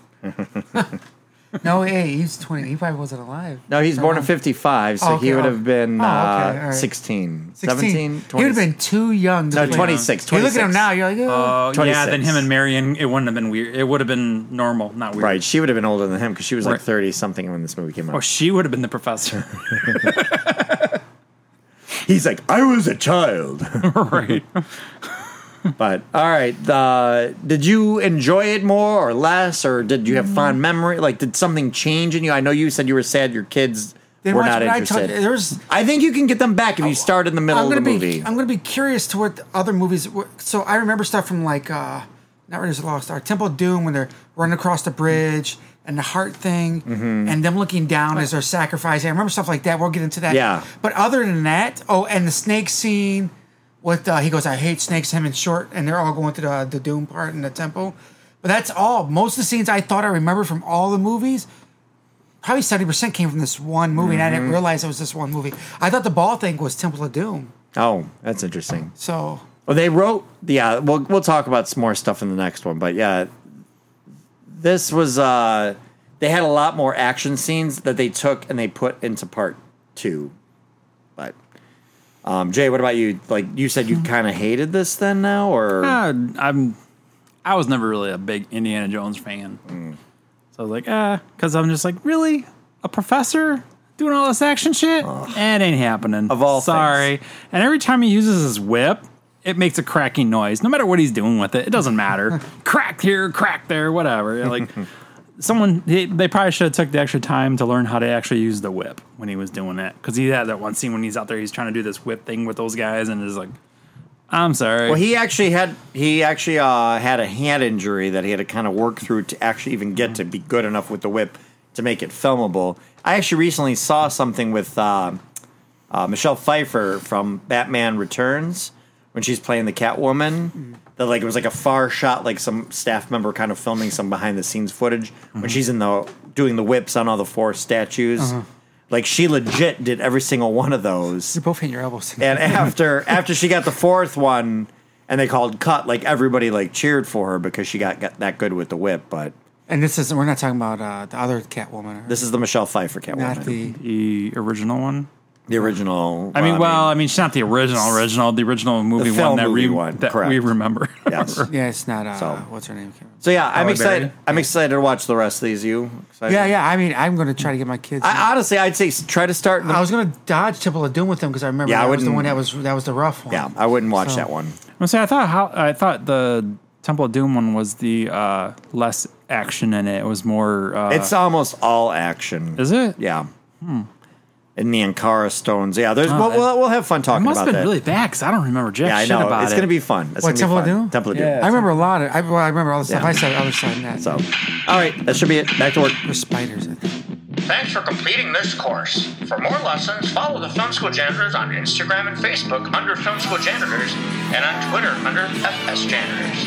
G: no, hey, he's twenty. He probably wasn't alive.
H: No, he's born in
G: Um,
H: 55, so
G: Oh, okay,
H: he would
G: oh.
H: have been
G: Oh, okay,
H: uh,
G: all right.
H: 16,
G: 16.
H: 17, 20.
G: He would have been too young. To
H: No,
G: play.
H: 26,
G: You look at him
H: 26.
G: now. You're like, oh.
D: Oh yeah,
H: 26.
D: then him and Marion. It wouldn't have been weird. It would have been normal, not weird.
H: Right, she would have been older than him because she was like
D: Right.
H: 30 something when this movie came out.
D: Oh, she would have been the professor.
H: He's like, I was a child.
D: right.
H: But all right, the, did you enjoy it more or less, or did you have
G: Mm.
H: fond memory? Like, did something change in you? I know you said you were sad your kids
G: Then
H: were
G: watch
H: not
G: what I told
H: interested. I,
G: you. There's- Oh,
H: think you can get them back if you start in the Uh, middle
G: I'm
H: of the
G: gonna be.
H: movie.
G: I'm gonna be curious to what the other movies. were- So I remember stuff from like, uh, not Raiders of the Lost Ark, Temple of Doom when they're running across the bridge and the heart thing, and them looking down as they're sacrificing. I remember stuff like that. We'll get into that.
H: Yeah.
G: But other than that, oh, and the snake scene with uh, he goes, I hate snakes. Him and Short, and they're all going to the the Doom part in the temple. But that's all. Most of the scenes I thought I remembered from all the movies probably seventy percent came from this one movie, and I didn't realize it was this one movie. I thought the ball thing was Temple of Doom.
H: oh, that's interesting.
G: So
H: Well, they wrote. Yeah, we'll we'll talk about some more stuff in the next one, but yeah, this was. uh They had a lot more action scenes that they took and they put into part two, but. Um, Jay, what about you? Like you said, you kind of hated this then now, or
D: Uh, I'm. I was never really a big Indiana Jones fan, so I was like, ah, because I'm just like, really, a professor doing all this action shit? Eh, It ain't happening.
H: Of all
D: sorry. And every time he uses his whip, it makes a cracking noise. No matter what he's doing with it, it doesn't matter. crack here, crack there, whatever. You're Like someone, they, they probably should have took the extra time to learn how to actually use the whip when he was doing it, because he had that one scene when he's out there, he's trying to do this whip thing with those guys, and it's like. I'm sorry.
H: well, he actually had he actually uh, had a hand injury that he had to kind of work through to actually even get to be good enough with the whip to make it filmable. I actually recently saw something with uh, uh, Michelle Pfeiffer from Batman Returns when she's playing the Catwoman. That like it was like a far shot, like some staff member kind of filming some behind the scenes footage when she's in the doing the whips on all the four statues. Like she legit did every single one of those.
G: you're both hitting your elbows.
H: And after after she got the fourth one, and they called cut, like everybody like cheered for her because she got, got that good with the whip. But
G: And this is we're not talking about uh, the other Catwoman, or
H: this is the Michelle Pfeiffer Catwoman,
G: not the.
D: the original one.
H: the original.
D: I mean, well, I mean, it's not the original original, the original movie
H: film
D: one that,
H: movie
D: we
H: one,
D: that
H: correct.
D: we remember.
H: yes.
G: Yeah, it's not. Uh,
H: So-
G: What's her name? Can't remember.
H: So yeah, I'm
D: Halle
H: excited.
D: Berry.
H: I'm excited to watch the rest of these. You? Excited?
G: Yeah, yeah. I mean, I'm gonna try to get my kids. I,
H: I, honestly, I'd say s- try to start. In the,
G: was gonna dodge Temple of Doom with them because I remember
H: Yeah, I
G: that was the
H: wouldn't-
G: one that was that was the rough one.
H: yeah, I wouldn't watch
G: So-
H: that one.
D: I'm saying I thought how I thought the Temple of Doom one was the uh, less action in it. It was more. Uh,
H: It's almost all action.
D: is it?
H: Yeah. And the Ankara stones. Yeah, there's.
D: Oh,
H: we'll, we'll, we'll have fun
D: It
H: talking
D: must
H: about
D: have been
H: that.
D: really bad because I don't remember jack
H: yeah, I
D: shit
H: know.
D: about
H: It's
D: it.
H: gonna be fun. It's
G: What,
H: gonna be
G: Temple of
H: fun.
G: Doom?
H: Temple of Doom.
D: Yeah.
G: I remember a lot of. I, well, I remember all the stuff
H: Yeah.
G: I said. Other side than that,
H: So, all right, that should be it. Back to work.
G: there's spiders. I think.
A: Thanks for completing this course. For more lessons, follow the Film School Janitors on Instagram and Facebook under Film School Janitors and on Twitter under FS Janitors.